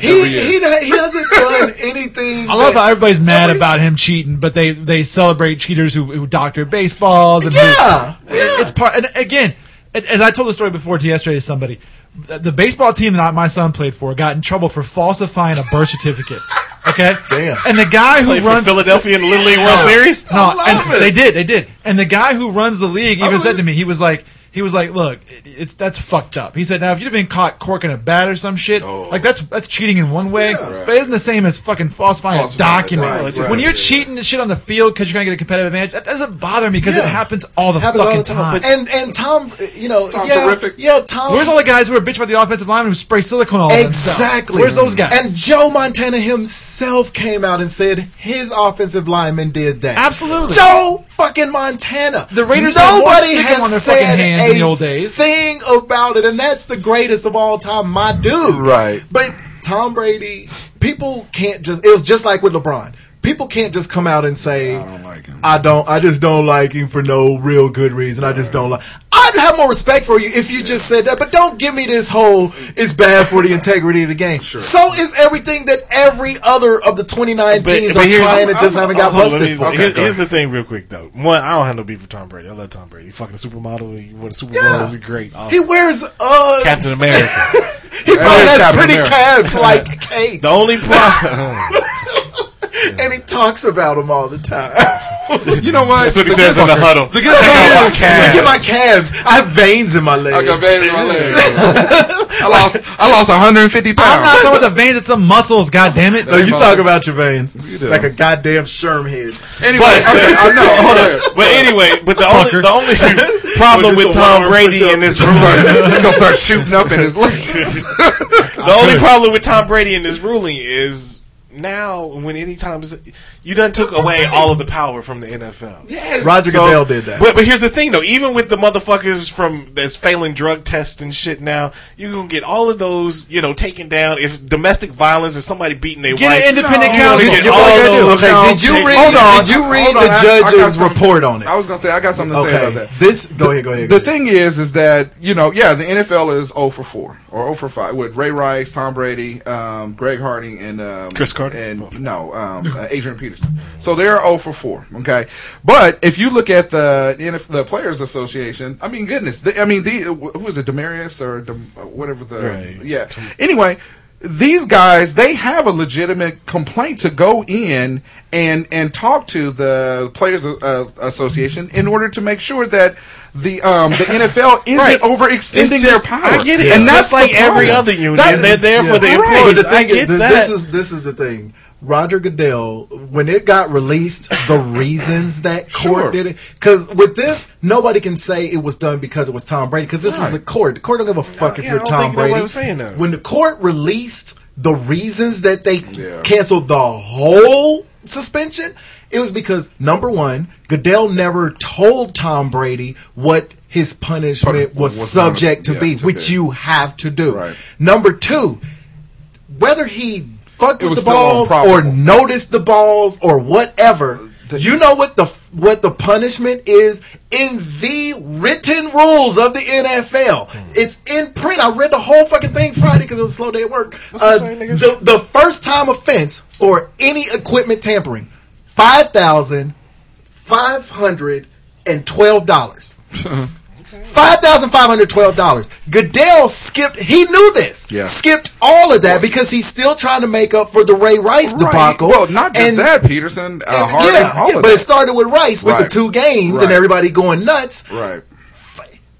he, he he hasn't done anything. I love that- how everybody's mad about him cheating, but they they celebrate cheaters who, who doctor baseballs. And who- Yeah, it's part. And again, a- as I told the story before to yesterday to somebody, the the baseball team that my son played for got in trouble for falsifying a birth certificate. Okay, Damn. And the guy who Play for runs Philadelphia in the Little League World Series. no, love and it. they did, they did. And the guy who runs the league even said to me, he was like, he was like, look, it- it's that's fucked up. He said, now if you'd have been caught corking a bat or some shit, Oh. like that's that's cheating in one way, but it isn't the same as fucking falsifying a Falsifying, document. right, when right. you're cheating and shit on the field because you're gonna get a competitive advantage, that doesn't bother me because it Yeah. happens all the happens fucking all the time. time. And and Tom, you know, Tom yeah, Terrific. yeah, Tom. Where's all the guys who are bitch about the offensive lineman who spray silicone all over themselves? Exactly. Where's those guys? And Joe Montana himself came out and said his offensive lineman did that. Absolutely. Joe fucking Montana. The Raiders had more Nobody stickum has on their said fucking hands a in the old days. thing about it, and that's the greatest of all time, my dude. Right. But Tom Brady, people can't just. It was just like with LeBron. People can't just come out and say, don't like him. I don't. I just don't like him for no real good reason. I just don't like. I'd have more respect for you if you just said that. But don't give me this whole it's bad for the integrity of the game. So is everything that every other of the 29 teams are here's- trying and just haven't got hold on, let busted me- for. here- here's the thing, real quick though. One, I don't have no beef with Tom Brady. I love Tom Brady. He fucking a supermodel. He won a Super Bowl. Yeah. It was great. Awesome. He wears uh Captain America. He probably is has Captain pretty America. calves like cakes, The only problem. and he talks about them all the time. You know what? That's what he says in the huddle. Look at my calves. Look at my calves. I have veins in my legs. I got veins in my legs. I lost, I lost 150 I'm not pounds. talking about the veins, it's the muscles, God damn it. No, Oh, you talk about your veins do. like a goddamn sherm head. Anyway, okay, I know. Hold on. But anyway, but the only, the only problem with Tom Brady in this ruling, He's gonna start shooting up in his legs. the only problem with Tom Brady in this ruling is now when any time is- you done took away all of the power from the NFL. Roger So- Goodell did that. But, but here's the thing, though. Even with the motherfuckers from that's failing drug tests and shit now, you're gonna get all of those, you know, taken down. If domestic violence is somebody beating their Get wife, an independent you're gonna counsel. get That's all all you gotta do. those- Okay, No, did you take- read? Hold on. Did you read Hold on. I- I the got judge's something. report on it? I was gonna say I got something to say about Okay, that. this. Go ahead. Go ahead. go The ahead. thing is, is that you know, yeah, the NFL is 0 for 4 or 0 for 5 with Ray Rice, Tom Brady, um, Greg Harding, and um, Chris Carter? and no, um, uh, Adrian Peterson. So they're 0 for 4. Okay, but if you look at the NF, the Players Association, I mean, goodness, the, I mean, the who is it, Demarius or Dem, uh, whatever the Right. yeah. Anyway. These guys, they have a legitimate complaint to go in and and talk to the players uh, association in order to make sure that the um, the NFL isn't Right. overextending It's just- their power. I get it. It's just like the problem. every other union. That- They're there for the Right. employees. But the I thing is, get this, that. this is this is the thing. Roger Goodell, when it got released, the reasons that court Sure. did it, because with this, nobody can say it was done because it was Tom Brady, because this was the court. The court don't give a fuck if yeah, I you're don't Tom think nobody Brady. was saying that. When the court released the reasons that they canceled the whole suspension, it was because number one, Goodell never told Tom Brady what his punishment Punish- was was- subject to yeah, be, to which be. you have to do. Right. Number two, whether he fucked It with was the still balls or unprofitable. noticed the balls or whatever. You know what the what the punishment is in the written rules of the NFL. Hmm. It's in print. I read the whole fucking thing Friday because it was a slow day at work. Uh, the, the first time offense for any equipment tampering, five thousand five hundred and twelve dollars. Five thousand five hundred twelve dollars. Goodell skipped. He knew this. Yeah. Skipped all of that because he's still trying to make up for the Ray Rice Right. debacle. Well, not just And- that, Peterson, uh, and- Harding, yeah, all yeah, of but it that. started with Rice with the Right. two games and Right. everybody going nuts. Right.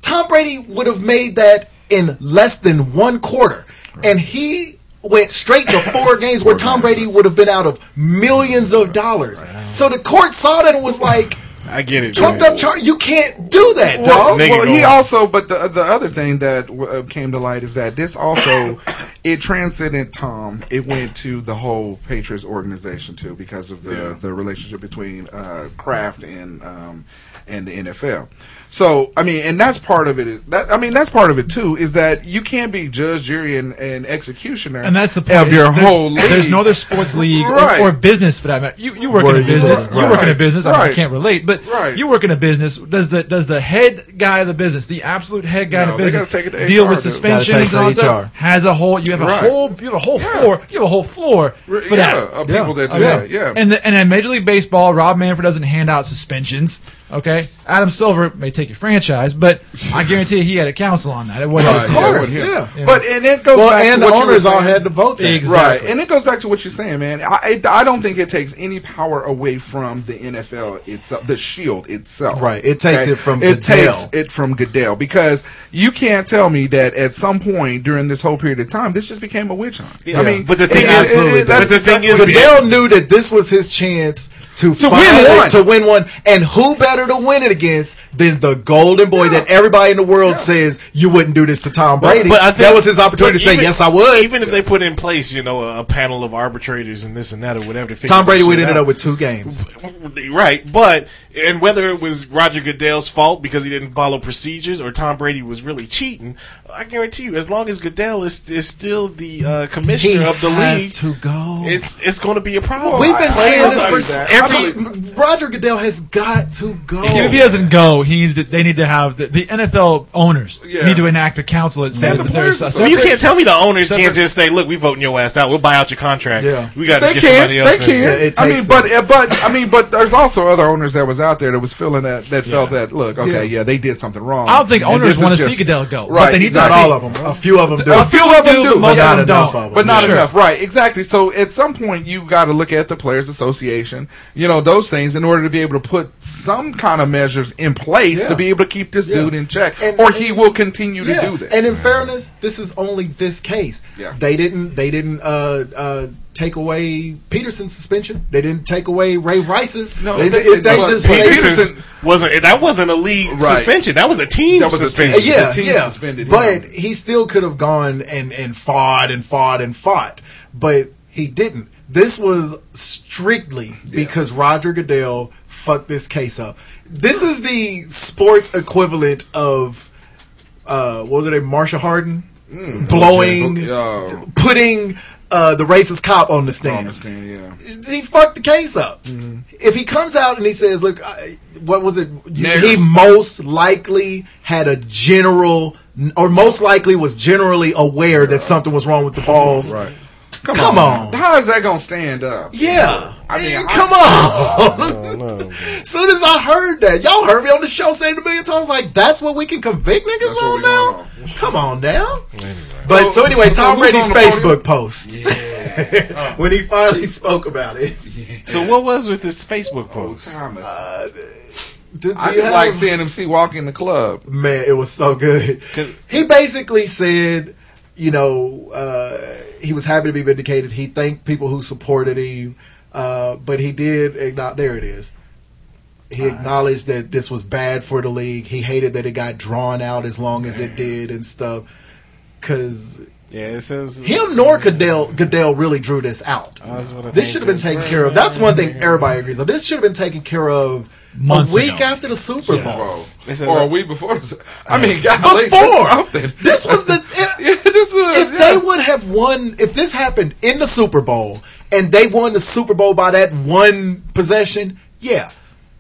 Tom Brady would have made that in less than one quarter, and he went straight to four games where Tom Brady would have been out of millions of dollars. So the court saw that and was like, I get it. "Trumped man. up chart, you can't do that, dog." Well, Nigga well, going. he also, but the the other thing that uh, came to light is that this also it transcended Tom. It went to the whole Patriots organization too because of the the relationship between uh, Kraft and um, and the NFL. So I mean, and that's part of it. That, I mean, that's part of it too. Is that you can't be judge, jury, and, and executioner and that's the point. of your There's- whole. league. There's no other sports league or- Right. or, business for that matter. You, you work Where in a you business. work, You work in a right. business. I, mean, I Right. can't relate, but Right. you work in a business. Does the does the head guy of the business, the absolute head guy No, of they the business, gotta take it to deal HR, with dude. suspensions Gotta take and all it that to stuff? HR. Has a whole. You have a Right. whole. You have a whole floor. You have a whole floor for yeah, that. of people that do Yeah. that. Yeah, Oh, And the, and at Major League Baseball, Rob Manfred doesn't hand out suspensions. Okay, Adam Silver may take your franchise, but I guarantee he had a counsel on that. It Oh, wasn't Right, just Of him. course, with him. yeah. Yeah. But and it goes Well, back and to the what you were owners all saying. had to vote. That. Exactly. Right, and it goes back to what you're saying, man. I, I, I don't think it takes any power away from the NFL itself, the Shield itself. Right, it takes it from it Goodell. takes it from Goodell because you can't tell me that at some point during this whole period of time, this just became a witch hunt. Yeah. I mean, But the thing is- but that's the thing is- Goodell knew that this was his chance to, finally- win one. to win one, and who better to win it against than the golden boy that everybody in the world says you wouldn't do this to Tom Brady? that was his opportunity but to say even- yes, I would. Even if they put in place, you know, a, a panel of arbitrators and this and that or whatever. To figure Tom Brady this would shit ended out. up with two games. Right, but and whether it was Roger Goodell's fault because he didn't follow procedures or Tom Brady was really cheating, I guarantee you, as long as Goodell is is still the uh, commissioner of the has league, to go. it's it's going to be a problem. We've been Players saying this are- for s- every Roger, Roger Goodell has got to go. If he doesn't go, he needs to, they need to have the, the NFL owners Yeah. need to enact a council that says the that there's players- Well, a- you can't tell me the owners Separate- can't just say, "Look, we voting your ass out. We'll buy out your contract. Yeah. We got to They get somebody can, else." they in." can. Yeah, it I takes mean, but but I mean, but there's also other owners that was out there that was feeling that that felt that look, okay, yeah. they did something wrong. I don't think And owners this is want to just- see Goodell go, Right, but they need Not exactly. to see. all of them. A few of them do. A few of them do, but most not of them enough don't. of 'em. but not Sure. enough, right? Exactly. So at some point, you got to look at the Players Association, you know, those things in order to be able to put some kind of measures in place Yeah. to be able to keep this Yeah. dude in check, And- or he will continue to Yeah, do this. And in fairness, this is only this case. Yeah. They didn't they didn't uh, uh, take away Peterson's suspension. They didn't take away Ray Rice's. No, they, they- they, they but just Peterson's- they- Peterson's wasn't that wasn't a league Right. suspension. That was a team That was a suspension. team. Uh, yeah, the team yeah. suspended him. But he still could have gone and and fought and fought and fought, but he didn't. This was strictly because Roger Goodell fucked this case up. This is the sports equivalent of uh, what was it? Marsha Harden blowing, Mm, okay, but- yeah. putting uh, the racist cop on the stand understand, yeah. he fucked the case up. Mm-hmm. If he comes out and he says, "Look, I, what was it? You- Nigger. He most likely had a general, or most likely was generally aware that something was wrong with the balls." Right. Come, on. How is that gonna stand up? Yeah. I mean, Eh, I- come on. soon as I heard that, y'all heard me on the show saying it a million times, like, that's what we can convict niggas That's what on we now? want Come on now. But so, So- anyway, so Tom who's Brady's on the podium? Facebook post. when he finally spoke about it. So what was with this Facebook post? Thomas. Did I we just have- like seeing him see walk in the club. man, it was so good. He basically said, you know, uh, he was happy to be vindicated. He thanked people who supported him, uh, but he did acknowledge. There it is. He acknowledged that this was bad for the league. He hated that it got drawn out as long as it did and stuff. Because Yeah, it says him nor Goodell, Goodell really drew this out. That's what I This think should have been is taken right. care of. That's one thing everybody agrees on. This should have been taken care of Months a week ago. after the Super Bowl. Bro. It's a- or a week before. this- I mean, golly, Before. that's something. This was the- yeah, this was, if yeah. they would have won, if this happened in the Super Bowl and they won the Super Bowl by that one possession, yeah.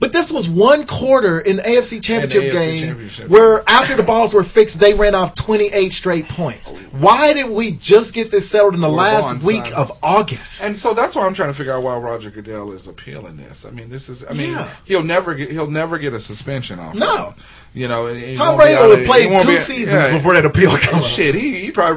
But this was one quarter in the AFC Championship AFC game Championship. where after the balls were fixed, they ran off 28 straight points. Why did we just get this settled in the We're last blindsided. week of August? And so that's why I'm trying to figure out why Roger Goodell is appealing this. I mean, this is. I mean, Yeah. he'll never get. He'll never get a suspension off. No. of it. you know, and he Tom won't be Brady out would have of- he played won't two be- seasons yeah. Oh, before that appeal comes Shit, he he probably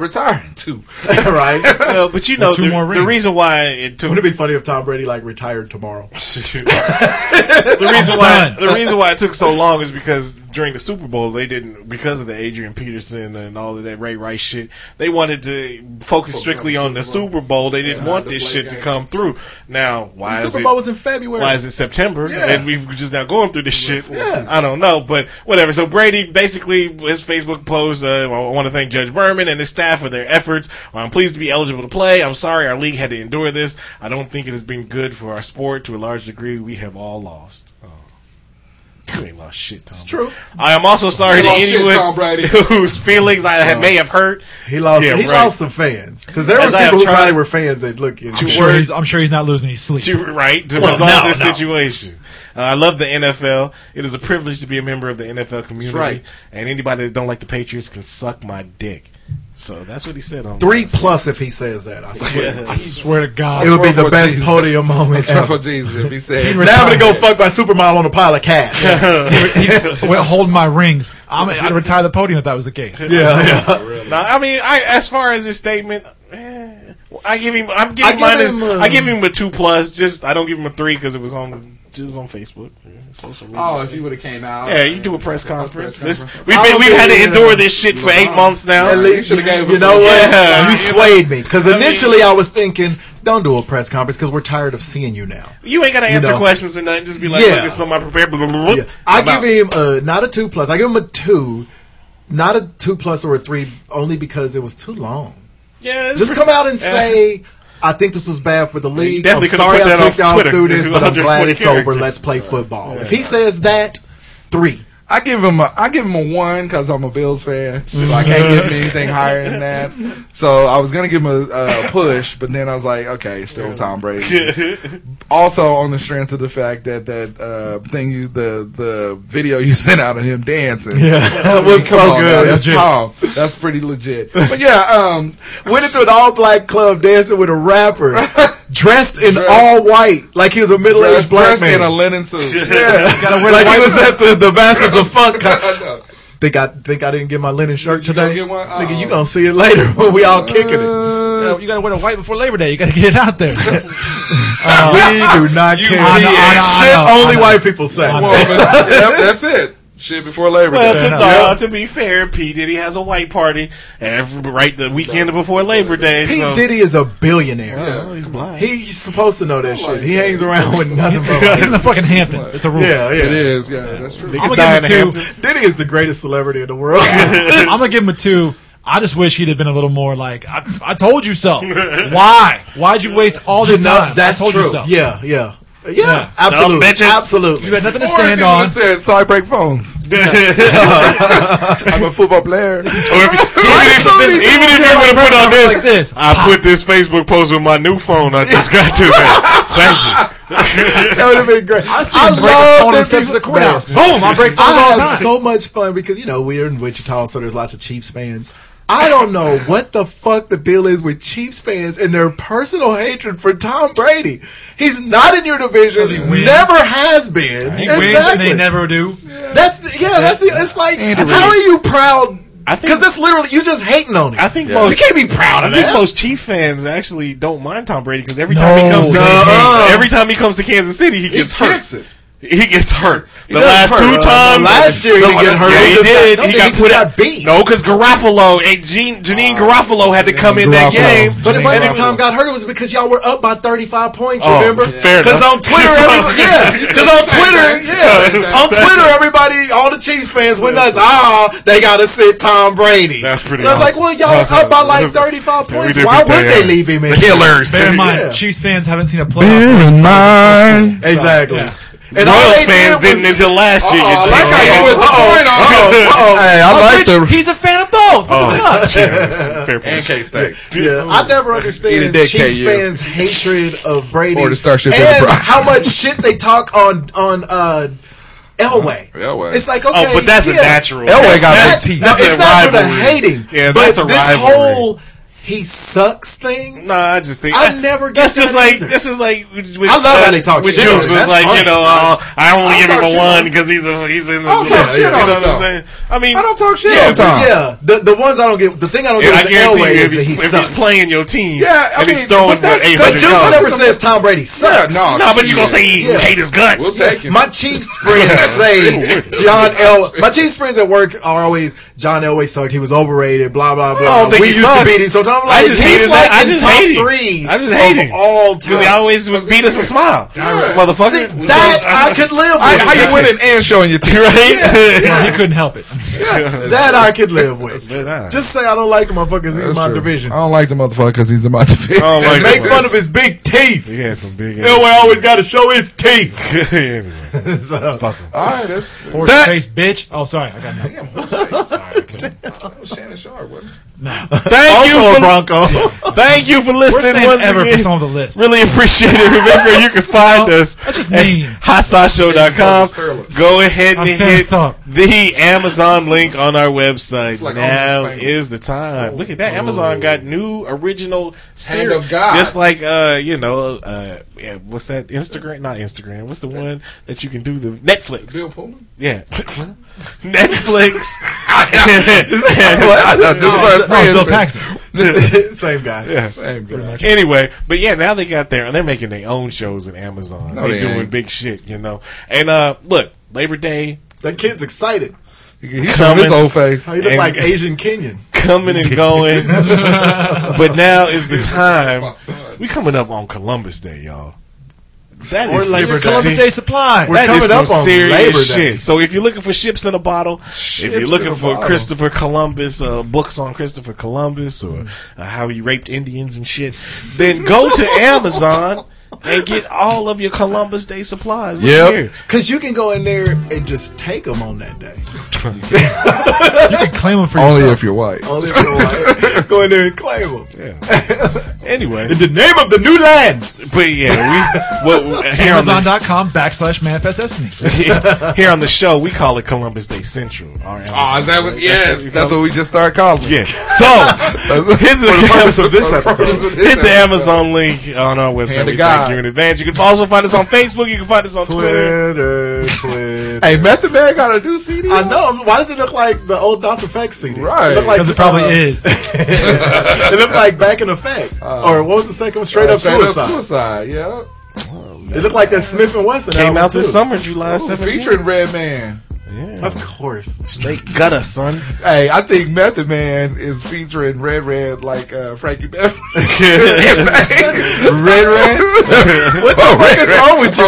retired too. up, right? well, but you know two the, more the rings. reason why it took Wouldn't it be funny if Tom Brady like retired tomorrow? the reason why Done. the reason why it took so long is because during the Super Bowl they didn't because of the Adrian Peterson and all of that Ray Rice shit. They wanted to focus strictly on the Super Bowl. They didn't want this shit to come through. Now why The is Super it? Bowl was in February. Why is it September? Yeah. And we've just now going through this shit. I don't know, but whatever. So Brady basically his Facebook post. Uh, I want to thank Judge Berman and his staff for their efforts. I'm pleased to be eligible to play. I'm sorry our league had to endure this. I don't think it has been good for our sport. To a large degree, we have all lost. Oh. You ain't lost shit, Tom. It's true. I am also sorry You to lost shit, Tom anyone Brady. whose feelings I have, may have hurt. He lost. Yeah, he right. lost some fans because there As was I have people who tried- probably were fans that look. You know, I'm sure, he's, I'm sure he's not losing any sleep. to right to Well, resolve no, this no. situation. Uh, I love the NFL. It is a privilege to be a member of the NFL community. right. And anybody that don't like the Patriots can suck my dick. So that's what he said on three plus if he says that. I swear, I swear to God. it would be swear the for best Jesus. podium moment Except for ever. Jesus, if he said Now I'm gonna go fuck my supermodel on a pile of cash. yeah, Well, hold my rings. I'm, I'd retire the podium if that was the case. yeah. No, I mean, I as far as his statement, eh, I give him. I'm I giving give minus. him, uh, I give him a two plus. Just I don't give him a three because it was on just on Facebook, yeah, social media. "Oh, if he would have came out, yeah, you do a press conference. press This, we've been, I we've would had to be, uh, endure this shit for eight LeBron. months now. At least you, should've gave us you a- know what? Yeah. You swayed me because I mean- initially I was thinking, don't do a press conference because we're tired of seeing you now. You ain't gotta answer know. questions or nothing. Just be like, Yeah. look, this is on my prepared. Blah, blah, blah, blah. Yeah. I I'm out. give him a not a two plus. I give him a two, not a two plus or a three, only because it was too long. Yeah, it's Just pretty- come out and say, I think this was bad for the league. I'm definitely could've sorry put I that took on y'all Twitter. through this, but I'm glad 140 it's over. characters. Let's play football. If he says that, three. I give him a I give him a one because I'm a Bills fan. So I can't give him anything higher than that. So I was gonna give him a, a push, but then I was like, okay, still Tom Brady. also on the strength of the fact that that uh, thing you the the video you sent out of him dancing, yeah, that was so good. that's Tom. That's pretty legit. But yeah, um, Went into an all black club dancing with a rapper dressed in all white, like he was a middle aged dressed, black dressed man. in a linen suit. yeah, like he was at the the Masters of Funk. Con- think I think I didn't get my linen shirt today. You gonna get one? Uh, Nigga, you Uh-oh. gonna see it later when we all kicking it. you gotta wear the white before Labor Day. You gotta get it out there. we do not care. I know, I know, I Shit, know, I only know. white people say. Well, but, yeah, that's it. Shit before Labor Well, Day. to, no, to be fair, P Diddy has a white party every right the weekend before Labor Day. Pete so Oh, Diddy is a billionaire. he's blind. He's supposed to know that shit. He hangs around with nothing but He's in the fucking Hamptons. It's a rule. Yeah, It yeah. is, yeah, that's true. I'm gonna give him a two. Diddy is the greatest celebrity in the world. I'm gonna give him a two. I just wish he'd have been a little more like I, I told you so. Why? Why'd you waste all this No, time? that's I told true. You so. Yeah, yeah. Yeah, absolutely. Dumb bitches. You Absolutely. had nothing to Or if stand he would on. have said, so I break phones. I'm a football player. Or if- even if, even if you're going to put on this, Like this. I put this Facebook post with my new phone I just got today. Thank you. That would have been great. I, seen him break the phone love on the this. steps of the people- courthouse. Man, Boom! I break phones all I the have time. so much fun because you know we're in Wichita, so there's lots of Chiefs fans. I don't know what the fuck the deal is with Chiefs fans and their personal hatred for Tom Brady. He's not in your division. he wins. never has been. he exactly. wins and they never do. That's the, yeah. That's the, it's like how are you proud? I think- Because that's literally you just hating on it. I think you most. can't be proud I of think that. most Chief fans actually don't mind Tom Brady because every time he comes to nuh-uh. every time he comes to Kansas City, he gets hurt. kicks it. He gets hurt. The does last hurt. two Uh, times, last year he didn't get hurt. Yeah, He he, just did. got- he no, got he just put got out. beat. No, because Garoppolo, and Gene, Janine Garoppolo had to come in that Garoppolo. game. But it wasn't And because Tom got hurt. It was because y'all were up by 35 points, Oh, remember? fair Because enough. on Twitter, everybody, yeah. Because on Twitter, yeah. On Twitter, everybody, all the Chiefs fans went nuts. Oh, they got to sit Tom Brady. That's pretty And I was like, awesome. well, y'all That's were up by awesome. like 35 Yeah, we points. did Why beat would their they ass. leave him in? Killers. Bear in mind, Yeah. Chiefs fans haven't seen a Bear playoff. in mind. Exactly. And all Royals they fans did was, Oh, didn't until last year. you Like I jerk. put the point on. Hey, I like the. Oh, He's a fan of both. What the fuck? Oh, cheers. Fair point. K-State. Yeah, I never Eat a understand dick, Chiefs KU. fans' hatred of Brady Or the Starship and Enterprise. how much shit they talk on on uh, Elway. Uh, Elway. It's like okay, Oh, but that's yeah. a natural. That's Elway got not- big teeth. That's, That's it's a not for the rivalry. hating. Yeah, but that's a this rivalry. whole he sucks thing. Nah, I just think I never get That's just that like either. this is like. With, with, I uh, love how they talk With shit on Juice it. was That's like funny. you know uh, I only give him a talk shit one because he's a he's in the. don't talk shit on you know what him, I'm though. saying? I mean, I don't talk shit Yeah, on Tom. Yeah, the the ones I don't get. The thing I don't Yeah, I get with Elway guarantee you, if, is that he he's, if sucks. he's playing your team, Yeah, I and he's mean, throwing for but that's- eight But hundred that's Juice just- yards. never says Tom Brady sucks. no, No, but you gonna say he Yeah. hate his guts? We'll take it. My Chiefs friends say John El. My Chiefs friends at work are always John Elway sucked. He was overrated. Blah blah blah. I don't think we he used sucks. to beat him. So I'm like, I just hate he's his. like I in just top hate him. three. I just hate of him all because he time. always would beat us a smile, See, motherfucker. that I could live Hey, How with. you winning and showing your team? right? Well, he couldn't help it. that I could live with. That's- Just say I don't like the motherfuckers. He's in my division. I don't like the motherfucker because he's in my division. I don't like Make that. fun of his big teeth. He had some big. Elway always got to show his teeth. ass. So- All right, that's Horse That- face, bitch. Oh, sorry, I got nothing. Shannon Sharp. wasn't it? Thank you also for a Bronco. Thank you for listening Worst name once ever for again. someone on the list. Really appreciate it. Remember, you can find Well, us that's just at mean. hotsauceshow.com. Go ahead and I'm standing hit up. the Amazon link on our website. like now Alderman Spangles. is the time. Look at that. Amazon got new original Hand cereal. of God. Just like, uh, you know, uh, yeah, what's that? Instagram? Not Instagram. What's the one that you can do the Netflix? Bill Pullman. Yeah. Netflix. Oh, Bill Paxton. Same guy. Same guy. Anyway, but yeah, now they got their and they're making their own shows in Amazon. No, Oh, they they doing ain't. big shit, you know. And uh look, Labor Day That kid's excited. He's showing his old face. Oh, He looked And- like Asian Kenyan. coming and going. but now is the time. son. We coming up on Columbus Day, y'all. That Or is Labor some Day. serious- Columbus Day Supply. We're that is coming some up on serious Labor Day. shit. So if you're looking for ships in a bottle, if in you're a looking for bottle. Christopher Columbus uh, books on Christopher Columbus or uh, how he raped Indians and shit, then go to Amazon and get all of your Columbus Day supplies. Look Yep. here. Because you can go in there and just take them on that day. You can claim them for Only yourself. if you're white. Only if you're white. go in there and claim them. Anyway, In the name of the new land. but yeah, we what here on the, Amazon.com backslash manifest destiny. here on the show we call it Columbus Day Central. Our Oh, Amazon. is that what? Yes, that's what we just started calling. it. Yeah. So hit the, For the purpose of this for the purpose episode. of this hit the Amazon link on our website. Hand to We God. thank you in advance. You can also find us on Facebook. You can find us on Twitter. Twitter, Twitter. Hey, Method Man got a new CD. I know. Why does it look like the old Dos Effects CD? Right. It look like Because it probably uh, is. it looked like Back in Effect, or what was the second one? Straight Up Uh, Straight Suicide. up suicide. Yeah. It looked like that Smith and Wesson Came album, out this too. summer, July seventeenth. Featuring Red Man. Of course, They got us, son. Hey, I think Method Man is featuring Red Red like uh, Frankie Beverly. Red Red. what the fuck is wrong with you?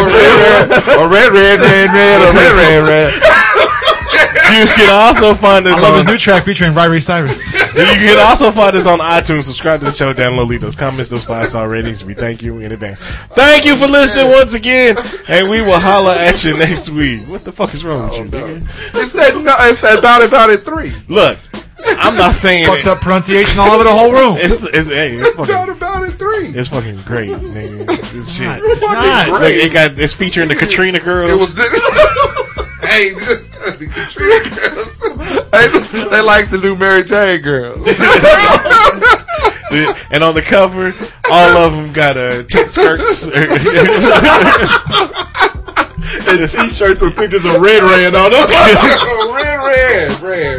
Or Red Red, Red Red, or Red Red Red. You can also find us I love his on new track featuring Ryrie Cyrus. you can also find us on iTunes. Subscribe to the show. Download, leave those comments, those five star ratings. We thank you in advance. Thank you for listening once again, and we will holler at you next week. What the fuck is wrong with you, nigga? It's that, no, it's that Bout It Bout It 3. Look, I'm not saying Fucked it. up pronunciation all over the whole room. It's, it's, hey, it's Bout fucking, It Bout It 3. it's fucking great, nigga. It's, shit. It's not. Look, it got it's featuring the Katrina It girls. was. hey, the Katrina girls. Hey, they like the new Mary Jane girls. and on the cover, all of them got uh, tit skirts. and T-shirts with pictures of Red Red on them. red, red, red.